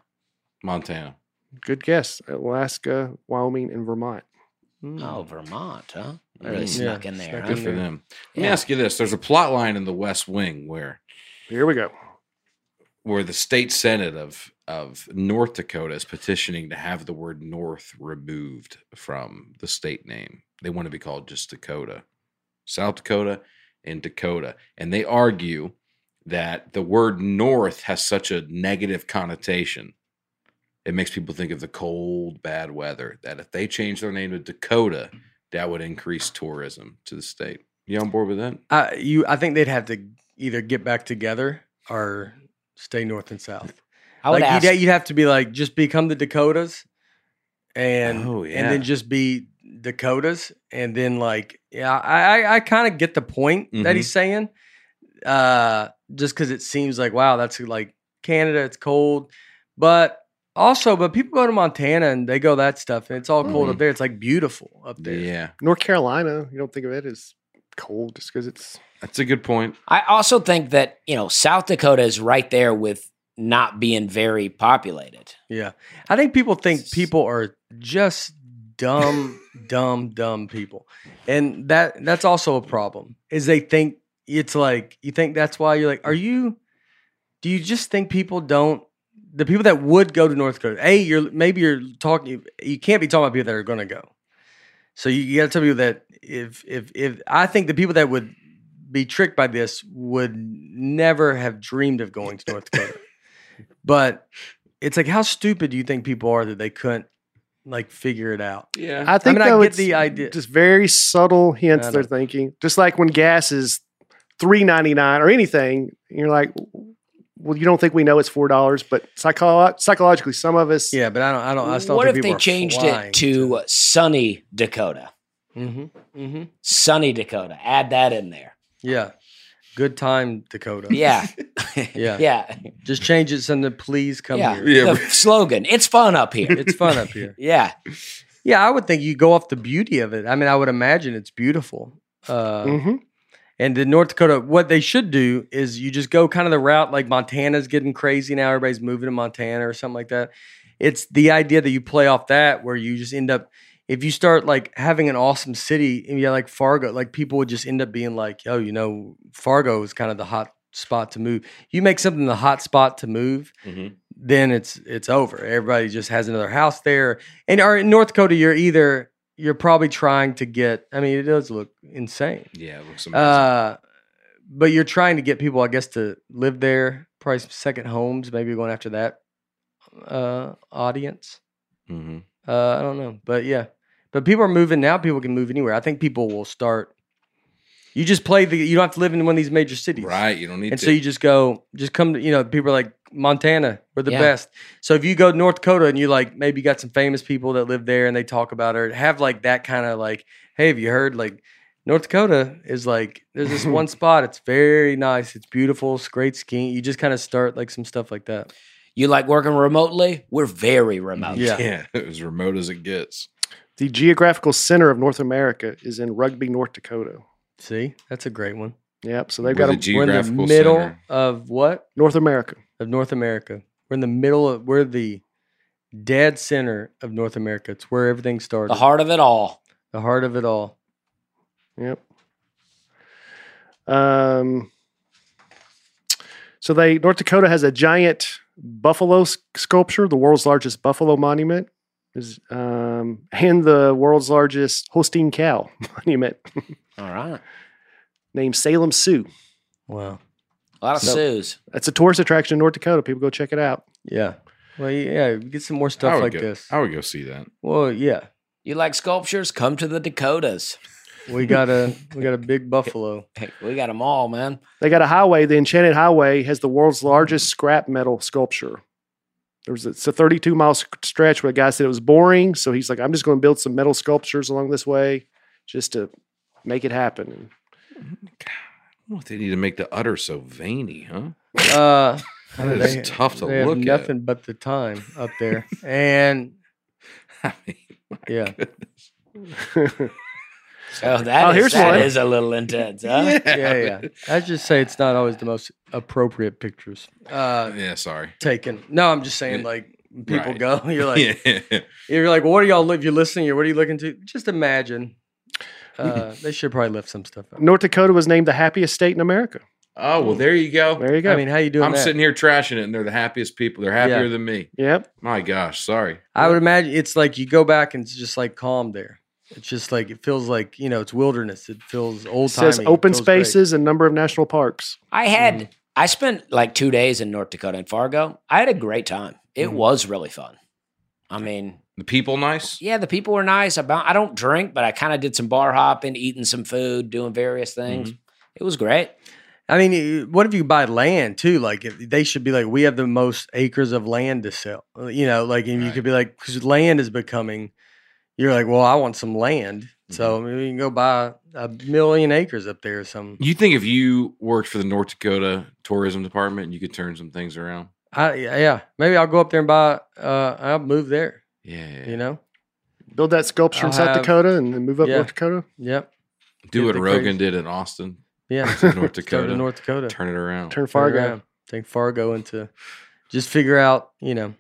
[SPEAKER 2] Montana.
[SPEAKER 3] Good guess. Alaska, Wyoming, and Vermont.
[SPEAKER 2] Hmm.
[SPEAKER 4] Oh, Vermont, huh? They Really
[SPEAKER 2] Mm.
[SPEAKER 4] snuck
[SPEAKER 1] Hmm. Yeah,
[SPEAKER 4] in there.
[SPEAKER 1] snuck
[SPEAKER 4] huh?
[SPEAKER 2] Good for
[SPEAKER 1] Yeah.
[SPEAKER 2] them. Let me
[SPEAKER 4] Yeah.
[SPEAKER 2] ask you this: There's a plot line in The West Wing where
[SPEAKER 3] Here we go.
[SPEAKER 2] where the state senate of of North Dakota is petitioning to have the word North removed from the state name. They want to be called just Dakota, South Dakota, and Dakota, and they argue that the word north has such a negative connotation. It makes people think of the cold, bad weather. That if they change their name to Dakota, that would increase tourism to the state. You on board with that?
[SPEAKER 1] I you I think they'd have to either get back together or stay north and south.
[SPEAKER 4] I would
[SPEAKER 1] like
[SPEAKER 4] ask.
[SPEAKER 1] you'd, you'd have to be like just become the Dakotas, and
[SPEAKER 2] Oh,
[SPEAKER 1] and
[SPEAKER 2] yeah.
[SPEAKER 1] then just be Dakotas, and then like yeah, I I, I kind of get the point
[SPEAKER 4] Mm-hmm.
[SPEAKER 1] that he's saying, uh, just because it seems like wow, that's like Canada, it's cold, but also, but people go to Montana and they go that stuff, and it's all cold
[SPEAKER 2] Mhm.
[SPEAKER 4] Mm-hmm.
[SPEAKER 1] up there. It's like beautiful up there.
[SPEAKER 2] Yeah,
[SPEAKER 3] North Carolina, you don't think of it as cold just because it's
[SPEAKER 2] that's a good point.
[SPEAKER 4] I also think that you know South Dakota is right there with not being very populated.
[SPEAKER 1] Yeah. I think people think
[SPEAKER 4] S-
[SPEAKER 1] people are just dumb, dumb, dumb people. And that that's also a problem. Is they think it's like you think that's why you're like, are you do you just think people don't the people that would go to North Dakota, A, you're maybe you're talking you can't be talking about people that are gonna go. So you, you gotta tell people that if if if I think the people that would be tricked by this would never have dreamed of going to North Dakota. But it's like how stupid do you think people are that they couldn't like figure it out?
[SPEAKER 2] Yeah,
[SPEAKER 3] I think
[SPEAKER 1] mean, I
[SPEAKER 3] though,
[SPEAKER 1] get
[SPEAKER 3] it's
[SPEAKER 1] the idea.
[SPEAKER 3] Just very subtle hints
[SPEAKER 1] I
[SPEAKER 3] they're
[SPEAKER 1] know.
[SPEAKER 3] thinking. Just like when gas is three ninety nine or anything, and you're like, well, you don't think we know it's four dollars, but psycho- psychologically, some of us,
[SPEAKER 1] Yeah, but I don't. I don't. Oh, I still
[SPEAKER 4] What
[SPEAKER 1] think
[SPEAKER 4] if
[SPEAKER 1] people
[SPEAKER 4] they
[SPEAKER 1] are
[SPEAKER 4] changed
[SPEAKER 1] flying
[SPEAKER 4] it to sunny Dakota?
[SPEAKER 1] Mhm, mhm.
[SPEAKER 4] Sunny Dakota. Add that in there.
[SPEAKER 1] Yeah, good time, Dakota.
[SPEAKER 4] Yeah.
[SPEAKER 1] <laughs> yeah.
[SPEAKER 4] <laughs> yeah.
[SPEAKER 1] Just change it something. Please come
[SPEAKER 4] yeah.
[SPEAKER 1] here.
[SPEAKER 2] Yeah.
[SPEAKER 4] The slogan. It's fun
[SPEAKER 1] <laughs>
[SPEAKER 4] up here.
[SPEAKER 1] It's fun up here.
[SPEAKER 4] Yeah.
[SPEAKER 1] Yeah, I would think you go off the beauty of it. I mean, I would imagine it's beautiful. Uh,
[SPEAKER 3] hmm
[SPEAKER 1] And in North Dakota, what they should do is you just go kind of the route like Montana's getting crazy now. Everybody's moving to Montana or something like that. It's the idea that you play off that where you just end up, if you start like having an awesome city and you have like Fargo, like people would just end up being like, oh, you know, Fargo is kind of the hot spot to move. You make something the hot spot to move,
[SPEAKER 2] Mhm.
[SPEAKER 1] then it's it's over. Everybody just has another house there. And or in North Dakota, you're either you're probably trying to get. I mean, it does look insane.
[SPEAKER 2] yeah. It looks amazing.
[SPEAKER 1] Uh, but you're trying to get people, I guess, to live there. Probably some second homes. Maybe you're going after that uh, audience.
[SPEAKER 2] hmm
[SPEAKER 1] Uh, I don't know, but yeah. But people are moving now. People can move anywhere. I think people will start. You just play the. You don't have to live in one of these major cities,
[SPEAKER 2] Right. You don't need
[SPEAKER 1] And
[SPEAKER 2] to.
[SPEAKER 1] so you just go, just come to. You know, people are like Montana. We're the
[SPEAKER 4] Yeah.
[SPEAKER 1] best. So if you go to North Dakota and you like maybe you got some famous people that live there and they talk about her, have like that kind of like, hey, have you heard like North Dakota is like there's
[SPEAKER 4] <laughs>
[SPEAKER 1] this one spot. It's very nice. It's beautiful. It's great skiing. You just kind of start like some stuff like that.
[SPEAKER 4] You like working remotely? We're very remote.
[SPEAKER 1] Yeah.
[SPEAKER 2] <laughs> yeah, as remote as it gets.
[SPEAKER 3] the geographical center of North America is in Rugby, North Dakota.
[SPEAKER 1] See, that's a great one.
[SPEAKER 3] Yep. So they've
[SPEAKER 2] We're
[SPEAKER 3] got a
[SPEAKER 2] the
[SPEAKER 1] We're in the
[SPEAKER 2] geographical
[SPEAKER 1] middle
[SPEAKER 2] center.
[SPEAKER 1] of what?
[SPEAKER 3] North America.
[SPEAKER 1] of North America. We're in the middle of we're the dead center of North America. It's where everything started.
[SPEAKER 4] The heart of it all.
[SPEAKER 1] The heart of it all.
[SPEAKER 3] Yep. Um, so they North Dakota has a giant buffalo s- sculpture, the world's largest buffalo monument, is um, and the world's largest Holstein cow <laughs> monument
[SPEAKER 4] All right.
[SPEAKER 3] named Salem Sioux.
[SPEAKER 1] Wow.
[SPEAKER 4] A lot of
[SPEAKER 3] So-
[SPEAKER 4] Sue's.
[SPEAKER 3] That's a tourist attraction in North Dakota. People go check it out.
[SPEAKER 1] Yeah. Well, yeah, get some more
[SPEAKER 2] I
[SPEAKER 1] stuff
[SPEAKER 2] would
[SPEAKER 1] like
[SPEAKER 2] go,
[SPEAKER 1] this.
[SPEAKER 2] I would go see that.
[SPEAKER 1] Well, yeah.
[SPEAKER 4] You like sculptures? Come to the Dakotas. <laughs>
[SPEAKER 1] We got a we got a
[SPEAKER 2] <laughs>
[SPEAKER 1] big buffalo.
[SPEAKER 4] Hey, we got them all, man.
[SPEAKER 3] They got a highway. The Enchanted Highway has the world's largest scrap metal sculpture. There was a, it's a 32 mile s- stretch where a guy said it was boring, so he's like, "I'm just going to build some metal sculptures along this way, just to make it happen." And
[SPEAKER 2] I don't know if they need to make the udder so veiny, huh?
[SPEAKER 1] Uh
[SPEAKER 2] That is tough to
[SPEAKER 1] they have
[SPEAKER 2] look at.
[SPEAKER 1] nothing but the time up there. And
[SPEAKER 2] <laughs> I mean,
[SPEAKER 1] yeah.
[SPEAKER 4] So that,
[SPEAKER 3] Oh,
[SPEAKER 4] is-
[SPEAKER 3] here's
[SPEAKER 4] that
[SPEAKER 3] one.
[SPEAKER 4] is a little intense, huh?
[SPEAKER 1] <laughs> Yeah, yeah. I just say it's not always the most appropriate pictures uh
[SPEAKER 2] <laughs> Yeah, sorry.
[SPEAKER 1] taken. No, I'm just saying
[SPEAKER 2] Yeah.
[SPEAKER 1] like people
[SPEAKER 2] Right.
[SPEAKER 1] go, <laughs> you're like
[SPEAKER 2] <laughs> yeah.
[SPEAKER 1] You're like, what are y'all? If you're listening, or what are you looking to? Just imagine.
[SPEAKER 2] <laughs>
[SPEAKER 1] Uh, they should probably lift some stuff out.
[SPEAKER 3] <laughs> North Dakota was named the happiest state in America.
[SPEAKER 2] Oh well, there you go.
[SPEAKER 3] There you go.
[SPEAKER 1] I mean, how you doing?
[SPEAKER 2] I'm
[SPEAKER 1] that?
[SPEAKER 2] sitting here trashing it, and they're the happiest people. They're happier
[SPEAKER 1] Yeah.
[SPEAKER 2] than me.
[SPEAKER 3] yep.
[SPEAKER 2] My gosh, sorry.
[SPEAKER 1] I would imagine it's like you go back and it's just like calm there. It's just like it feels like you know it's wilderness. It feels old time.
[SPEAKER 3] says open spaces and number of national parks.
[SPEAKER 4] I had I spent like two days in North Dakota in Fargo. I had a great time. It was really fun. I mean,
[SPEAKER 2] The people nice.
[SPEAKER 4] yeah, the people were nice. I, bou- I don't drink, but I kind of did some bar hopping, eating some food, doing various things. It was great.
[SPEAKER 1] I mean, you- what if you buy land too? Like, if- they should be like, we have the most acres of land to sell. Uh, You know, like, and you
[SPEAKER 2] Right.
[SPEAKER 1] could be like, because land is becoming, you're like, well, I want some land. So
[SPEAKER 2] Mm-hmm.
[SPEAKER 1] maybe you can go buy a million acres up there or something.
[SPEAKER 2] You think if you worked for the North Dakota tourism department, you could turn some things around?
[SPEAKER 1] I, yeah, maybe I'll go up there and buy, uh, I'll move there,
[SPEAKER 2] Yeah.
[SPEAKER 1] you know?
[SPEAKER 3] Build that sculpture in
[SPEAKER 1] I'll
[SPEAKER 3] South
[SPEAKER 1] have-
[SPEAKER 3] Dakota and then move up
[SPEAKER 1] yeah.
[SPEAKER 3] North Dakota.
[SPEAKER 1] Yep.
[SPEAKER 2] Do
[SPEAKER 1] Get
[SPEAKER 2] what
[SPEAKER 1] the
[SPEAKER 2] Rogan
[SPEAKER 1] crazy-
[SPEAKER 2] did in Austin, <laughs>
[SPEAKER 1] Yeah.
[SPEAKER 2] to
[SPEAKER 1] <laughs>
[SPEAKER 2] North
[SPEAKER 1] Go
[SPEAKER 2] Dakota,
[SPEAKER 1] to North Dakota.
[SPEAKER 2] turn it around.
[SPEAKER 3] Turn
[SPEAKER 1] Fargo.
[SPEAKER 3] Fargo.
[SPEAKER 1] Take Fargo into just figure out, you know.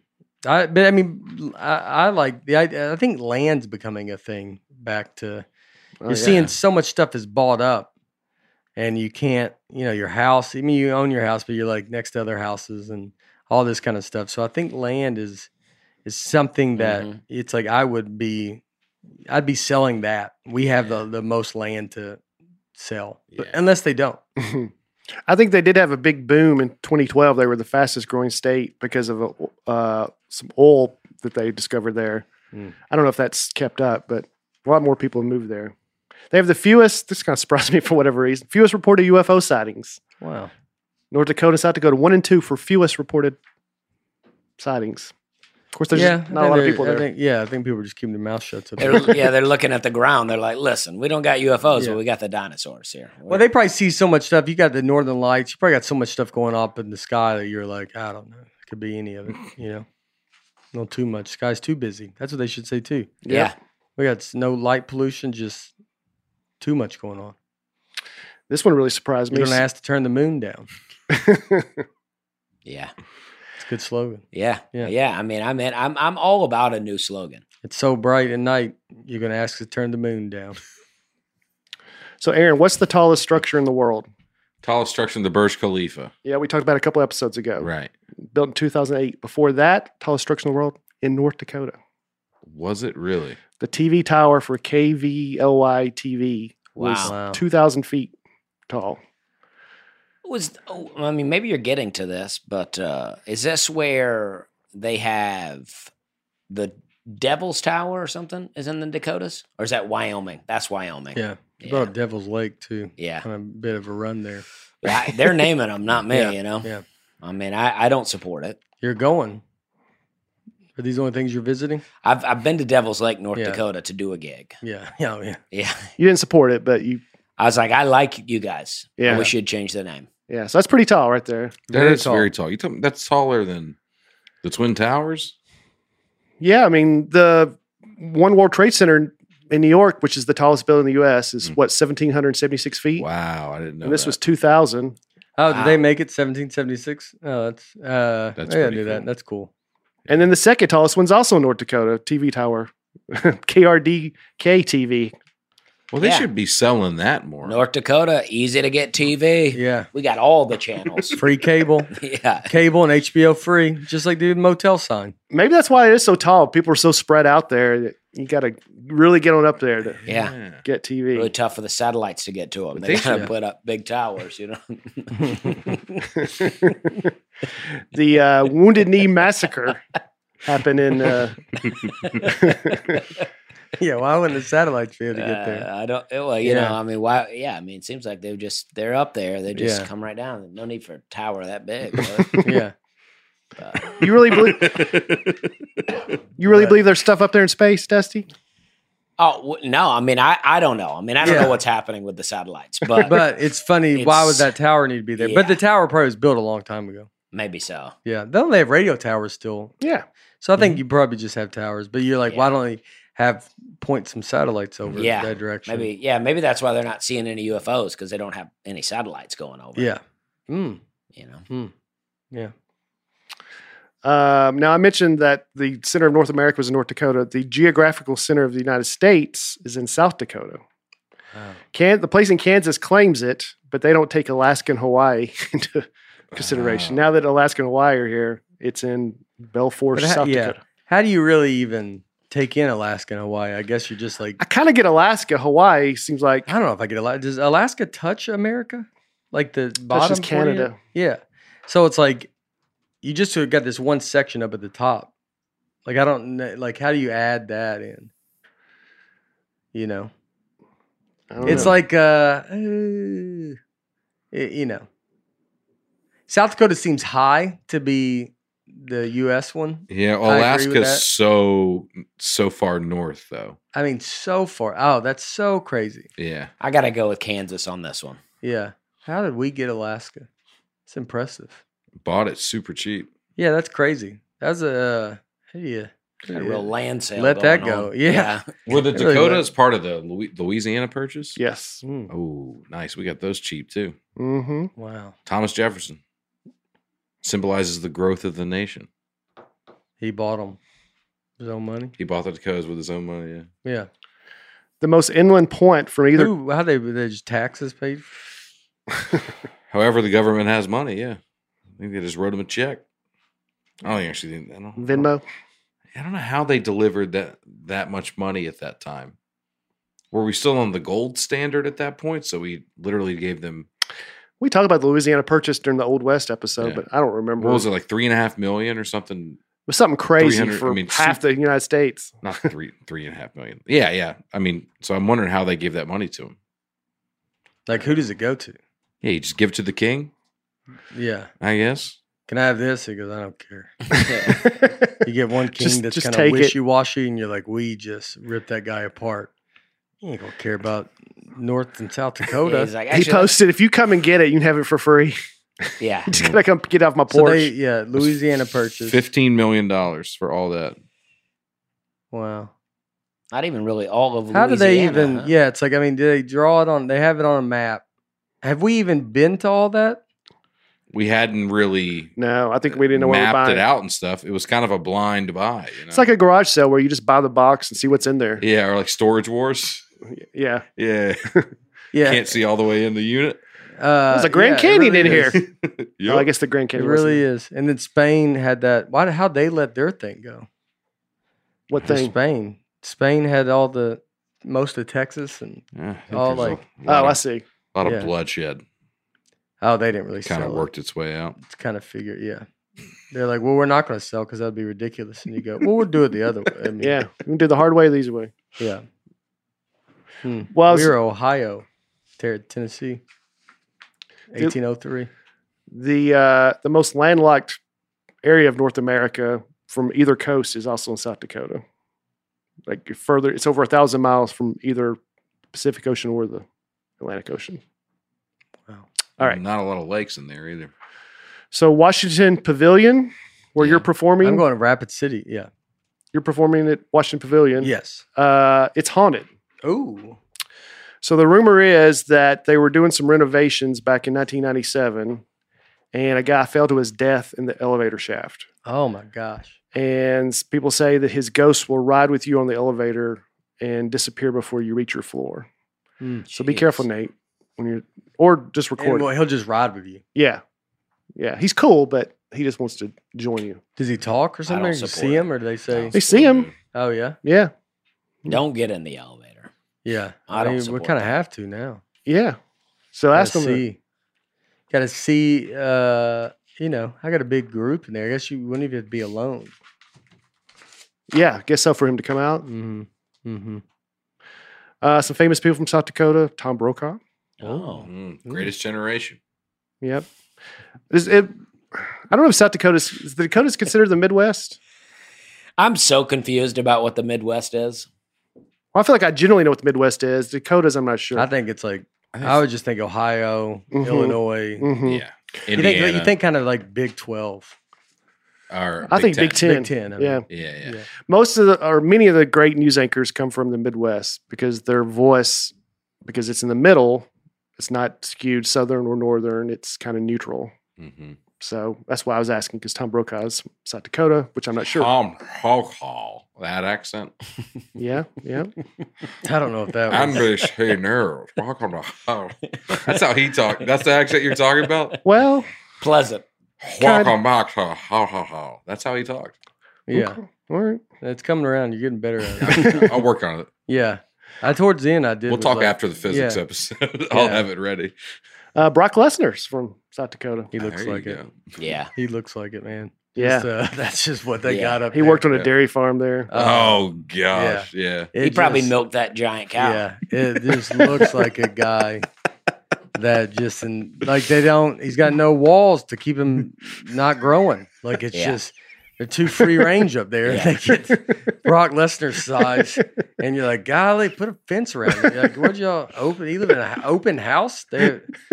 [SPEAKER 1] I but I mean I, I like the I, I think land's becoming a thing back to
[SPEAKER 3] Oh,
[SPEAKER 1] you're
[SPEAKER 3] yeah.
[SPEAKER 1] seeing so much stuff is bought up and you can't, you know, your house. I mean you own your house, but you're like next to other houses and all this kind of stuff. So I think land is is something that
[SPEAKER 4] Mhm.
[SPEAKER 1] it's like I would be I'd be selling that. We have the, the most land to sell. But
[SPEAKER 2] Yeah.
[SPEAKER 1] unless they don't.
[SPEAKER 3] I think they did have a big boom in 2012. They were the fastest growing state because of a, uh, some oil that they discovered there.
[SPEAKER 1] Mm.
[SPEAKER 3] I don't know if that's kept up, but a lot more people moved there. They have the fewest. This kind of surprised me for whatever reason. Fewest reported UFO sightings.
[SPEAKER 1] Wow.
[SPEAKER 3] North Dakota, South Dakota, one and two for fewest reported sightings. Of course, there's just
[SPEAKER 1] I
[SPEAKER 3] not a
[SPEAKER 1] think
[SPEAKER 3] lot of
[SPEAKER 1] they're-
[SPEAKER 3] people
[SPEAKER 1] I
[SPEAKER 3] there.
[SPEAKER 1] think, yeah, I think people are just keeping their mouth shut. To
[SPEAKER 4] They're, yeah, they're looking at the ground. They're like, listen, we don't got UFOs,
[SPEAKER 1] Yeah.
[SPEAKER 4] but we got the dinosaurs here.
[SPEAKER 1] <laughs> well, they probably see so much stuff. You got the Northern Lights. You probably got so much stuff going up in the sky that you're like, I don't know. It could be any of it. You know, no too much. Sky's too busy. That's what they should say too.
[SPEAKER 4] yeah.
[SPEAKER 1] We got s- no light pollution. Just too much going on.
[SPEAKER 3] This one really surprised
[SPEAKER 1] You're
[SPEAKER 3] me.
[SPEAKER 1] gonna ask to turn the moon down.
[SPEAKER 4] Yeah.
[SPEAKER 1] It's a good slogan.
[SPEAKER 4] Yeah. Yeah.
[SPEAKER 1] Yeah.
[SPEAKER 4] I mean, I mean, I'm, I'm all about a new slogan.
[SPEAKER 1] It's so bright at night. You're gonna ask to turn the moon down.
[SPEAKER 3] so, Aaron, what's the tallest structure in the world?
[SPEAKER 2] Tallest structure in the Burj Khalifa.
[SPEAKER 3] Yeah, we talked about it a couple episodes ago.
[SPEAKER 1] Oh.
[SPEAKER 2] Right.
[SPEAKER 3] Built in 2008. Before that, tallest structure in the world in North Dakota.
[SPEAKER 2] Was it really?
[SPEAKER 3] The TV tower for KVLY TV was
[SPEAKER 4] Wow.
[SPEAKER 1] Wow.
[SPEAKER 3] 2,000 feet tall.
[SPEAKER 4] Was oh, I mean, maybe you're getting to this, but uh, is this where they have the Devil's Tower or something? Is in the Dakotas, or is that Wyoming? That's Wyoming.
[SPEAKER 1] Yeah.
[SPEAKER 4] Yeah.
[SPEAKER 1] About Devil's Lake too. <laughs>
[SPEAKER 4] Yeah.
[SPEAKER 1] Kind of a bit of a run there.
[SPEAKER 4] I- they're naming them, not me.
[SPEAKER 1] Yeah,
[SPEAKER 4] You know.
[SPEAKER 1] yeah.
[SPEAKER 4] I mean, I, I don't support it.
[SPEAKER 1] You're going. Are these the only things you're visiting?
[SPEAKER 4] I've I've been to Devil's Lake, North
[SPEAKER 1] Yeah.
[SPEAKER 4] Dakota, to do a gig.
[SPEAKER 1] Yeah. <laughs> Yeah. oh, Yeah.
[SPEAKER 4] Yeah.
[SPEAKER 3] You didn't support it, but you,
[SPEAKER 4] I was like, I like you guys. Yeah.
[SPEAKER 3] Yeah.
[SPEAKER 4] We should change the name.
[SPEAKER 3] yeah, so that's pretty tall right there.
[SPEAKER 2] That is
[SPEAKER 1] Very tall.
[SPEAKER 2] very tall. You tell me that's taller than the Twin Towers.
[SPEAKER 3] Yeah, I mean, the One World Trade Center in New York, which is the tallest building in the US, is
[SPEAKER 2] Mm.
[SPEAKER 3] what, 1,776 feet?
[SPEAKER 2] Wow, I didn't know.
[SPEAKER 3] And this
[SPEAKER 2] that.
[SPEAKER 3] was 2,000.
[SPEAKER 1] Oh, did
[SPEAKER 4] Wow.
[SPEAKER 1] they make it 1776? Oh, that's uh,
[SPEAKER 2] That's
[SPEAKER 1] that's yeah, I
[SPEAKER 2] pretty
[SPEAKER 1] knew
[SPEAKER 2] cool.
[SPEAKER 1] that. That's
[SPEAKER 4] <laughs>
[SPEAKER 1] cool.
[SPEAKER 3] And then the second tallest one's also in North Dakota, TV tower, <laughs> KRDK TV.
[SPEAKER 2] Well, they
[SPEAKER 4] Yeah.
[SPEAKER 2] should be selling that more.
[SPEAKER 4] North Dakota, easy to get TV.
[SPEAKER 1] Yeah,
[SPEAKER 4] We got all the channels. <laughs>
[SPEAKER 1] free cable,
[SPEAKER 4] yeah.
[SPEAKER 1] cable and HBO free, just like the motel sign. <laughs>
[SPEAKER 3] Maybe that's why it is so tall. People are so spread out there that you got to really get on up there to
[SPEAKER 4] Yeah.
[SPEAKER 3] get TV.
[SPEAKER 4] Really tough for the satellites to get to them.
[SPEAKER 2] But
[SPEAKER 4] They
[SPEAKER 2] they
[SPEAKER 4] gotta
[SPEAKER 1] should-
[SPEAKER 4] put up big
[SPEAKER 1] <laughs>
[SPEAKER 4] towers, you know.
[SPEAKER 3] the uh, Wounded
[SPEAKER 1] <laughs>
[SPEAKER 3] Knee Massacre happened in. Uh,
[SPEAKER 1] Yeah, why wouldn't the satellites be able to get there?
[SPEAKER 4] Uh, I don't. Well, you know,
[SPEAKER 1] Yeah.
[SPEAKER 4] I mean, why? Yeah, I mean, it seems like they just they're up there. They just
[SPEAKER 1] Yeah.
[SPEAKER 4] come right down. No need for a tower
[SPEAKER 1] <laughs>
[SPEAKER 4] that big. but,
[SPEAKER 1] yeah,
[SPEAKER 4] uh,
[SPEAKER 3] you really believe
[SPEAKER 1] <laughs>
[SPEAKER 3] you really believe there's stuff up there in space, Dusty?
[SPEAKER 4] oh w- no, I mean, I I don't know. I mean, I don't
[SPEAKER 1] Yeah.
[SPEAKER 4] know what's happening with
[SPEAKER 1] <laughs>
[SPEAKER 4] the satellites, <laughs> but,
[SPEAKER 1] but it's funny. why would
[SPEAKER 4] It's-
[SPEAKER 1] that tower need to be there? But the
[SPEAKER 4] yeah.
[SPEAKER 1] tower probably was built a long time ago.
[SPEAKER 4] maybe so.
[SPEAKER 1] Yeah, don't they have radio towers still?
[SPEAKER 3] Yeah,
[SPEAKER 1] So I think you probably just have towers. But you're like,
[SPEAKER 4] Mm-hmm.
[SPEAKER 1] why
[SPEAKER 4] Yeah.
[SPEAKER 1] don't they have point some satellites over
[SPEAKER 4] Yeah,
[SPEAKER 1] that direction?
[SPEAKER 4] Maybe yeah, maybe that's why they're not seeing any UFOs because they don't have any satellites going over.
[SPEAKER 1] Yeah. Mm.
[SPEAKER 4] you know.
[SPEAKER 3] Um, now, I mentioned that the center of North America was in North Dakota. The geographical center of the United States is in South Dakota.
[SPEAKER 1] Wow.
[SPEAKER 3] Can the place in Kansas claims it, but they don't take Alaska and Hawaii <laughs> into consideration.
[SPEAKER 1] Ah.
[SPEAKER 2] Wow.
[SPEAKER 3] Now that Alaska and Hawaii are here, it's in Belfort,
[SPEAKER 1] But ha-
[SPEAKER 3] South
[SPEAKER 1] yeah.
[SPEAKER 3] Dakota.
[SPEAKER 1] How do you really even take in Alaska and Hawaii? I guess you're just like
[SPEAKER 3] I kind of get Alaska. Hawaii seems like
[SPEAKER 1] I don't know if I get Alaska. Does Alaska touch America? like the bottom.
[SPEAKER 3] just
[SPEAKER 1] corner?
[SPEAKER 3] Canada.
[SPEAKER 1] Yeah. So it's like you just sort of got this one section up at the top. Like I don't know, like how do you add that in? You know,
[SPEAKER 3] I don't
[SPEAKER 1] it's
[SPEAKER 3] know.
[SPEAKER 1] like uh, uh, y- you know, South Dakota seems high to be the U.S. one.
[SPEAKER 2] Yeah,
[SPEAKER 1] with that.
[SPEAKER 2] Alaska's so so far north though.
[SPEAKER 1] I mean, so far. Oh, that's so crazy.
[SPEAKER 2] Yeah.
[SPEAKER 4] I got to go with Kansas on this one.
[SPEAKER 1] Yeah. How did we get Alaska? It's impressive.
[SPEAKER 2] Bought it super cheap.
[SPEAKER 1] Yeah, that's crazy. That's a uh, yeah.
[SPEAKER 4] Got a real land sale.
[SPEAKER 1] Let that
[SPEAKER 4] going on.
[SPEAKER 1] go. Yeah.
[SPEAKER 2] Were the
[SPEAKER 1] It really
[SPEAKER 2] Dakotas
[SPEAKER 1] was.
[SPEAKER 2] part of the Louis- Louisiana purchase?
[SPEAKER 3] yes.
[SPEAKER 1] Mm,
[SPEAKER 2] Oh, nice. We got those cheap too.
[SPEAKER 3] Mm-hmm.
[SPEAKER 1] Oh, wow.
[SPEAKER 2] Thomas Jefferson symbolizes the growth of the nation.
[SPEAKER 1] He bought them. His own money.
[SPEAKER 2] He bought the Dakotas with his own money. Yeah.
[SPEAKER 1] Yeah.
[SPEAKER 3] The most inland point from either.
[SPEAKER 1] Who, how they they just taxes paid?
[SPEAKER 2] However, the government has money. Yeah. I think they just wrote him a check. I don't actually think I don't,
[SPEAKER 3] Venmo.
[SPEAKER 2] I don't know how they delivered that that much money at that time. Were we still on the gold standard at that point? So we literally gave them
[SPEAKER 3] We talked about the Louisiana Purchase during the Old West episode,
[SPEAKER 2] Yeah.
[SPEAKER 3] but I don't remember.
[SPEAKER 2] what was it like three and a half million or something?
[SPEAKER 3] It was something crazy
[SPEAKER 2] 300 I
[SPEAKER 3] for
[SPEAKER 2] mean,
[SPEAKER 3] half the
[SPEAKER 2] <laughs>
[SPEAKER 3] United States.
[SPEAKER 2] Not three three and a half million. Yeah, yeah. I mean, so I'm wondering how they give that money to him.
[SPEAKER 1] Like who does it go to?
[SPEAKER 2] Yeah, you just give it to the king,
[SPEAKER 1] Yeah.
[SPEAKER 2] I guess.
[SPEAKER 1] Can I have this? He goes, I don't care.
[SPEAKER 4] Yeah. <laughs>
[SPEAKER 1] You get one king
[SPEAKER 3] <laughs> Just-
[SPEAKER 1] that's
[SPEAKER 3] just
[SPEAKER 1] kind
[SPEAKER 3] take
[SPEAKER 1] of
[SPEAKER 3] it.
[SPEAKER 1] wishy washy, and you're like, we just ripped that guy apart. You ain't gonna care about North and South Dakota.
[SPEAKER 4] He's like,
[SPEAKER 3] he
[SPEAKER 4] "Actually,
[SPEAKER 3] posted, if you come and get it, you can have it for free. <laughs>
[SPEAKER 4] Yeah.
[SPEAKER 3] Just gotta come get off my
[SPEAKER 1] so
[SPEAKER 3] porch.
[SPEAKER 1] they, yeah, Louisiana purchase.
[SPEAKER 2] Fifteen million dollars for all that.
[SPEAKER 1] Wow.
[SPEAKER 4] Not even really all of
[SPEAKER 1] How do they
[SPEAKER 4] Louisiana,
[SPEAKER 1] even?
[SPEAKER 4] huh?
[SPEAKER 1] Yeah, it's like I mean, do they draw it on? They have it on a map. Have we even been to all that?
[SPEAKER 2] We hadn't really
[SPEAKER 3] no, I think we didn't know what we were
[SPEAKER 2] mapped
[SPEAKER 3] buying.
[SPEAKER 2] it out and stuff. It was kind of a blind buy. You know?
[SPEAKER 3] It's like a garage sale where you just buy the box and see what's in there.
[SPEAKER 2] yeah, or like storage wars.
[SPEAKER 3] Yeah.
[SPEAKER 2] Yeah,
[SPEAKER 1] Yeah,
[SPEAKER 2] <laughs> can't see all the way in the unit.
[SPEAKER 1] uh,
[SPEAKER 3] There's a Grand
[SPEAKER 1] yeah, it
[SPEAKER 3] Canyon
[SPEAKER 1] really
[SPEAKER 2] <laughs>
[SPEAKER 3] in
[SPEAKER 1] is.
[SPEAKER 3] here.
[SPEAKER 2] Yep.
[SPEAKER 3] Well, I guess the Grand
[SPEAKER 1] It
[SPEAKER 3] Canyon wasn't
[SPEAKER 1] really is. And then Spain had that. Why? How they let their thing go?
[SPEAKER 3] What
[SPEAKER 1] For
[SPEAKER 3] thing?
[SPEAKER 1] Spain. Spain had all the most of Texas, and
[SPEAKER 2] Yeah, I think
[SPEAKER 1] Oh,
[SPEAKER 2] there's a
[SPEAKER 1] like-
[SPEAKER 2] lot
[SPEAKER 3] Oh, I
[SPEAKER 2] of,
[SPEAKER 3] see.
[SPEAKER 2] a lot of
[SPEAKER 1] yeah.
[SPEAKER 2] bloodshed
[SPEAKER 1] oh, they didn't really
[SPEAKER 2] kind of
[SPEAKER 1] sell
[SPEAKER 2] worked its way out.
[SPEAKER 1] It. It's kind of figured. Yeah, they're like, well, we're not going to sell because that'd be ridiculous. And you go, well, we'll do it the other way. I mean,
[SPEAKER 3] Yeah. We can do the hard way, the easy way.
[SPEAKER 1] yeah. Hmm.
[SPEAKER 3] Well, I was-
[SPEAKER 1] we were Ohio, Ter- Tennessee,
[SPEAKER 3] Dude.
[SPEAKER 1] 1803.
[SPEAKER 3] The uh, the most landlocked area of North America from either coast is also in South Dakota. Like you're further, it's over a thousand miles from either Pacific Ocean or the Atlantic Ocean. All right.
[SPEAKER 2] not a lot of lakes in there either.
[SPEAKER 3] So Washington Pavilion, where
[SPEAKER 2] Yeah.
[SPEAKER 3] you're performing,
[SPEAKER 1] I'm going to Rapid City. Yeah.
[SPEAKER 3] you're performing at Washington Pavilion.
[SPEAKER 1] Yes.
[SPEAKER 3] Uh, it's haunted.
[SPEAKER 1] Oh.
[SPEAKER 3] So the rumor is that they were doing some renovations back in 1997, and a guy fell to his death in the elevator shaft.
[SPEAKER 1] Oh my gosh.
[SPEAKER 3] And s- people say that his ghost will ride with you on the elevator and disappear before you reach your floor.
[SPEAKER 1] Mm.
[SPEAKER 3] So be careful, Nate, when you're or just
[SPEAKER 1] And,
[SPEAKER 3] record.
[SPEAKER 1] well,
[SPEAKER 3] it.
[SPEAKER 1] he'll just ride with you.
[SPEAKER 3] Yeah, yeah, he's cool, but he just wants to join you.
[SPEAKER 1] Does he talk or something?
[SPEAKER 4] don't
[SPEAKER 1] Or you
[SPEAKER 4] support
[SPEAKER 1] see
[SPEAKER 4] it.
[SPEAKER 1] him, or do they say?
[SPEAKER 3] They see him.
[SPEAKER 1] Oh yeah,
[SPEAKER 3] Yeah,
[SPEAKER 4] Don't get in the elevator.
[SPEAKER 1] yeah.
[SPEAKER 4] I don't
[SPEAKER 1] we
[SPEAKER 4] support
[SPEAKER 1] kind of
[SPEAKER 4] that.
[SPEAKER 1] have to now.
[SPEAKER 3] yeah. So ask him.
[SPEAKER 1] gotta
[SPEAKER 3] to-
[SPEAKER 1] see. Gotta see. Uh, you know, I got a big group in there. I guess you wouldn't even be alone.
[SPEAKER 3] Yeah, I guess so for him to come out.
[SPEAKER 1] Mm-hmm. Mm-hmm.
[SPEAKER 3] Uh, some famous people from South Dakota: Tom Brokaw.
[SPEAKER 4] Oh.
[SPEAKER 2] Mm, greatest generation.
[SPEAKER 3] Yep. Is it, I don't know if South Dakota's is the Dakotas considered the Midwest.
[SPEAKER 4] I'm so confused about what the Midwest is.
[SPEAKER 3] Well, I feel like I generally know what the Midwest is. Dakotas, I'm not sure.
[SPEAKER 1] I think it's like I would just think Ohio,
[SPEAKER 3] Mhm.
[SPEAKER 1] Illinois.
[SPEAKER 3] Mhm.
[SPEAKER 2] Yeah.
[SPEAKER 1] You think you
[SPEAKER 2] Indiana
[SPEAKER 1] think kind of like Big Twelve,
[SPEAKER 2] or
[SPEAKER 3] I think Big
[SPEAKER 2] Ten.
[SPEAKER 3] Ten.
[SPEAKER 1] Big Ten. I mean.
[SPEAKER 3] Yeah,
[SPEAKER 2] Yeah, yeah.
[SPEAKER 1] Yeah.
[SPEAKER 3] most of the or many of the great news anchors come from the Midwest because their voice, because it's in the middle, it's not skewed southern or northern. It's kind of neutral.
[SPEAKER 2] Mhm.
[SPEAKER 3] So that's why I was asking because Tom Brokaw's South Dakota, which I'm not sure.
[SPEAKER 2] Tom Brokaw, that accent.
[SPEAKER 3] Yeah, yeah.
[SPEAKER 1] I don't know if that.
[SPEAKER 2] <laughs> I'm
[SPEAKER 1] Was,
[SPEAKER 2] British hey nerd. Brokaw. That's how he talked. That's the accent you're talking about.
[SPEAKER 3] Well,
[SPEAKER 4] Pleasant.
[SPEAKER 3] Kind of.
[SPEAKER 2] Brokaw, ha, ha, ha. That's how he
[SPEAKER 1] <laughs>
[SPEAKER 2] talked.
[SPEAKER 1] yeah,
[SPEAKER 3] okay. all right.
[SPEAKER 1] it's coming around. You're getting better at it. <laughs>
[SPEAKER 2] I'll work on it.
[SPEAKER 1] Yeah. I towards the end I did.
[SPEAKER 2] We'll
[SPEAKER 1] was
[SPEAKER 2] talk
[SPEAKER 1] like-
[SPEAKER 2] after the physics
[SPEAKER 1] yeah.
[SPEAKER 2] episode. <laughs> I'll
[SPEAKER 1] Yeah.
[SPEAKER 2] have it ready.
[SPEAKER 3] Uh, Brock Lesnar's from South Dakota.
[SPEAKER 1] He looks
[SPEAKER 2] There you
[SPEAKER 1] like it.
[SPEAKER 2] go.
[SPEAKER 4] Yeah.
[SPEAKER 1] He looks like it, man.
[SPEAKER 3] Yeah.
[SPEAKER 1] Just, uh, <laughs> that's just what they
[SPEAKER 4] Yeah.
[SPEAKER 1] got up.
[SPEAKER 3] He
[SPEAKER 1] there.
[SPEAKER 3] worked on a
[SPEAKER 2] Yeah.
[SPEAKER 3] dairy farm there.
[SPEAKER 1] Uh,
[SPEAKER 2] oh gosh, yeah.
[SPEAKER 1] it
[SPEAKER 4] He probably
[SPEAKER 1] just-
[SPEAKER 4] milked that giant cow.
[SPEAKER 1] Yeah, it just looks like a guy that just in like they don't. He's got no walls to keep him not growing. Like it's
[SPEAKER 4] Yeah.
[SPEAKER 1] just they're too free range up there.
[SPEAKER 4] <laughs> Yeah.
[SPEAKER 1] They get Brock Lesnar's size, and you're like, golly, put a fence around it. You're like, where'd y'all open? You live in an open house? They
[SPEAKER 3] <laughs>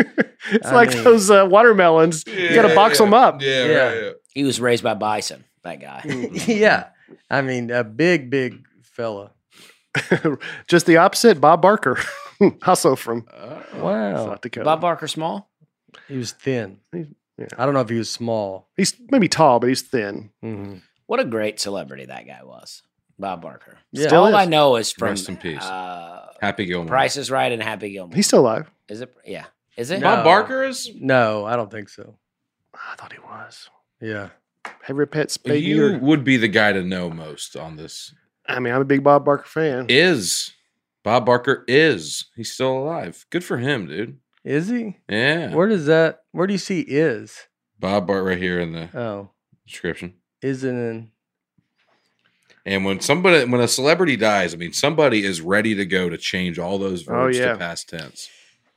[SPEAKER 3] it's
[SPEAKER 1] I
[SPEAKER 3] like
[SPEAKER 1] mean-
[SPEAKER 3] those uh, watermelons. <laughs> you got to
[SPEAKER 2] Yeah,
[SPEAKER 3] box
[SPEAKER 2] yeah.
[SPEAKER 3] them up.
[SPEAKER 2] Yeah,
[SPEAKER 1] Yeah.
[SPEAKER 2] right, yeah.
[SPEAKER 4] He was raised by bison, that guy.
[SPEAKER 1] <laughs> yeah, I mean, a big, big fella.
[SPEAKER 3] Just the opposite. Bob Barker, <laughs> also from
[SPEAKER 1] Uh, Wow,
[SPEAKER 2] Oh.
[SPEAKER 3] South Dakota.
[SPEAKER 4] Bob Barker Small?
[SPEAKER 1] he was thin.
[SPEAKER 3] yeah.
[SPEAKER 1] I don't know if he was small.
[SPEAKER 3] he's maybe tall, but he's thin.
[SPEAKER 1] Mhm.
[SPEAKER 4] What a great celebrity that guy was. Bob Barker.
[SPEAKER 1] Yeah.
[SPEAKER 4] All
[SPEAKER 3] Still is.
[SPEAKER 4] I know is from
[SPEAKER 2] Rest in peace.
[SPEAKER 4] Uh,
[SPEAKER 2] Happy Gilmore.
[SPEAKER 4] Price is Right and Happy Gilmore.
[SPEAKER 3] He's still alive.
[SPEAKER 4] is it? Yeah. Is it?
[SPEAKER 1] No.
[SPEAKER 2] Bob Barker is.
[SPEAKER 1] No, I don't think so.
[SPEAKER 3] I thought he was.
[SPEAKER 1] Yeah.
[SPEAKER 3] Every pet spade.
[SPEAKER 2] You
[SPEAKER 3] neuter.
[SPEAKER 2] would be the guy to know most on this.
[SPEAKER 3] I mean, I'm a big Bob Barker fan.
[SPEAKER 2] Is Bob Barker is he's still alive? Good for him, dude.
[SPEAKER 1] Is he?
[SPEAKER 2] Yeah,
[SPEAKER 1] Where does that? Where do you see is?
[SPEAKER 2] Bob Barker right here in the
[SPEAKER 1] Oh,
[SPEAKER 2] description.
[SPEAKER 1] isn't in.
[SPEAKER 2] And when somebody, when a celebrity dies, I mean, somebody is ready to go to change all those
[SPEAKER 3] Oh,
[SPEAKER 2] verbs
[SPEAKER 3] yeah.
[SPEAKER 2] to past tense.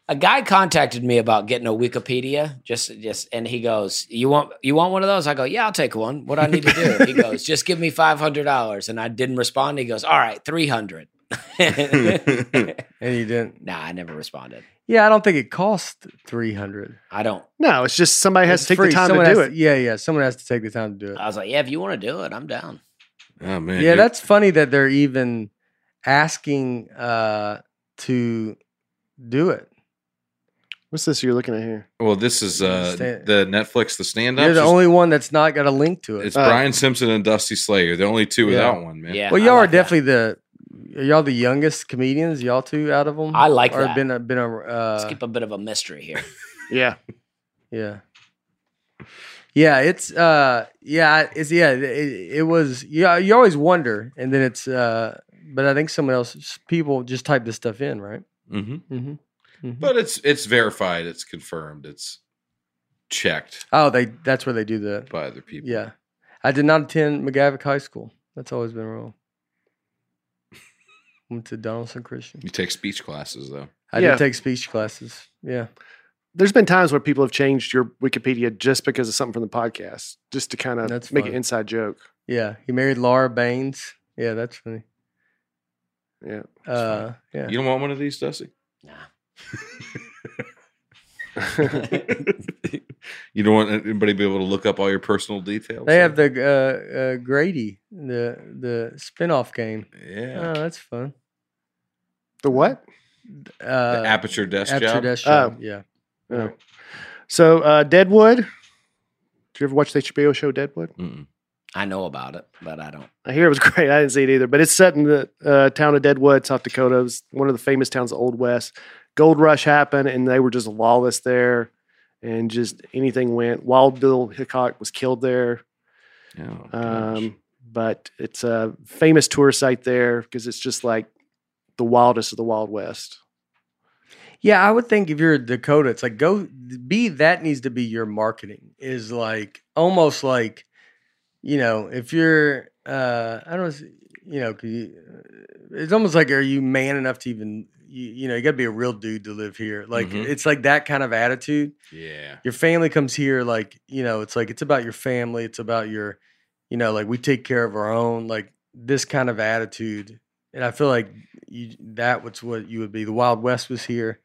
[SPEAKER 4] A guy contacted me about getting a Wikipedia, just just, and he goes, "You want you want one of those?" I go, "Yeah, I'll take one. What do I need
[SPEAKER 1] <laughs>
[SPEAKER 4] to do?" he goes, "Just give me five hundred dollars," and I didn't respond. He goes, "All right, three hundred. <laughs> nah,
[SPEAKER 1] And you didn't.
[SPEAKER 4] I never responded.
[SPEAKER 1] Yeah, I don't think it cost three hundred.
[SPEAKER 4] I don't.
[SPEAKER 3] No, it's just somebody has to take the time
[SPEAKER 1] Someone
[SPEAKER 3] to
[SPEAKER 1] has
[SPEAKER 3] do it.
[SPEAKER 1] Yeah, yeah. Someone has to take the time to do it.
[SPEAKER 4] I was like, "Yeah, if you want to do it, I'm down."
[SPEAKER 2] Oh man,
[SPEAKER 1] yeah,
[SPEAKER 2] dude.
[SPEAKER 1] that's funny that they're even asking uh, to do it.
[SPEAKER 3] What's this you're looking at here?
[SPEAKER 2] well, this is uh
[SPEAKER 1] Stand-
[SPEAKER 2] the Netflix, the stand up.
[SPEAKER 1] You're the only one that's not got a link to it.
[SPEAKER 2] It's
[SPEAKER 3] Uh,
[SPEAKER 2] Brian Simpson and Dusty Slayer, the only two
[SPEAKER 1] Yeah.
[SPEAKER 2] without one, man.
[SPEAKER 4] Yeah.
[SPEAKER 1] well,
[SPEAKER 4] I
[SPEAKER 1] y'all
[SPEAKER 4] like
[SPEAKER 1] are
[SPEAKER 4] that.
[SPEAKER 1] definitely the. Are y'all the youngest comedians? Y'all two out of them.
[SPEAKER 4] I like
[SPEAKER 1] or
[SPEAKER 4] that.
[SPEAKER 1] Been a been a. Uh,
[SPEAKER 4] Let's keep a bit of a
[SPEAKER 1] <laughs>
[SPEAKER 4] mystery here.
[SPEAKER 3] Yeah.
[SPEAKER 1] Yeah. Yeah, it's uh yeah, it's yeah, it, it was yeah, you always wonder and then it's uh but I think someone else people just type this stuff in, right?
[SPEAKER 2] hmm
[SPEAKER 1] Mhm.
[SPEAKER 3] Mm-hmm.
[SPEAKER 2] But it's it's verified, it's confirmed, it's checked
[SPEAKER 1] Oh, they that's where they do the
[SPEAKER 2] by other people.
[SPEAKER 1] Yeah. I did not attend McGavick High School. That's always been wrong. <laughs> Went to Donaldson Christian.
[SPEAKER 2] You take speech classes though.
[SPEAKER 1] I
[SPEAKER 3] Yeah.
[SPEAKER 1] did take speech classes. Yeah.
[SPEAKER 3] There's been times where people have changed your Wikipedia just because of something from the podcast, just to kind of
[SPEAKER 1] That's
[SPEAKER 3] make
[SPEAKER 1] funny.
[SPEAKER 3] an inside joke.
[SPEAKER 1] Yeah, he married Laura Baines. Yeah, that's funny.
[SPEAKER 3] Yeah.
[SPEAKER 1] Uh yeah.
[SPEAKER 2] You don't want one of
[SPEAKER 1] <laughs>
[SPEAKER 2] these, Dusty? <laughs>
[SPEAKER 4] Nah.
[SPEAKER 2] you don't want anybody to be able to look up all your personal details.
[SPEAKER 1] They have the uh, uh, Grady, the the spinoff game. Oh,
[SPEAKER 2] yeah.
[SPEAKER 1] that's fun.
[SPEAKER 3] The what?
[SPEAKER 1] Uh,
[SPEAKER 2] the aperture desk
[SPEAKER 1] Aperture
[SPEAKER 2] job.
[SPEAKER 1] Desk
[SPEAKER 3] Oh.
[SPEAKER 1] Job, Yeah.
[SPEAKER 3] Oh. So uh, Deadwood. Did you ever watch the HBO show Deadwood?
[SPEAKER 2] Mm-mm.
[SPEAKER 4] I know about it, but I don't.
[SPEAKER 3] I hear it was <laughs> great. I didn't see it either, but it's set in the uh, town of Deadwood, South Dakota. It was one of the famous towns of the Old West. Gold Rush happened, and they were just lawless there, and just anything went. Wild Bill Hickok was killed there.
[SPEAKER 2] Oh, gosh.
[SPEAKER 3] Um, but it's a famous tourist site there because it's just like the wildest of the Wild West.
[SPEAKER 1] Yeah, I would think if you're a Dakota, it's like go be that needs to be your marketing is like almost like, you know, if you're uh I don't know, s- you know, 'cause you- uh, it's almost like are you man enough to even you, you know, you got to be a real dude to live here. Like
[SPEAKER 2] Mhm.
[SPEAKER 1] it's like that kind of attitude.
[SPEAKER 2] yeah.
[SPEAKER 1] your family comes here like you know it's like it's about your family it's about your you know like we take care of our own like this kind of attitude and i feel like you that was what you would be the wild west was here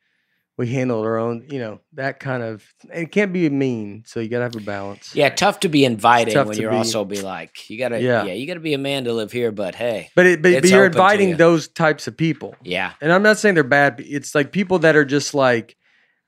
[SPEAKER 1] we handled our own you know that kind of and it can't be mean so you gotta have a balance
[SPEAKER 4] Yeah, tough to be inviting
[SPEAKER 1] tough
[SPEAKER 4] when
[SPEAKER 1] to
[SPEAKER 4] you're
[SPEAKER 1] be-
[SPEAKER 4] also be like, you gotta, yeah.
[SPEAKER 1] Yeah.
[SPEAKER 4] you gotta be a man to live here. But hey,
[SPEAKER 1] but it but, but
[SPEAKER 4] It's
[SPEAKER 1] you're
[SPEAKER 4] open to
[SPEAKER 1] inviting
[SPEAKER 4] you.
[SPEAKER 1] those types of people
[SPEAKER 4] yeah,
[SPEAKER 1] and i'm not saying they're bad but it's like people that are just like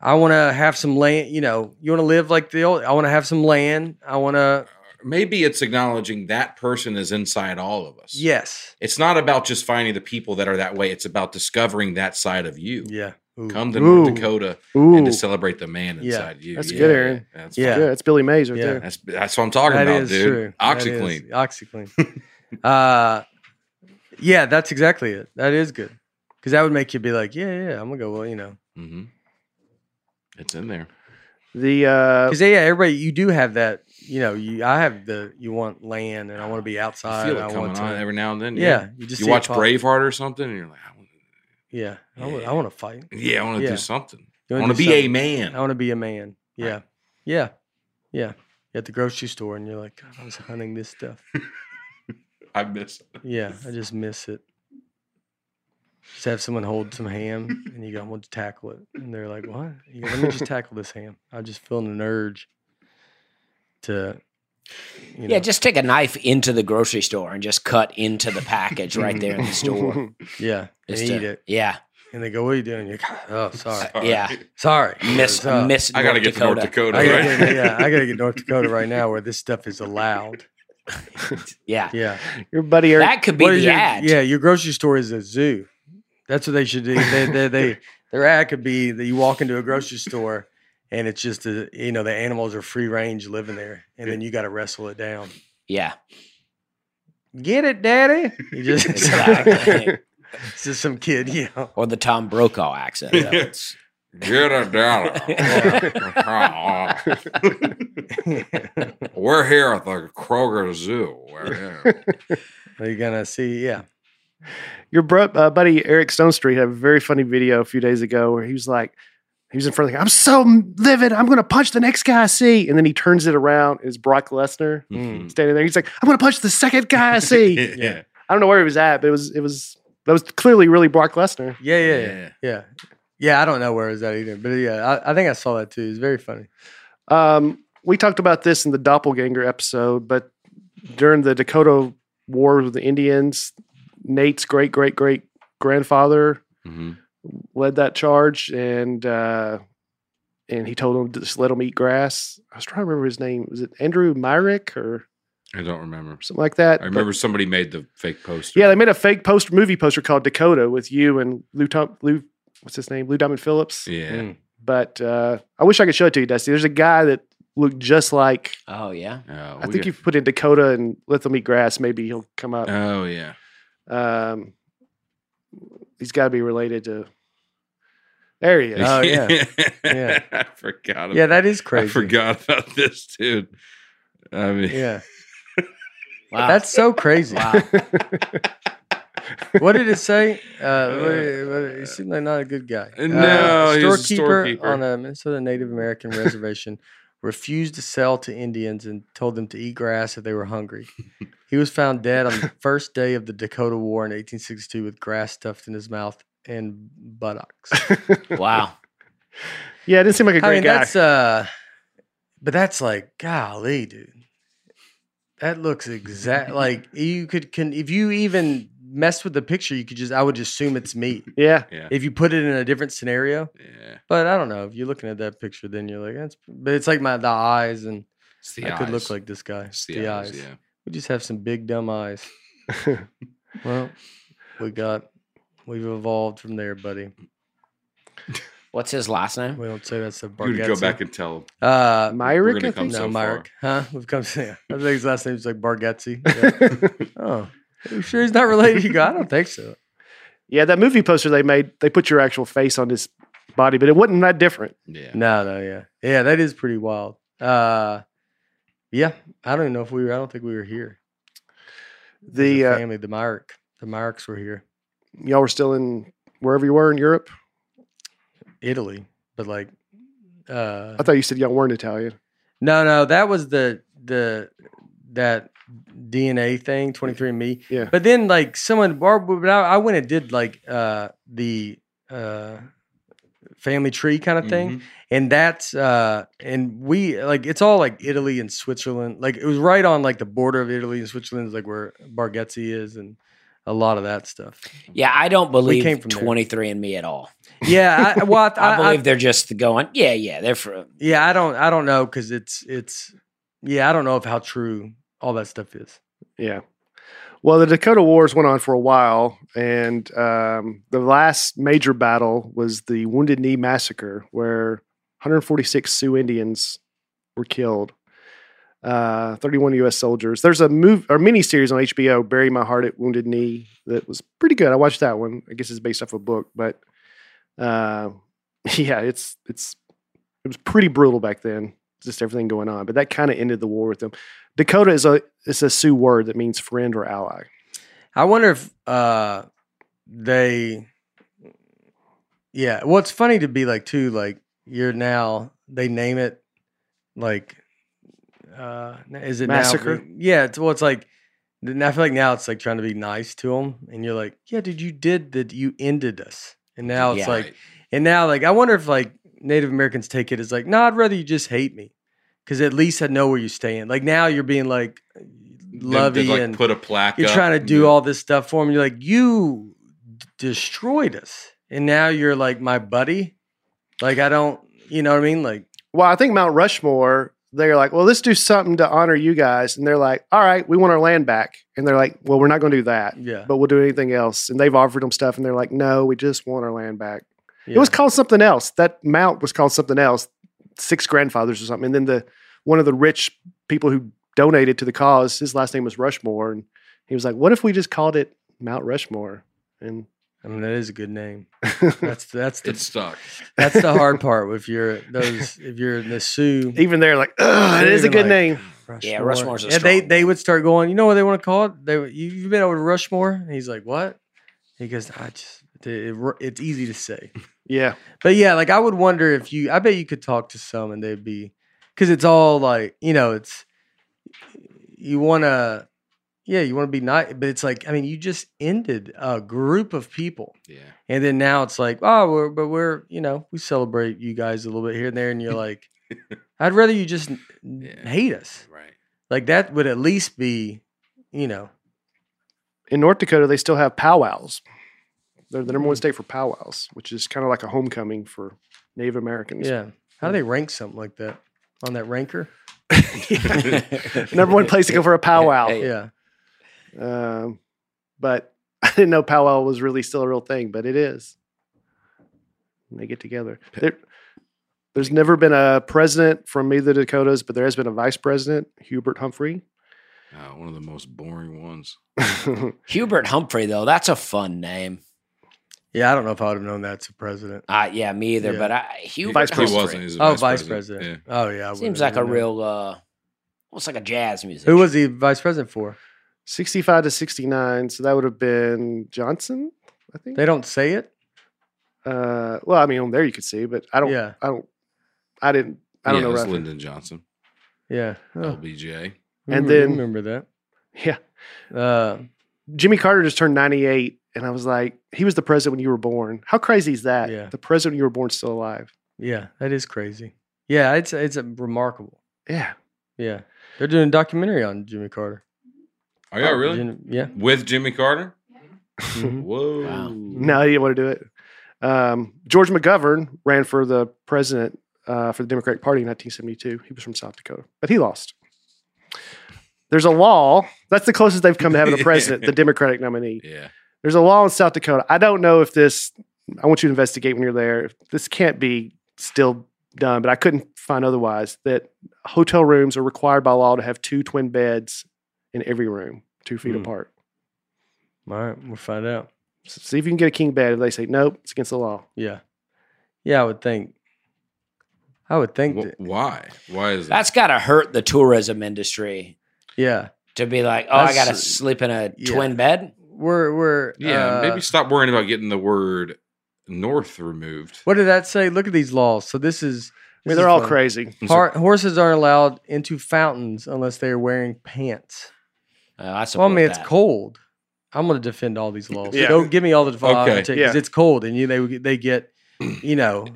[SPEAKER 1] i want to have some land you know you want to live like the old i want to have some land i want to
[SPEAKER 2] Maybe it's acknowledging that person is inside all of us.
[SPEAKER 1] yes
[SPEAKER 2] It's not about just finding the people that are that way. It's about discovering that side of you.
[SPEAKER 1] yeah Ooh.
[SPEAKER 2] Come to
[SPEAKER 3] Ooh.
[SPEAKER 2] North Dakota
[SPEAKER 3] Ooh,
[SPEAKER 2] and to
[SPEAKER 3] that's
[SPEAKER 2] celebrate the man
[SPEAKER 1] Yeah.
[SPEAKER 2] inside you.
[SPEAKER 3] That's
[SPEAKER 2] Yeah,
[SPEAKER 3] good, Aaron.
[SPEAKER 2] That's
[SPEAKER 1] Yeah.
[SPEAKER 3] good. That's Billy Mays right
[SPEAKER 1] Yeah.
[SPEAKER 3] there.
[SPEAKER 2] That's that's what I'm talking
[SPEAKER 1] That
[SPEAKER 2] about,
[SPEAKER 1] is
[SPEAKER 2] dude.
[SPEAKER 1] That
[SPEAKER 2] OxyClean.
[SPEAKER 1] is- OxyClean. <laughs> uh, yeah, that's exactly it. That is good because that would make you be like, yeah, yeah, I'm gonna go. Well, you know,
[SPEAKER 2] hmm Mm-hmm. It's in there.
[SPEAKER 3] The uh,
[SPEAKER 1] Because yeah, everybody, you do have that. You know, you I have the you want land, and I want to be outside.
[SPEAKER 2] I feel
[SPEAKER 1] and
[SPEAKER 2] it
[SPEAKER 1] I
[SPEAKER 2] coming
[SPEAKER 1] want to,
[SPEAKER 2] on every now and then.
[SPEAKER 1] yeah, you just
[SPEAKER 2] You
[SPEAKER 1] see it
[SPEAKER 2] watch
[SPEAKER 1] pop-
[SPEAKER 2] Braveheart or something, and you're like, I wanna,
[SPEAKER 1] Yeah, I want,
[SPEAKER 2] Yeah.
[SPEAKER 1] I want to fight.
[SPEAKER 2] yeah, I want to
[SPEAKER 1] Yeah.
[SPEAKER 2] do something.
[SPEAKER 1] You
[SPEAKER 2] I
[SPEAKER 1] wanna
[SPEAKER 2] want to
[SPEAKER 1] do
[SPEAKER 2] be a
[SPEAKER 1] something.
[SPEAKER 2] man.
[SPEAKER 1] I want to be a man. Yeah, yeah, yeah. You're at the grocery store, and you're like, God, I was hunting this stuff.
[SPEAKER 2] I miss.
[SPEAKER 1] Yeah, I just miss it. Just have someone hold some
[SPEAKER 4] <laughs>
[SPEAKER 1] ham, and you go, "I'm going to tackle it," and they're like, "What?" You go, "Let me just tackle this ham." I'm just feeling an urge to, you know,
[SPEAKER 4] Yeah, just take a knife into the grocery store and just cut into the package right there in
[SPEAKER 1] <laughs>
[SPEAKER 4] the store.
[SPEAKER 1] yeah, and
[SPEAKER 4] Just
[SPEAKER 1] eat
[SPEAKER 4] to-
[SPEAKER 1] it.
[SPEAKER 4] Yeah.
[SPEAKER 1] And they go, "What are you doing?" You're like, "Oh, sorry,
[SPEAKER 2] All
[SPEAKER 4] Yeah.
[SPEAKER 2] right.
[SPEAKER 1] sorry,
[SPEAKER 4] Miss,
[SPEAKER 1] Sorry.
[SPEAKER 4] miss
[SPEAKER 2] I got to get to North Dakota.
[SPEAKER 1] I gotta
[SPEAKER 2] right?
[SPEAKER 1] get, yeah, I gotta get
[SPEAKER 4] <laughs>
[SPEAKER 1] North Dakota right now where this stuff is allowed.
[SPEAKER 4] <laughs> Yeah.
[SPEAKER 1] Yeah,
[SPEAKER 3] <laughs> your buddy Eric,
[SPEAKER 4] That could be
[SPEAKER 1] What is
[SPEAKER 4] the
[SPEAKER 1] your,
[SPEAKER 4] ad.
[SPEAKER 1] Yeah, your grocery store is a zoo. That's what they should do. They, they,
[SPEAKER 4] <laughs>
[SPEAKER 1] they, their ad could be that you walk into a grocery store and it's just a, you know the animals are free range living there, and then you got to wrestle it down. <laughs>
[SPEAKER 4] Yeah.
[SPEAKER 1] Get it, Daddy? You just
[SPEAKER 4] <laughs> Exactly.
[SPEAKER 1] it's <laughs> just some kid, you know. <laughs>
[SPEAKER 4] or the Tom Brokaw
[SPEAKER 2] <laughs>
[SPEAKER 4] accent.
[SPEAKER 2] Yeah.
[SPEAKER 4] That's-
[SPEAKER 2] Get
[SPEAKER 1] <laughs>
[SPEAKER 2] it <laughs> down. We're here at the Kroger Zoo. We're here.
[SPEAKER 1] You're gonna see, yeah.
[SPEAKER 3] your bro, uh, buddy Eric Stone Street had a very funny video a few days ago where he was like, he was in front of the guy, I'm so livid, I'm gonna punch the next guy I see, and then he turns it around. It's Brock Lesnar
[SPEAKER 2] Mhm.
[SPEAKER 3] standing there. He's like, I'm gonna punch the second guy I see.
[SPEAKER 2] <laughs> yeah.
[SPEAKER 3] I don't know where he was at, but it was it was that was clearly really Brock Lesnar.
[SPEAKER 1] yeah, yeah, yeah,
[SPEAKER 2] Yeah.
[SPEAKER 1] yeah, yeah. I don't know where it was at either, but yeah, I, I think I saw that too. It's very funny.
[SPEAKER 3] Um, we talked about this in the doppelganger episode, but during the Dakota War with the Indians, Nate's great great great grandfather
[SPEAKER 2] Mhm.
[SPEAKER 3] led that charge, and uh, and he told him to just let him eat grass. I was trying to remember his name. Was it Andrew Myrick or
[SPEAKER 2] I don't remember.
[SPEAKER 3] something like that?
[SPEAKER 2] I remember somebody made the fake poster.
[SPEAKER 3] yeah, they made a fake poster movie poster called Dakota with you and Lou Tom, Lou. What's his name? Lou Diamond Phillips.
[SPEAKER 2] Yeah.
[SPEAKER 1] Mm.
[SPEAKER 3] But uh, I wish I could show it to you, Dusty. There's a guy that looked just like
[SPEAKER 4] oh, yeah.
[SPEAKER 2] Oh,
[SPEAKER 3] I
[SPEAKER 2] we
[SPEAKER 3] think
[SPEAKER 2] got-
[SPEAKER 3] you've put in Dakota and let them eat grass. Maybe he'll come
[SPEAKER 2] <laughs>
[SPEAKER 3] up.
[SPEAKER 2] Oh yeah.
[SPEAKER 3] Um, he's got to be related to. There he is.
[SPEAKER 1] Oh,
[SPEAKER 2] <laughs>
[SPEAKER 1] yeah. Yeah.
[SPEAKER 2] I forgot. About,
[SPEAKER 1] Yeah, that is
[SPEAKER 2] I
[SPEAKER 1] crazy.
[SPEAKER 2] forgot about this dude. I mean,
[SPEAKER 1] Yeah,
[SPEAKER 4] Wow.
[SPEAKER 1] that's so crazy.
[SPEAKER 4] wow.
[SPEAKER 1] what did it
[SPEAKER 2] <laughs>
[SPEAKER 1] say? Uh, what, what, he seemed like not a good guy.
[SPEAKER 2] Uh,
[SPEAKER 1] Uh,
[SPEAKER 2] no, he was a
[SPEAKER 1] storekeeper,
[SPEAKER 2] storekeeper.
[SPEAKER 1] on a Minnesota Native
[SPEAKER 2] <laughs>
[SPEAKER 1] American reservation refused to sell to Indians and told them to eat grass if they were hungry.
[SPEAKER 2] <laughs>
[SPEAKER 1] He was found dead on the first day of the Dakota War in 1862 with grass stuffed in his mouth and
[SPEAKER 2] <laughs>
[SPEAKER 1] buttocks.
[SPEAKER 4] wow.
[SPEAKER 3] yeah, it didn't seem like a
[SPEAKER 1] I
[SPEAKER 3] great
[SPEAKER 1] mean,
[SPEAKER 3] guy.
[SPEAKER 1] that's uh, but that's like, golly, dude, that looks exact. like
[SPEAKER 2] <laughs>
[SPEAKER 1] you could can if you even messed with the picture, you could just I would assume it's me.
[SPEAKER 3] yeah,
[SPEAKER 2] yeah,
[SPEAKER 1] if you put it in a different scenario.
[SPEAKER 2] yeah.
[SPEAKER 1] But I don't know. If you're looking at that picture, then you're like, that's. But it's like my the eyes, and
[SPEAKER 2] It's the
[SPEAKER 1] I could look
[SPEAKER 2] eyes.
[SPEAKER 1] like this guy.
[SPEAKER 2] It's the, eyes. Yeah.
[SPEAKER 1] We just have some big dumb eyes.
[SPEAKER 3] <laughs>
[SPEAKER 1] well, we got. We've evolved from there, buddy.
[SPEAKER 4] What's his last name?
[SPEAKER 1] We don't say that's a
[SPEAKER 2] You would go back and tell him.
[SPEAKER 1] Uh,
[SPEAKER 2] We're
[SPEAKER 3] Myrick.
[SPEAKER 2] gonna
[SPEAKER 3] I
[SPEAKER 2] come
[SPEAKER 3] think.
[SPEAKER 1] no,
[SPEAKER 2] so
[SPEAKER 1] Mark. Huh? We've come to. Yeah. I think his last name's like Bargatze.
[SPEAKER 2] <laughs>
[SPEAKER 1] Yeah. oh, you sure he's not related? You go. I don't think so.
[SPEAKER 3] <laughs> Yeah, that movie poster they made, they put your actual face on his body, but it wasn't that different.
[SPEAKER 2] <laughs> Yeah.
[SPEAKER 1] No, no, yeah, yeah. That is pretty wild. Uh, yeah. I don't even know if we were. I don't think we were here.
[SPEAKER 3] The
[SPEAKER 1] the
[SPEAKER 3] uh,
[SPEAKER 1] family, the Myrick. The Myrick's were here,
[SPEAKER 3] y'all were still in wherever you were in Europe.
[SPEAKER 1] Italy, but like, uh,
[SPEAKER 2] Uh-huh.
[SPEAKER 3] I thought you said y'all weren't Italian.
[SPEAKER 1] no, no, that was the the that DNA thing, twenty three and Me.
[SPEAKER 3] Yeah.
[SPEAKER 1] But then like someone, Barb, but I, I went and did like uh the uh family tree kind of thing,
[SPEAKER 2] Mhm.
[SPEAKER 1] and that's uh and we like it's all like Italy and Switzerland. Like it was right on like the border of Italy and Switzerland is like where Bargatze is and a lot of that stuff.
[SPEAKER 4] Yeah, I don't believe
[SPEAKER 1] came from there.
[SPEAKER 4] 23andMe at all.
[SPEAKER 1] Yeah, I, well, I,
[SPEAKER 4] <laughs> I,
[SPEAKER 1] I- I-
[SPEAKER 4] believe they're just going, yeah, yeah,
[SPEAKER 1] <laughs>
[SPEAKER 4] they're from.
[SPEAKER 1] Yeah, I don't I don't know because it's it's yeah, I don't know if how true all that stuff is.
[SPEAKER 3] Yeah. Well, the Dakota Wars went on for a while, and um, the last major battle was the Wounded Knee Massacre, where 146 Sioux Indians were killed, uh, 31 U.S. soldiers. There's a move or miniseries on HBO, "Bury My Heart at Wounded Knee," that was pretty good. I watched that <laughs> one. I guess it's based off a book, but uh, yeah, it's it's It was pretty brutal back then, just everything going on. But that kind of ended the war with them. Dakota is a is a Sioux word that means friend or ally.
[SPEAKER 1] I wonder if uh they Yeah. Well it's funny to be like too, like you're now they name it like uh is it now-
[SPEAKER 3] Massacre?
[SPEAKER 1] yeah, it's well it's like and I feel like now it's like trying to be nice to them, and you're like, "Yeah, dude, you did that. You ended us." And now it's
[SPEAKER 4] Yeah.
[SPEAKER 1] like, and now like, I wonder if like Native Americans take it as like, "No, I'd rather you just hate me, because at least I know where you stand." Like now you're being like lovey
[SPEAKER 2] They've, like,
[SPEAKER 1] and
[SPEAKER 2] put a plaque.
[SPEAKER 1] you're
[SPEAKER 2] up
[SPEAKER 1] trying to
[SPEAKER 2] and
[SPEAKER 1] do
[SPEAKER 2] the-
[SPEAKER 1] all this stuff for him. You're like, you d- destroyed us, and now you're like my buddy. Like I don't, you know what I mean? Like
[SPEAKER 3] Well, I think Mount Rushmore, they're like, well, let's do something to honor you guys. And they're like, all right, we want our land back. And they're like, well, we're not going to do that,
[SPEAKER 1] yeah,
[SPEAKER 3] but we'll do anything else. And they've offered them stuff and they're like, no, we just want our land back. It
[SPEAKER 1] yeah.
[SPEAKER 3] was called something else. That mount was called something else, six grandfathers or something. And then the one of the rich people who donated to the cause, his last name was Rushmore. And he was like, what if we just called it Mount Rushmore? And <laughs>
[SPEAKER 1] I mean that is a good name. That's that's the
[SPEAKER 2] It's stuck.
[SPEAKER 1] that's the
[SPEAKER 2] <laughs>
[SPEAKER 1] hard part. If you're those, if you're in the Sioux,
[SPEAKER 3] even they're like, Ugh, it is a
[SPEAKER 1] Even
[SPEAKER 3] good
[SPEAKER 1] like-
[SPEAKER 3] name.
[SPEAKER 4] Yeah, Rushmore's a
[SPEAKER 1] Yeah, they
[SPEAKER 4] strong
[SPEAKER 1] they would start going. You know what they want to call it? They would, you, you've been over to Rushmore, and he's like, "What?" He goes, "I just it, it, it's easy to
[SPEAKER 4] <laughs>
[SPEAKER 1] say."
[SPEAKER 3] Yeah.
[SPEAKER 1] But yeah, like I would wonder if you, I bet you could talk to some and they'd be, because it's all like, you know, it's, you want to, yeah, you want to be nice, but it's like, I mean, you just ended a group of people.
[SPEAKER 2] Yeah.
[SPEAKER 1] And then now it's like, oh, we're, but we're, you know, we celebrate you guys a little bit here and there. And
[SPEAKER 4] <laughs>
[SPEAKER 1] you're like, I'd rather you just n-
[SPEAKER 2] Yeah.
[SPEAKER 1] hate us.
[SPEAKER 2] <laughs> Right.
[SPEAKER 1] Like that would at least be, you know,
[SPEAKER 3] in North Dakota, they still have powwows. They're the number one state for powwows, which is kind of like a homecoming for Native Americans.
[SPEAKER 1] yeah. How do they rank something like that on that ranker?
[SPEAKER 3] <laughs> number one place to go for a powwow.
[SPEAKER 4] Hey.
[SPEAKER 1] Yeah.
[SPEAKER 3] Um, but <laughs> I didn't know powwow was really still a real thing, but it is. And They get together. There, there's never been a president from either Dakotas, but there has been a vice president, Hubert Humphrey. <laughs>
[SPEAKER 2] Uh, one of the most boring ones.
[SPEAKER 4] <laughs> Hubert Humphrey, though, that's a fun name.
[SPEAKER 1] Yeah. I don't know if I would have known that's a president.
[SPEAKER 4] Uh, yeah, me either.
[SPEAKER 1] Yeah.
[SPEAKER 4] But I, Hubert
[SPEAKER 3] Vice
[SPEAKER 2] He
[SPEAKER 4] Humphrey
[SPEAKER 3] president.
[SPEAKER 2] wasn't. He's a
[SPEAKER 1] Oh,
[SPEAKER 2] vice, president.
[SPEAKER 1] Oh, yeah. I
[SPEAKER 4] seems
[SPEAKER 1] wouldn't
[SPEAKER 4] like a
[SPEAKER 1] remember.
[SPEAKER 4] real, uh, almost like a jazz musician.
[SPEAKER 1] Who was he vice president for?
[SPEAKER 3] 65 to 69. So that would have been Johnson, I think.
[SPEAKER 1] They don't say it.
[SPEAKER 3] Uh, well, I mean, on there you could see, but I don't.
[SPEAKER 1] Yeah.
[SPEAKER 3] I don't. I didn't. I don't
[SPEAKER 2] yeah,
[SPEAKER 3] know.
[SPEAKER 2] It's
[SPEAKER 3] roughly.
[SPEAKER 2] Lyndon Johnson,
[SPEAKER 1] Yeah. Oh,
[SPEAKER 2] LBJ.
[SPEAKER 3] And
[SPEAKER 1] remember-
[SPEAKER 3] then-
[SPEAKER 1] remember
[SPEAKER 3] Yeah,
[SPEAKER 1] that. Uh,
[SPEAKER 3] Jimmy Carter just turned ninety eight, and I was like, he was the president when you were born. How crazy is that?
[SPEAKER 1] Yeah.
[SPEAKER 3] The president when you were born is still alive.
[SPEAKER 1] yeah, that is crazy. Yeah, it's it's a remarkable.
[SPEAKER 3] Yeah.
[SPEAKER 1] Yeah, they're doing a documentary on Jimmy Carter.
[SPEAKER 2] Are y'all Oh, really
[SPEAKER 1] Jim- yeah.
[SPEAKER 2] with Jimmy Carter?
[SPEAKER 1] Mhm.
[SPEAKER 2] Whoa.
[SPEAKER 4] Wow.
[SPEAKER 3] No, he didn't want to do it. Um, George McGovern ran for the president uh, for the Democratic Party in 1972. He was from South Dakota, but he lost. There's a law. That's the closest they've come to having a president, the Democratic nominee.
[SPEAKER 2] Yeah.
[SPEAKER 3] There's a law in South Dakota. I don't know if this. I want you to investigate when you're there. If This can't be still done, but I couldn't find otherwise that hotel rooms are required by law to have two twin beds in every room, two feet
[SPEAKER 1] Hmm.
[SPEAKER 3] apart.
[SPEAKER 1] Mm-hmm. All right, we'll find out.
[SPEAKER 3] So see if you can get a king bed. If they say nope, it's against the law.
[SPEAKER 1] Yeah, yeah, I would think. I would think
[SPEAKER 2] Wh-
[SPEAKER 1] that.
[SPEAKER 2] why? Why is that?
[SPEAKER 4] That's got to hurt the tourism industry
[SPEAKER 1] Yeah,
[SPEAKER 4] to be like, oh, I
[SPEAKER 1] That's- uh,
[SPEAKER 4] got to sleep in a
[SPEAKER 1] yeah.
[SPEAKER 4] twin bed.
[SPEAKER 1] we're we're
[SPEAKER 2] yeah.
[SPEAKER 1] uh,
[SPEAKER 2] maybe stop worrying about getting the word North removed.
[SPEAKER 1] What did that say? Look at these laws. So this is.
[SPEAKER 3] I
[SPEAKER 1] this
[SPEAKER 3] mean, they're
[SPEAKER 1] is
[SPEAKER 3] all
[SPEAKER 1] funny.
[SPEAKER 3] crazy.
[SPEAKER 2] I'm sorry.
[SPEAKER 1] Par- horses aren't allowed into fountains unless they are wearing pants.
[SPEAKER 4] Uh, I
[SPEAKER 1] Well,
[SPEAKER 4] support
[SPEAKER 1] I mean, it's
[SPEAKER 4] that.
[SPEAKER 1] cold. I'm going to defend all these laws.
[SPEAKER 3] Yeah.
[SPEAKER 1] Don't give me all the
[SPEAKER 2] Okay.
[SPEAKER 1] because
[SPEAKER 3] Yeah.
[SPEAKER 1] it's cold, and you they would- they
[SPEAKER 2] <clears throat>
[SPEAKER 1] get, you know,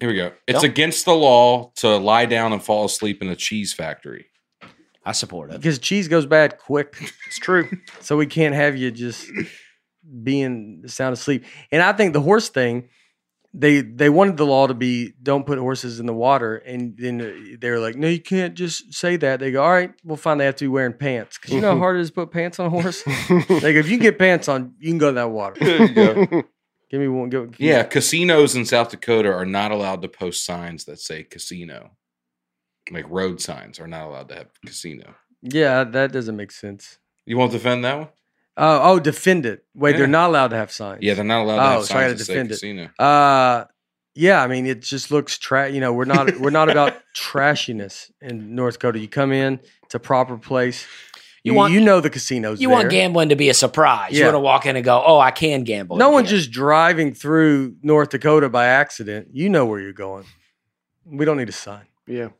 [SPEAKER 2] Here we go. It's
[SPEAKER 4] Don't-
[SPEAKER 2] against the law to lie down and fall asleep in a cheese factory.
[SPEAKER 4] I support it.
[SPEAKER 1] because cheese goes bad quick,
[SPEAKER 3] It's true. <laughs>
[SPEAKER 1] so we can't have you just being sound asleep. And I think the horse thing, they they wanted the law to be don't put horses in the water, and then they were like, no, you can't just say that. They go, all right, we'll find they have to be wearing pants because
[SPEAKER 2] <laughs>
[SPEAKER 1] you know how hard it is to put pants on a horse. like if you can get pants on, you can go to that water.
[SPEAKER 2] There you
[SPEAKER 3] <laughs>
[SPEAKER 2] go.
[SPEAKER 1] Give me one. Go,
[SPEAKER 2] yeah, casinos in South Dakota are not allowed to post signs that say casino. Like road signs are not allowed to have casino.
[SPEAKER 1] yeah, that doesn't make sense.
[SPEAKER 2] You won't defend that one?
[SPEAKER 1] Oh, oh, defend it. Wait,
[SPEAKER 2] Yeah.
[SPEAKER 1] they're not allowed to have signs.
[SPEAKER 2] Yeah, they're not allowed to
[SPEAKER 1] Oh,
[SPEAKER 2] have
[SPEAKER 1] so I
[SPEAKER 2] signs
[SPEAKER 1] gotta
[SPEAKER 2] that say
[SPEAKER 1] defend it.
[SPEAKER 2] casino.
[SPEAKER 1] Uh, yeah, I mean, it just looks trash. You know, we're not we're not
[SPEAKER 4] <laughs>
[SPEAKER 1] about trashiness in North Dakota. You come in, it's a proper place.
[SPEAKER 4] You
[SPEAKER 1] You
[SPEAKER 4] want-
[SPEAKER 1] you know the casinos.
[SPEAKER 4] You
[SPEAKER 1] there.
[SPEAKER 4] want gambling to be a surprise. You
[SPEAKER 1] Yeah.
[SPEAKER 4] want to walk in and go, "Oh, I can gamble."
[SPEAKER 1] No
[SPEAKER 4] in
[SPEAKER 1] one's
[SPEAKER 4] here."
[SPEAKER 1] just driving through North Dakota by accident. You know where you're going. We don't need a sign.
[SPEAKER 3] Yeah.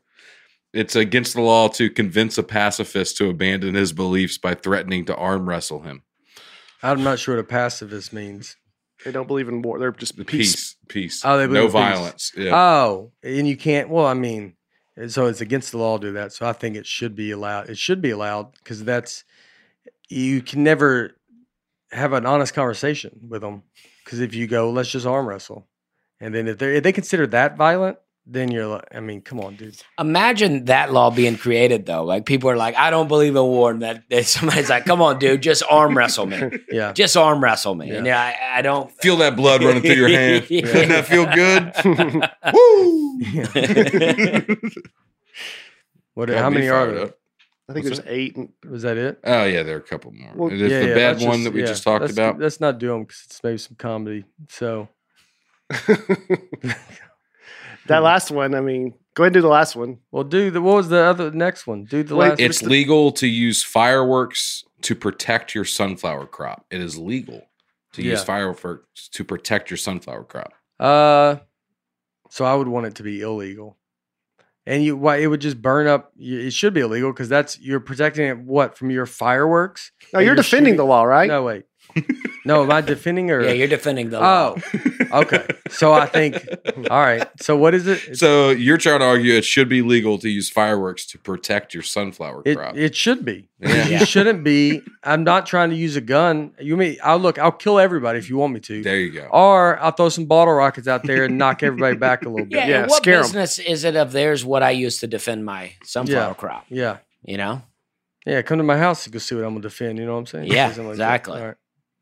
[SPEAKER 2] It's against the law to convince a pacifist to abandon his beliefs by threatening to arm wrestle him.
[SPEAKER 1] I'm not sure what a pacifist means.
[SPEAKER 3] They don't believe in war. They're just
[SPEAKER 2] Peace,
[SPEAKER 3] peace. <laughs>
[SPEAKER 2] peace, peace.
[SPEAKER 1] Oh, they believe
[SPEAKER 2] no
[SPEAKER 1] in peace.
[SPEAKER 2] violence. Yeah.
[SPEAKER 1] Oh, and you can't. Well, I mean, so it's against the law to do that. So I think it should be allowed. It should be allowed because that's you can never have an honest conversation with them. Because if you go, let's just arm wrestle, and then if they if they consider that violent, then you're like, I mean, come on, dude.
[SPEAKER 4] Imagine that law being created though. Like people are like, "I don't believe in war," and that <laughs> that somebody's like, "Come on, dude, just arm
[SPEAKER 1] <laughs>
[SPEAKER 4] wrestle me.
[SPEAKER 2] <laughs>
[SPEAKER 1] Yeah,
[SPEAKER 4] Just arm wrestle me."
[SPEAKER 1] Yeah.
[SPEAKER 4] And I,
[SPEAKER 1] <laughs>
[SPEAKER 4] I don't. <laughs>
[SPEAKER 2] feel that blood running through your hand.
[SPEAKER 4] Yeah.
[SPEAKER 2] Doesn't that feel good? Woo!
[SPEAKER 1] what?
[SPEAKER 2] Got
[SPEAKER 1] How
[SPEAKER 2] me
[SPEAKER 1] many are
[SPEAKER 2] fired
[SPEAKER 1] there?
[SPEAKER 2] up.
[SPEAKER 3] I think
[SPEAKER 2] What's
[SPEAKER 3] there's
[SPEAKER 1] <laughs>
[SPEAKER 3] eight. And,
[SPEAKER 1] Was that it?
[SPEAKER 2] Oh yeah, there are a couple more.
[SPEAKER 3] Well,
[SPEAKER 2] it is the bad
[SPEAKER 1] let's
[SPEAKER 2] one
[SPEAKER 1] just-
[SPEAKER 2] that we
[SPEAKER 1] yeah,
[SPEAKER 2] just talked
[SPEAKER 1] let's-
[SPEAKER 2] about.
[SPEAKER 1] Let's not do them because it's maybe some comedy. So
[SPEAKER 3] that last one, I mean, go ahead and do the last one.
[SPEAKER 1] Well, do the what was the other next one? Do the
[SPEAKER 3] Wait,
[SPEAKER 1] last.
[SPEAKER 2] It's
[SPEAKER 3] the-
[SPEAKER 2] legal to use fireworks to protect your sunflower crop. It is legal to use
[SPEAKER 1] Yeah.
[SPEAKER 2] fireworks to protect your sunflower crop.
[SPEAKER 1] Uh, so I would want it to be illegal, and you why it would just burn up. y- It should be illegal because that's you're protecting it what from your fireworks.
[SPEAKER 3] No,
[SPEAKER 1] And
[SPEAKER 3] you're,
[SPEAKER 1] you're
[SPEAKER 3] defending
[SPEAKER 1] shooting-
[SPEAKER 3] the law, right?
[SPEAKER 1] No wait, no. Am I
[SPEAKER 4] <laughs>
[SPEAKER 1] defending or?
[SPEAKER 4] Yeah, you're defending the
[SPEAKER 1] oh,
[SPEAKER 4] law.
[SPEAKER 1] okay. So I
[SPEAKER 4] <laughs>
[SPEAKER 1] think all right. So what is it?
[SPEAKER 2] So you're trying to argue it should be legal to use fireworks to protect your sunflower
[SPEAKER 1] It,
[SPEAKER 2] crop.
[SPEAKER 1] it should be.
[SPEAKER 2] Yeah.
[SPEAKER 1] You shouldn't be. I'm not trying to use a gun. You mean I'll look. I'll kill everybody if you want me to.
[SPEAKER 2] there you go.
[SPEAKER 1] Or I'll throw some bottle rockets out there and knock everybody back a little bit.
[SPEAKER 4] <laughs> Yeah,
[SPEAKER 3] Yeah,
[SPEAKER 4] and what
[SPEAKER 3] scare 'em.
[SPEAKER 4] business is it of theirs what I use to defend my sunflower
[SPEAKER 1] Yeah.
[SPEAKER 4] crop?
[SPEAKER 1] Yeah.
[SPEAKER 4] You know?
[SPEAKER 1] Yeah, come to my house and go see what I'm gonna defend. You know what I'm saying? <laughs>
[SPEAKER 4] Yeah,
[SPEAKER 1] Something that.
[SPEAKER 4] exactly.
[SPEAKER 1] All right.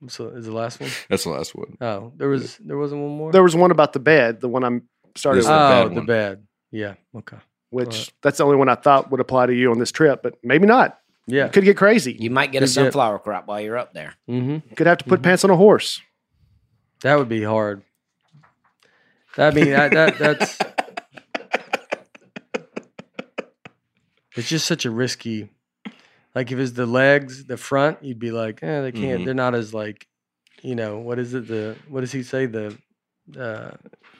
[SPEAKER 1] So is the last one?
[SPEAKER 2] That's the last one.
[SPEAKER 1] Oh, there was there wasn't one more.
[SPEAKER 3] There was one about the bed, the one I'm started
[SPEAKER 2] This
[SPEAKER 3] with,
[SPEAKER 2] one.
[SPEAKER 1] oh,
[SPEAKER 2] bad
[SPEAKER 1] the bad. Yeah. Okay.
[SPEAKER 3] which that's the only one I thought would apply to you on this trip, but maybe not.
[SPEAKER 1] Yeah.
[SPEAKER 3] You could get crazy.
[SPEAKER 4] You might get a
[SPEAKER 1] You get-
[SPEAKER 4] sunflower crop while you're up there.
[SPEAKER 1] hmm
[SPEAKER 3] You could have to put
[SPEAKER 1] Mhm.
[SPEAKER 3] pants on a horse.
[SPEAKER 1] That would be hard. I mean, I, that that's. <laughs> It's just such a risky. Like if it's the legs, the front, you'd be like, eh, they can't.
[SPEAKER 2] Mhm.
[SPEAKER 1] They're not as like, you know, what is it? The what does he say? The uh,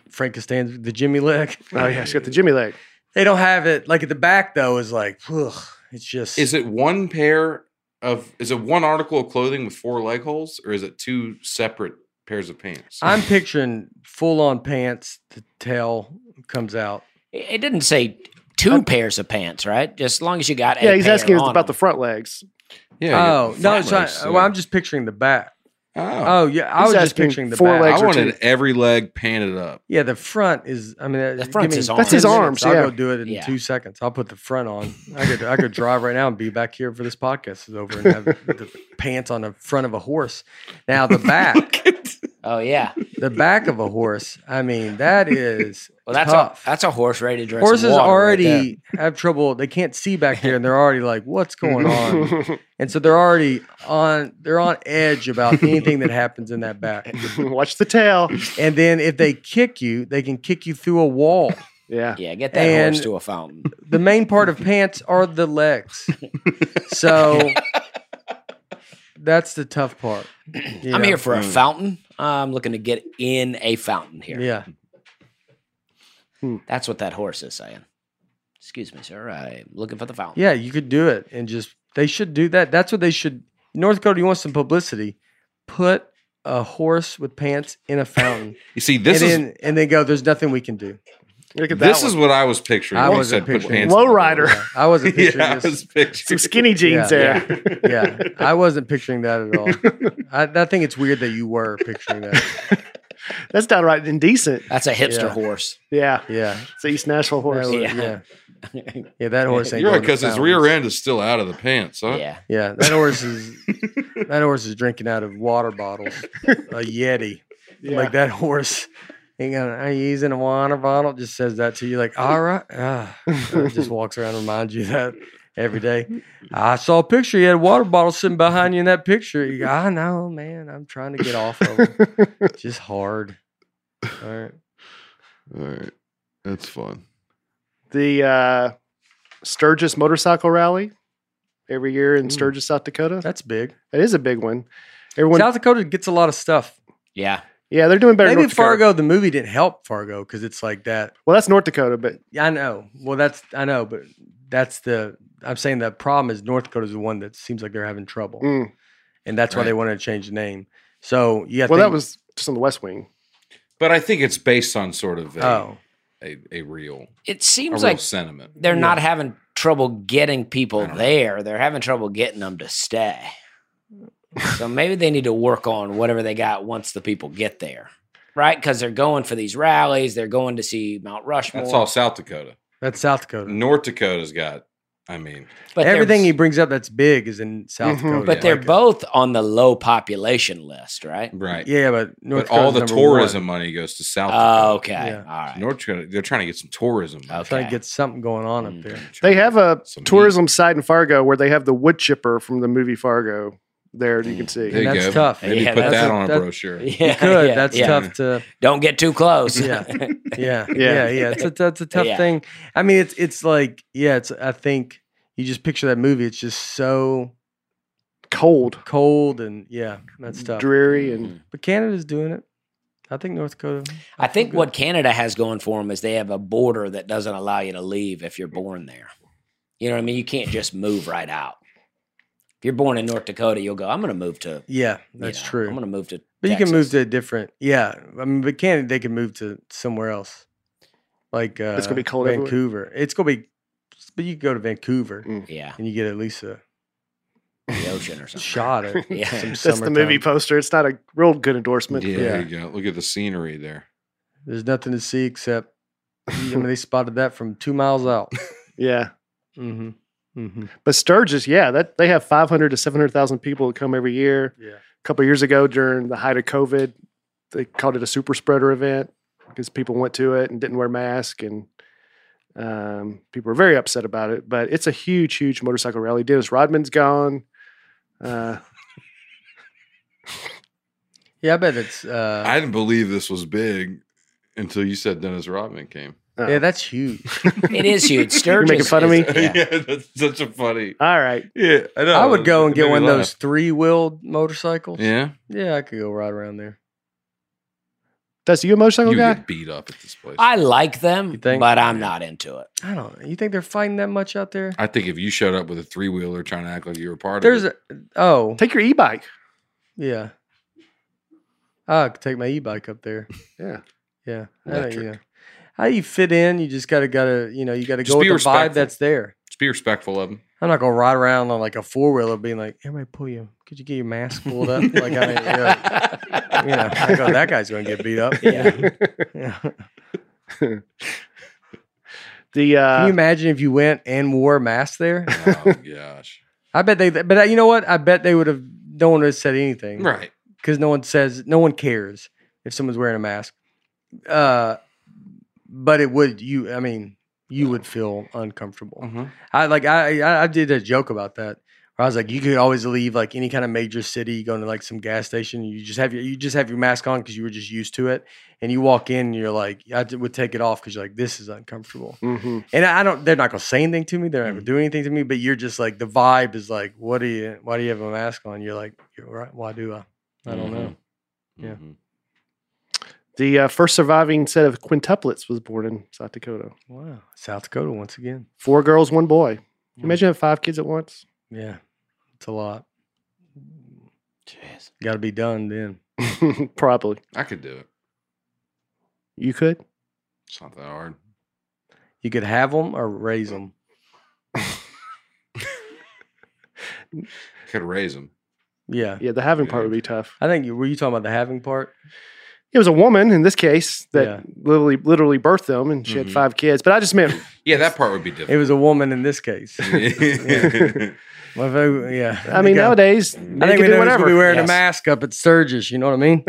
[SPEAKER 1] Frank Costanza, the Jimmy leg.
[SPEAKER 3] Oh, yeah. She's got the Jimmy leg.
[SPEAKER 1] They don't have it. Like at the back though is like, ugh, it's just.
[SPEAKER 2] Is it one pair of is it one article of clothing with four leg holes or is it two separate pairs of pants?
[SPEAKER 1] I'm picturing full on pants. The tail comes out.
[SPEAKER 4] It it didn't say two pairs of pants, right? Just as long as you got. a
[SPEAKER 3] Yeah, he's
[SPEAKER 4] pair
[SPEAKER 3] asking us
[SPEAKER 4] on
[SPEAKER 3] about the
[SPEAKER 4] them.
[SPEAKER 3] front legs.
[SPEAKER 2] <laughs> yeah.
[SPEAKER 1] oh no! So I, well, I'm just picturing the back. Oh, yeah, I
[SPEAKER 3] He's
[SPEAKER 1] was just
[SPEAKER 3] asking
[SPEAKER 1] picturing the
[SPEAKER 3] four
[SPEAKER 1] back.
[SPEAKER 3] legs
[SPEAKER 2] I
[SPEAKER 3] or
[SPEAKER 2] wanted
[SPEAKER 3] two.
[SPEAKER 2] every leg painted up.
[SPEAKER 1] Yeah, the front is. I mean,
[SPEAKER 4] The
[SPEAKER 1] uh,
[SPEAKER 4] front's
[SPEAKER 1] give me
[SPEAKER 4] his
[SPEAKER 1] 10
[SPEAKER 4] That's
[SPEAKER 3] his
[SPEAKER 1] minutes,
[SPEAKER 3] arms,
[SPEAKER 1] I'll
[SPEAKER 3] yeah.
[SPEAKER 1] go do it in
[SPEAKER 4] Yeah.
[SPEAKER 1] two seconds. I'll put the front on. I could I could drive right now and be back here for this podcast is over and have the pants on the front of a horse. Now the
[SPEAKER 4] <laughs>
[SPEAKER 1] back,
[SPEAKER 4] Oh yeah.
[SPEAKER 1] the back of a horse. I mean, that is
[SPEAKER 4] Well, that's a
[SPEAKER 1] Tough.
[SPEAKER 4] that's a horse ready to drink. some
[SPEAKER 1] horses
[SPEAKER 4] water right there.
[SPEAKER 1] already have trouble. They can't see back there, and they're already like,
[SPEAKER 4] <laughs>
[SPEAKER 1] "What's going on?" And so they're already on they're on edge about anything that happens in that back.
[SPEAKER 3] <laughs> Watch the tail.
[SPEAKER 1] And then if they kick you, they can kick you through a wall.
[SPEAKER 3] Yeah.
[SPEAKER 4] Yeah, get that
[SPEAKER 1] And-
[SPEAKER 4] horse to a fountain.
[SPEAKER 1] The main part of pants are the legs. So that's the tough part. you
[SPEAKER 4] I'm
[SPEAKER 1] know?
[SPEAKER 4] here for a
[SPEAKER 2] Mm.
[SPEAKER 4] fountain. I'm looking to get in a fountain here.
[SPEAKER 1] Yeah.
[SPEAKER 4] That's what that horse is saying. Excuse me, sir. I'm looking for the fountain.
[SPEAKER 1] Yeah, you could do it and just they should do that. That's what they should North Dakota, you want some publicity. Put a horse with pants in a fountain.
[SPEAKER 2] You see, this
[SPEAKER 1] and
[SPEAKER 2] is
[SPEAKER 1] then and then go, there's nothing we can do.
[SPEAKER 3] Look at that.
[SPEAKER 2] this
[SPEAKER 3] one.
[SPEAKER 2] is what I was picturing.
[SPEAKER 1] I
[SPEAKER 2] when you
[SPEAKER 1] wasn't
[SPEAKER 2] said put
[SPEAKER 1] picturing-
[SPEAKER 2] pants on
[SPEAKER 3] low
[SPEAKER 2] the
[SPEAKER 1] <laughs>
[SPEAKER 3] rider.
[SPEAKER 1] Yeah, I wasn't
[SPEAKER 2] horse.
[SPEAKER 1] picturing
[SPEAKER 2] <laughs> Yeah, I
[SPEAKER 1] this.
[SPEAKER 2] was picturing
[SPEAKER 3] Some skinny jeans
[SPEAKER 1] Yeah.
[SPEAKER 3] there.
[SPEAKER 1] yeah, I wasn't picturing that at all.
[SPEAKER 2] <laughs>
[SPEAKER 1] I, I think it's weird that you were picturing that.
[SPEAKER 3] <laughs> That's downright indecent.
[SPEAKER 4] That's a hipster
[SPEAKER 1] Yeah.
[SPEAKER 4] horse. <laughs>
[SPEAKER 3] Yeah.
[SPEAKER 1] Yeah,
[SPEAKER 3] It's an East Nashville
[SPEAKER 1] that
[SPEAKER 3] horse.
[SPEAKER 1] was-
[SPEAKER 4] Yeah.
[SPEAKER 1] yeah. yeah, That horse ain't.
[SPEAKER 2] <laughs> You're
[SPEAKER 1] going to
[SPEAKER 2] right, because his
[SPEAKER 1] Fountains.
[SPEAKER 2] rear end is still out of the pants, huh?
[SPEAKER 4] Yeah.
[SPEAKER 1] Yeah, that horse
[SPEAKER 2] <laughs>
[SPEAKER 1] is. that horse is drinking out of water bottles. A yeti,
[SPEAKER 3] Yeah.
[SPEAKER 1] like that horse. Ain't gonna. Are you using a water bottle? Just says that to you, like, all right. ah." Uh,
[SPEAKER 3] <laughs>
[SPEAKER 1] just walks around and reminds you that every day. I saw a picture. You had a water bottle sitting behind you in that picture. You go, I know,
[SPEAKER 3] <laughs>
[SPEAKER 1] man. I'm trying to get off of it. just hard. All right.
[SPEAKER 5] All right. That's fun.
[SPEAKER 3] The uh, Sturgis Motorcycle Rally every year in Sturgis, South Dakota.
[SPEAKER 1] That's big.
[SPEAKER 3] That is a big one. Everyone,
[SPEAKER 1] South Dakota gets a lot of stuff.
[SPEAKER 4] Yeah.
[SPEAKER 3] yeah, they're doing better. in
[SPEAKER 1] Maybe
[SPEAKER 3] North Dakota.
[SPEAKER 1] Fargo, the movie didn't help Fargo because it's like that.
[SPEAKER 3] Well, that's North Dakota, but
[SPEAKER 1] Yeah, I know. Well, that's I know, but that's the I'm saying the problem is North Dakota is the one that seems like they're having trouble,
[SPEAKER 3] mm.
[SPEAKER 1] and that's why they
[SPEAKER 2] Right.
[SPEAKER 1] wanted to change the name. So yeah,
[SPEAKER 3] well, that was just on the West Wing.
[SPEAKER 2] But I think it's based on sort of a,
[SPEAKER 1] oh
[SPEAKER 2] a, a real,
[SPEAKER 4] It
[SPEAKER 2] a
[SPEAKER 4] seems
[SPEAKER 2] real
[SPEAKER 4] like
[SPEAKER 2] sentiment.
[SPEAKER 4] they're not having trouble getting
[SPEAKER 2] I
[SPEAKER 4] people
[SPEAKER 2] don't know.
[SPEAKER 4] there. They're having trouble getting them to stay. so maybe they need to work on whatever they got once the people get there, right? Because they're going for these rallies. They're going to see Mount Rushmore.
[SPEAKER 2] That's all South Dakota.
[SPEAKER 1] that's South Dakota.
[SPEAKER 2] North Dakota's got, I mean,
[SPEAKER 4] But they're- Mm-hmm.
[SPEAKER 1] Everything he brings up that's big is in South
[SPEAKER 3] Mhm.
[SPEAKER 1] Dakota.
[SPEAKER 4] But
[SPEAKER 2] Yeah.
[SPEAKER 4] they're
[SPEAKER 1] Like,
[SPEAKER 4] both on the low population list, right?
[SPEAKER 2] right.
[SPEAKER 1] yeah, but North
[SPEAKER 2] but all the
[SPEAKER 1] Dakota's number one.
[SPEAKER 2] tourism money goes to South Dakota.
[SPEAKER 4] Oh, okay.
[SPEAKER 1] Yeah.
[SPEAKER 4] All right.
[SPEAKER 2] North Dakota, they're trying to get some tourism. money.
[SPEAKER 4] Okay.
[SPEAKER 1] Trying to get something going on up
[SPEAKER 4] Mm. <laughs>
[SPEAKER 1] there.
[SPEAKER 3] They have a
[SPEAKER 2] Some
[SPEAKER 3] tourism site in Fargo where they have the wood chipper from the movie Fargo. There, you can see.
[SPEAKER 2] There you
[SPEAKER 1] that's
[SPEAKER 2] go.
[SPEAKER 1] tough.
[SPEAKER 2] Maybe
[SPEAKER 4] Yeah,
[SPEAKER 2] put
[SPEAKER 1] that's
[SPEAKER 2] that
[SPEAKER 1] a-
[SPEAKER 2] on a
[SPEAKER 1] that-
[SPEAKER 2] brochure.
[SPEAKER 4] <laughs> yeah,
[SPEAKER 1] Good.
[SPEAKER 4] yeah,
[SPEAKER 1] that's
[SPEAKER 4] yeah.
[SPEAKER 1] tough
[SPEAKER 4] <laughs>
[SPEAKER 1] to.
[SPEAKER 4] Don't get too close. <laughs>
[SPEAKER 1] Yeah. yeah,
[SPEAKER 3] Yeah.
[SPEAKER 1] yeah, yeah. It's a, that's a tough
[SPEAKER 4] Yeah.
[SPEAKER 1] thing. I mean, it's it's like yeah. It's I think you just picture that movie. It's just so
[SPEAKER 3] Cold,
[SPEAKER 1] cold and yeah, that's tough.
[SPEAKER 3] dreary,
[SPEAKER 4] Mm-hmm.
[SPEAKER 3] and
[SPEAKER 1] But Canada's doing it. I think North Dakota.
[SPEAKER 4] I think
[SPEAKER 1] good.
[SPEAKER 4] what Canada has going for them is they have a border that doesn't allow you to leave if you're born there. You know what I mean? You can't just move right out. If you're born in North Dakota, you'll go, I'm going to move to.
[SPEAKER 1] Yeah,
[SPEAKER 4] you
[SPEAKER 1] that's
[SPEAKER 4] know,
[SPEAKER 1] true.
[SPEAKER 4] I'm going to move to.
[SPEAKER 1] but you can move
[SPEAKER 4] Texas."
[SPEAKER 1] to a different. Yeah, I mean, but Canada they can move to somewhere else, like uh,
[SPEAKER 3] It's gonna be cold everywhere.
[SPEAKER 1] Vancouver. It's gonna be, but you can go to Vancouver
[SPEAKER 3] Mm.
[SPEAKER 4] Yeah,
[SPEAKER 1] and you get at least a <laughs>
[SPEAKER 4] the ocean or something.
[SPEAKER 1] shot
[SPEAKER 4] <laughs>
[SPEAKER 1] at <laughs>
[SPEAKER 4] Yeah.
[SPEAKER 1] some
[SPEAKER 3] <laughs> that's the movie
[SPEAKER 1] summertime.
[SPEAKER 3] poster. It's not a real good endorsement.
[SPEAKER 2] Yeah,
[SPEAKER 1] Yeah.
[SPEAKER 2] There you go. Look at the scenery there.
[SPEAKER 1] There's nothing to see except. I mean, they spotted that from two miles out.
[SPEAKER 3] <laughs> Yeah.
[SPEAKER 1] Mm-hmm. Mm-hmm.
[SPEAKER 3] But Sturgis, yeah, that they have 500 to 700,000 people that come every year.
[SPEAKER 1] Yeah.
[SPEAKER 3] A couple of years ago, during the height of COVID, they called it a super spreader event because people went to it and didn't wear masks, and um, people were very upset about it. But it's a huge, huge motorcycle rally. Dennis Rodman's gone. Uh,
[SPEAKER 1] Yeah, I bet it's. Uh,
[SPEAKER 2] I didn't believe this was big until you said Dennis Rodman came.
[SPEAKER 1] yeah, that's huge.
[SPEAKER 4] <laughs> It is
[SPEAKER 3] <laughs>
[SPEAKER 4] huge.
[SPEAKER 2] <laughs>
[SPEAKER 4] Sturgis.
[SPEAKER 3] fun of
[SPEAKER 4] is-
[SPEAKER 2] Yeah,
[SPEAKER 3] me?
[SPEAKER 4] yeah.
[SPEAKER 2] that's such a funny.
[SPEAKER 3] all right,
[SPEAKER 2] Yeah, I know. <laughs>
[SPEAKER 1] I would go and
[SPEAKER 2] It
[SPEAKER 1] get
[SPEAKER 2] made me
[SPEAKER 1] one of
[SPEAKER 2] laugh.
[SPEAKER 1] those three-wheeled motorcycles.
[SPEAKER 2] <laughs> Yeah,
[SPEAKER 1] Yeah, I could go right around there.
[SPEAKER 3] Dusty, you a motorcycle
[SPEAKER 2] you
[SPEAKER 3] guy?
[SPEAKER 2] get beat up at this place. I,
[SPEAKER 4] I like them,
[SPEAKER 1] You think?
[SPEAKER 4] but I'm not into it.
[SPEAKER 1] I don't know. You think they're fighting that much out there?
[SPEAKER 2] think if you showed up with a three wheeler trying to act like you were part
[SPEAKER 1] There's
[SPEAKER 2] of it,
[SPEAKER 1] a oh
[SPEAKER 3] Take your e-bike.
[SPEAKER 1] yeah. I could take my e-bike up there.
[SPEAKER 3] Yeah.
[SPEAKER 2] <laughs>
[SPEAKER 1] Yeah. I don't-
[SPEAKER 2] Electric.
[SPEAKER 1] yeah. How you fit in? You just gotta gotta you know you gotta
[SPEAKER 2] Just
[SPEAKER 1] go with
[SPEAKER 2] be
[SPEAKER 1] the vibe
[SPEAKER 2] respectful.
[SPEAKER 1] that's there.
[SPEAKER 2] just be
[SPEAKER 1] <laughs>
[SPEAKER 2] respectful of them.
[SPEAKER 1] I'm not gonna ride around on like a four wheeler being like, everybody pull you. Could you get your mask pulled up? like I mean, yeah, you know, I go, that guy's gonna get beat up.
[SPEAKER 2] <laughs>
[SPEAKER 4] <laughs> Yeah.
[SPEAKER 1] <laughs> Yeah.
[SPEAKER 3] The
[SPEAKER 1] Can
[SPEAKER 3] uh,
[SPEAKER 1] you imagine if you went and wore a mask there?
[SPEAKER 2] Oh gosh,
[SPEAKER 1] I bet they. But uh, you know what? I bet they would have. No one would have said anything.
[SPEAKER 2] right?
[SPEAKER 1] because no one says no one cares if someone's wearing a mask. Uh, but it would you? I mean, you would feel uncomfortable.
[SPEAKER 2] Uh-huh.
[SPEAKER 1] I like I I I did a joke about that. Where I was like, you could always leave like any kind of major city, you go to like some gas station, you just have your you just have your mask on because you were just used to it, and you walk in, and you're like, I d- would take it off because you're like, this is uncomfortable.
[SPEAKER 3] mhm.
[SPEAKER 1] And I I don't, they're not gonna say anything to me. They're not gonna do anything to me. But you're just like the vibe is like, what do you? Why do you have a mask on? You're like, you're right. Why do I? I don't know. Yeah.
[SPEAKER 2] Mhm.
[SPEAKER 3] the uh, first surviving set of quintuplets was born in South Dakota.
[SPEAKER 1] Wow, South Dakota once again.
[SPEAKER 3] Four girls, one boy. Can you
[SPEAKER 1] Mm.
[SPEAKER 3] Imagine having five kids at once. <laughs>
[SPEAKER 1] Yeah, it's a lot.
[SPEAKER 4] Jeez.
[SPEAKER 1] Got to be done then.
[SPEAKER 3] Probably.
[SPEAKER 2] I could do it.
[SPEAKER 3] You could.
[SPEAKER 2] It's not that hard.
[SPEAKER 1] You could have them or raise them.
[SPEAKER 2] I could raise them.
[SPEAKER 1] Yeah,
[SPEAKER 3] Yeah, the having part
[SPEAKER 2] Yeah.
[SPEAKER 3] would be tough.
[SPEAKER 1] I think you were you talking about the having part.
[SPEAKER 3] It was a woman in this case that
[SPEAKER 1] Yeah. Mm-hmm.
[SPEAKER 3] literally literally birthed them, and she had
[SPEAKER 2] Mhm.
[SPEAKER 3] five kids. But I just meant
[SPEAKER 2] Yeah, that
[SPEAKER 1] <laughs>
[SPEAKER 2] part would be
[SPEAKER 1] It
[SPEAKER 2] difficult.
[SPEAKER 1] was a woman in this case.
[SPEAKER 3] <laughs>
[SPEAKER 1] Well, if I- yeah,
[SPEAKER 3] I mean,
[SPEAKER 1] You got-
[SPEAKER 3] nowadays
[SPEAKER 1] I
[SPEAKER 3] they
[SPEAKER 1] think
[SPEAKER 3] can
[SPEAKER 1] we
[SPEAKER 3] do
[SPEAKER 1] know whatever.
[SPEAKER 3] whatever.
[SPEAKER 1] Be wearing a
[SPEAKER 4] Yes.
[SPEAKER 1] mask up at Sturgis. You know what I
[SPEAKER 3] <laughs>
[SPEAKER 1] mean?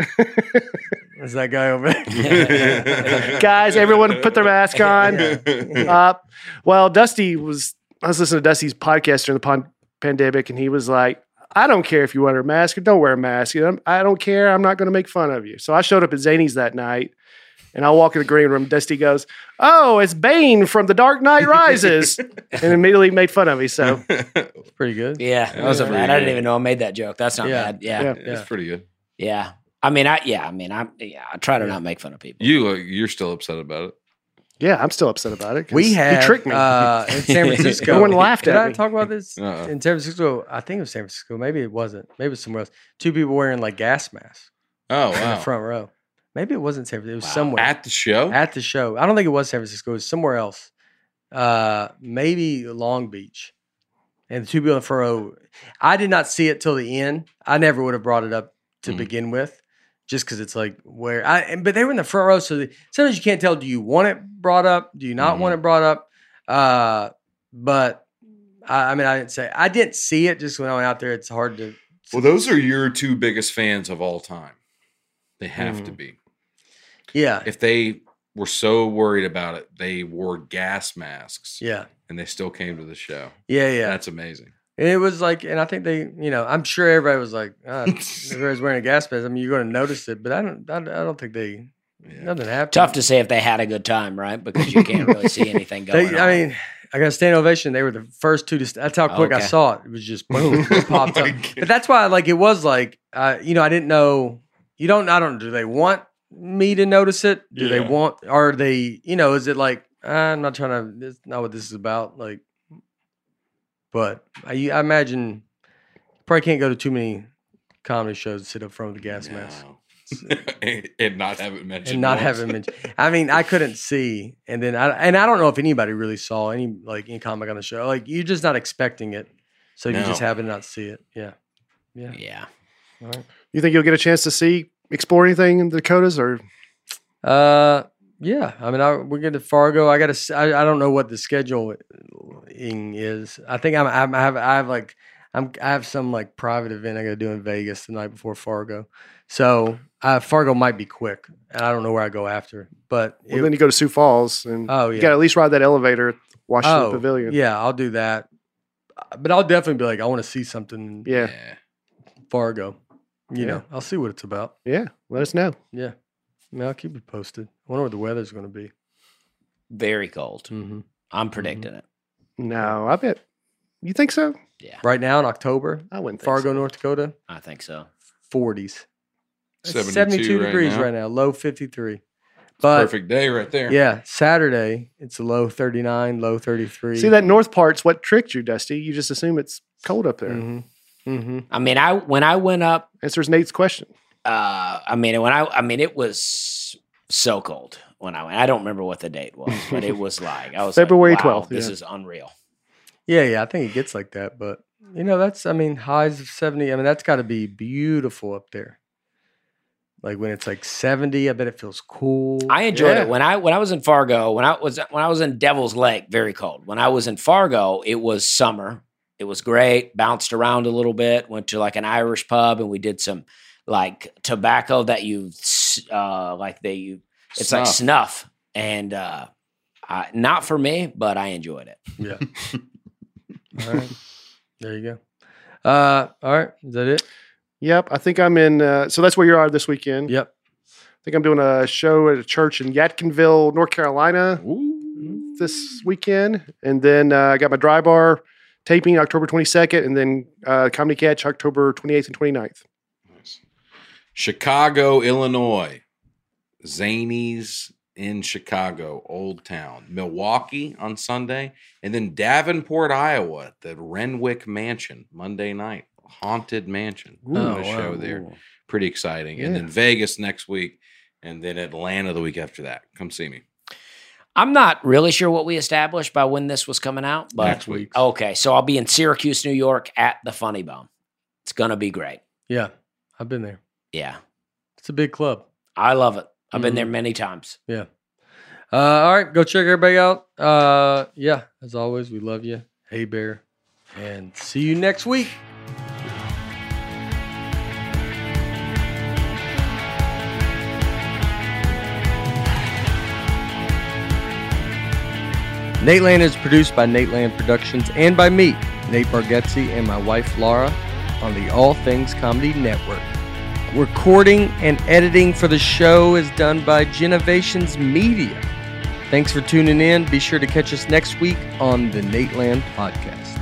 [SPEAKER 1] Is that guy over
[SPEAKER 2] <laughs>
[SPEAKER 1] there?
[SPEAKER 3] Guys, everyone
[SPEAKER 1] <laughs>
[SPEAKER 3] put their mask on. Up. Well, Dusty was. I was listening to Dusty's podcast during the pon- pandemic, and he was like, I don't care if you wear a mask or don't wear a mask. You know, I don't care. I'm not going to make fun of you. So I showed up at Zany's that night and I walk in the green room. Dusty goes, Oh, it's Bane from The Dark Knight
[SPEAKER 1] <laughs>
[SPEAKER 3] Rises and immediately made fun of me. So
[SPEAKER 1] It's pretty good.
[SPEAKER 4] Yeah, that wasn't
[SPEAKER 2] pretty
[SPEAKER 4] bad. I didn't
[SPEAKER 2] good.
[SPEAKER 4] even know I made that joke. That's not
[SPEAKER 1] Yeah.
[SPEAKER 4] bad. Yeah. yeah,
[SPEAKER 3] Yeah.
[SPEAKER 2] It's pretty good.
[SPEAKER 4] I mean, I yeah, I mean, I yeah, I try to not make fun of people.
[SPEAKER 2] You uh, you're still upset about it.
[SPEAKER 3] yeah, I'm still upset about it. 'cause
[SPEAKER 1] We had
[SPEAKER 3] he tricked me. <laughs>
[SPEAKER 1] Uh, in San Francisco.
[SPEAKER 3] No one laughed
[SPEAKER 1] Did
[SPEAKER 3] at
[SPEAKER 1] I
[SPEAKER 3] me.
[SPEAKER 1] talk about this
[SPEAKER 2] Uh-uh.
[SPEAKER 1] in San Francisco? I think it was San Francisco. Maybe it wasn't. Maybe it was somewhere else. Two people wearing like gas masks <laughs>
[SPEAKER 2] Oh
[SPEAKER 1] in the
[SPEAKER 2] wow!
[SPEAKER 1] front row. Maybe it wasn't San Francisco. It was
[SPEAKER 4] Wow.
[SPEAKER 1] somewhere
[SPEAKER 2] At the show,
[SPEAKER 1] at the show. I don't think it was San Francisco. It was somewhere else. Uh, maybe Long Beach. And the two people in the front row. I did not see it till the end. I never would have brought it up to
[SPEAKER 2] Mhm.
[SPEAKER 1] begin with, just because it's like where I. And, but they were in the front row, so the, sometimes you can't tell. Do you want it brought up? Do you not
[SPEAKER 2] Mm.
[SPEAKER 1] want it brought up? Uh, but I, I mean, I didn't say I didn't see it. Just when I went out there, it's hard to.
[SPEAKER 2] well, those are your two biggest fans of all time. They have
[SPEAKER 1] Hmm.
[SPEAKER 2] to be.
[SPEAKER 1] Yeah,
[SPEAKER 2] If they were so worried about it, they wore gas masks
[SPEAKER 1] yeah,
[SPEAKER 2] and they still came to the show.
[SPEAKER 1] yeah, yeah.
[SPEAKER 2] That's amazing.
[SPEAKER 1] And it was like, and I think they, you know, I'm sure everybody was like, uh, everybody's wearing a gas mask. I mean, you're going to notice it, but I don't, I, I don't think they,
[SPEAKER 2] Yeah.
[SPEAKER 1] nothing happened.
[SPEAKER 4] Tough to say if they had a good time, right? Because you can't really see anything
[SPEAKER 1] <laughs>
[SPEAKER 4] going
[SPEAKER 1] They,
[SPEAKER 4] on.
[SPEAKER 1] I mean, I got a stand ovation. They were the first two to. St- that's how quick
[SPEAKER 4] Okay.
[SPEAKER 1] I saw it. It was just boom, it popped
[SPEAKER 2] <laughs> Oh
[SPEAKER 1] up.
[SPEAKER 2] my
[SPEAKER 1] But that's why, like, it was like, uh, you know, I didn't know. You don't. I don't. Do they want me to notice it? Do they
[SPEAKER 2] Yeah.
[SPEAKER 1] want? Are they? You know, is it like uh, I'm not trying to. It's not what this is about. Like, but I, I imagine probably can't go to too many comedy shows to sit up front with a gas mask
[SPEAKER 2] No. <laughs> and, and not have it mentioned.
[SPEAKER 1] and not
[SPEAKER 2] once.
[SPEAKER 1] have him.
[SPEAKER 2] <laughs>
[SPEAKER 1] in- I mean, I couldn't see, and then I and I don't know if anybody really saw any like any comic on the show. Like you're just not expecting it, so you just
[SPEAKER 2] No.
[SPEAKER 1] happen to not see it. Yeah, yeah.
[SPEAKER 4] yeah.
[SPEAKER 3] you think you'll get a chance to see, explore anything in the Dakotas or
[SPEAKER 1] Uh, yeah. I mean, I, we're getting to Fargo. I got to. I, I don't know what the scheduling is. I think I'm. I'm I have. I have like. I'm. I have some like private event I got to do in Vegas the night before Fargo. So uh, Fargo might be quick, and I don't know where I go after. But
[SPEAKER 3] well,
[SPEAKER 1] it-
[SPEAKER 3] then you go to Sioux Falls and
[SPEAKER 1] oh
[SPEAKER 3] you
[SPEAKER 1] yeah,
[SPEAKER 3] got to at least ride that elevator at Washington
[SPEAKER 1] Oh,
[SPEAKER 3] Pavilion.
[SPEAKER 1] Yeah, I'll do that. Uh, But I'll definitely be like, I want to see something in
[SPEAKER 3] yeah.
[SPEAKER 2] Yeah.
[SPEAKER 1] Fargo. You
[SPEAKER 3] Yeah.
[SPEAKER 1] know, I'll see what it's about.
[SPEAKER 3] Yeah. Let us know.
[SPEAKER 1] Yeah. I mean, I'll keep you posted. I wonder what the weather's going to be.
[SPEAKER 4] Very cold.
[SPEAKER 3] Mm-hmm.
[SPEAKER 4] I'm predicting it.
[SPEAKER 3] No, I bet. You think so?
[SPEAKER 4] Yeah,
[SPEAKER 1] Right now in October,
[SPEAKER 3] I wouldn't think so.
[SPEAKER 1] Fargo, North Dakota,
[SPEAKER 4] I think so.
[SPEAKER 1] 40s. It's
[SPEAKER 2] 72,
[SPEAKER 1] 72,
[SPEAKER 2] right
[SPEAKER 1] degrees
[SPEAKER 2] now.
[SPEAKER 1] right now, low 53. But
[SPEAKER 2] Perfect day right there.
[SPEAKER 1] yeah, Saturday, it's a low 39, low 33.
[SPEAKER 3] See that north part's what tricked you, Dusty. You just assume it's cold up there.
[SPEAKER 1] hmm hmm
[SPEAKER 4] I mean, I when I went up,
[SPEAKER 3] Answers Nate's question.
[SPEAKER 4] uh, I mean, when I, I mean, it was so cold when I went. I don't remember what the date was, but it was like I was like,
[SPEAKER 3] February
[SPEAKER 4] wow,
[SPEAKER 3] 12th,
[SPEAKER 4] This
[SPEAKER 3] yeah.
[SPEAKER 4] is unreal.
[SPEAKER 1] Yeah, yeah, I think it gets like that. But, you know, that's, I mean, highs of 70. I mean, that's got to be beautiful up there. Like when it's like 70, I bet it feels cool.
[SPEAKER 4] I enjoyed
[SPEAKER 3] Yeah.
[SPEAKER 4] it when I when I was in Fargo. When I was when I was in Devil's Lake, very cold. When I was in Fargo, it was summer. It was great. Bounced around a little bit. Went to like an Irish pub and we did some like tobacco that you s- uh, like they you it's like
[SPEAKER 2] Snuff.
[SPEAKER 4] snuff and uh, I, not for me, but I enjoyed it.
[SPEAKER 2] <laughs>
[SPEAKER 1] Yeah. all right. There you go. Uh, all right. Is that it?
[SPEAKER 3] Yep. I think I'm in. Uh, so that's where you are this weekend.
[SPEAKER 1] Yep.
[SPEAKER 3] I think I'm doing a show at a church in Yadkinville, North Carolina
[SPEAKER 2] Ooh.
[SPEAKER 3] this weekend. And then uh, I got my dry bar taping October 22nd and then uh, Comedy Catch October 28th and 29th.
[SPEAKER 2] Chicago, Illinois. Zanies in Chicago, Old Town. Milwaukee on Sunday. And then Davenport, Iowa, at the Renwick Mansion, Monday night. Haunted Mansion.
[SPEAKER 1] Oh,
[SPEAKER 2] Doing a show there. Pretty exciting. And then Vegas next week. And then Atlanta the week after that. Come see me.
[SPEAKER 4] I'm not really sure what we established by when this was coming out, but
[SPEAKER 2] next week. Oh.
[SPEAKER 4] okay. So I'll be in Syracuse, New York, at the Funny Bone. It's gonna be great.
[SPEAKER 1] Yeah. I've been there.
[SPEAKER 4] Yeah,
[SPEAKER 1] It's a big club.
[SPEAKER 4] I love it. I've been
[SPEAKER 1] Mhm.
[SPEAKER 4] there many times.
[SPEAKER 1] Uh, all right. Go check everybody out. Uh, yeah. As always, we love you. Hey, Bear. And see you next week. Nate Land is produced by Nate Land Productions and by me, Nate Bargatze, and my wife Laura. on the All Things Comedy Network. Recording and editing for the show is done by Genovations Media. Thanks for tuning in. Be sure to catch us next week on the Nateland Podcast.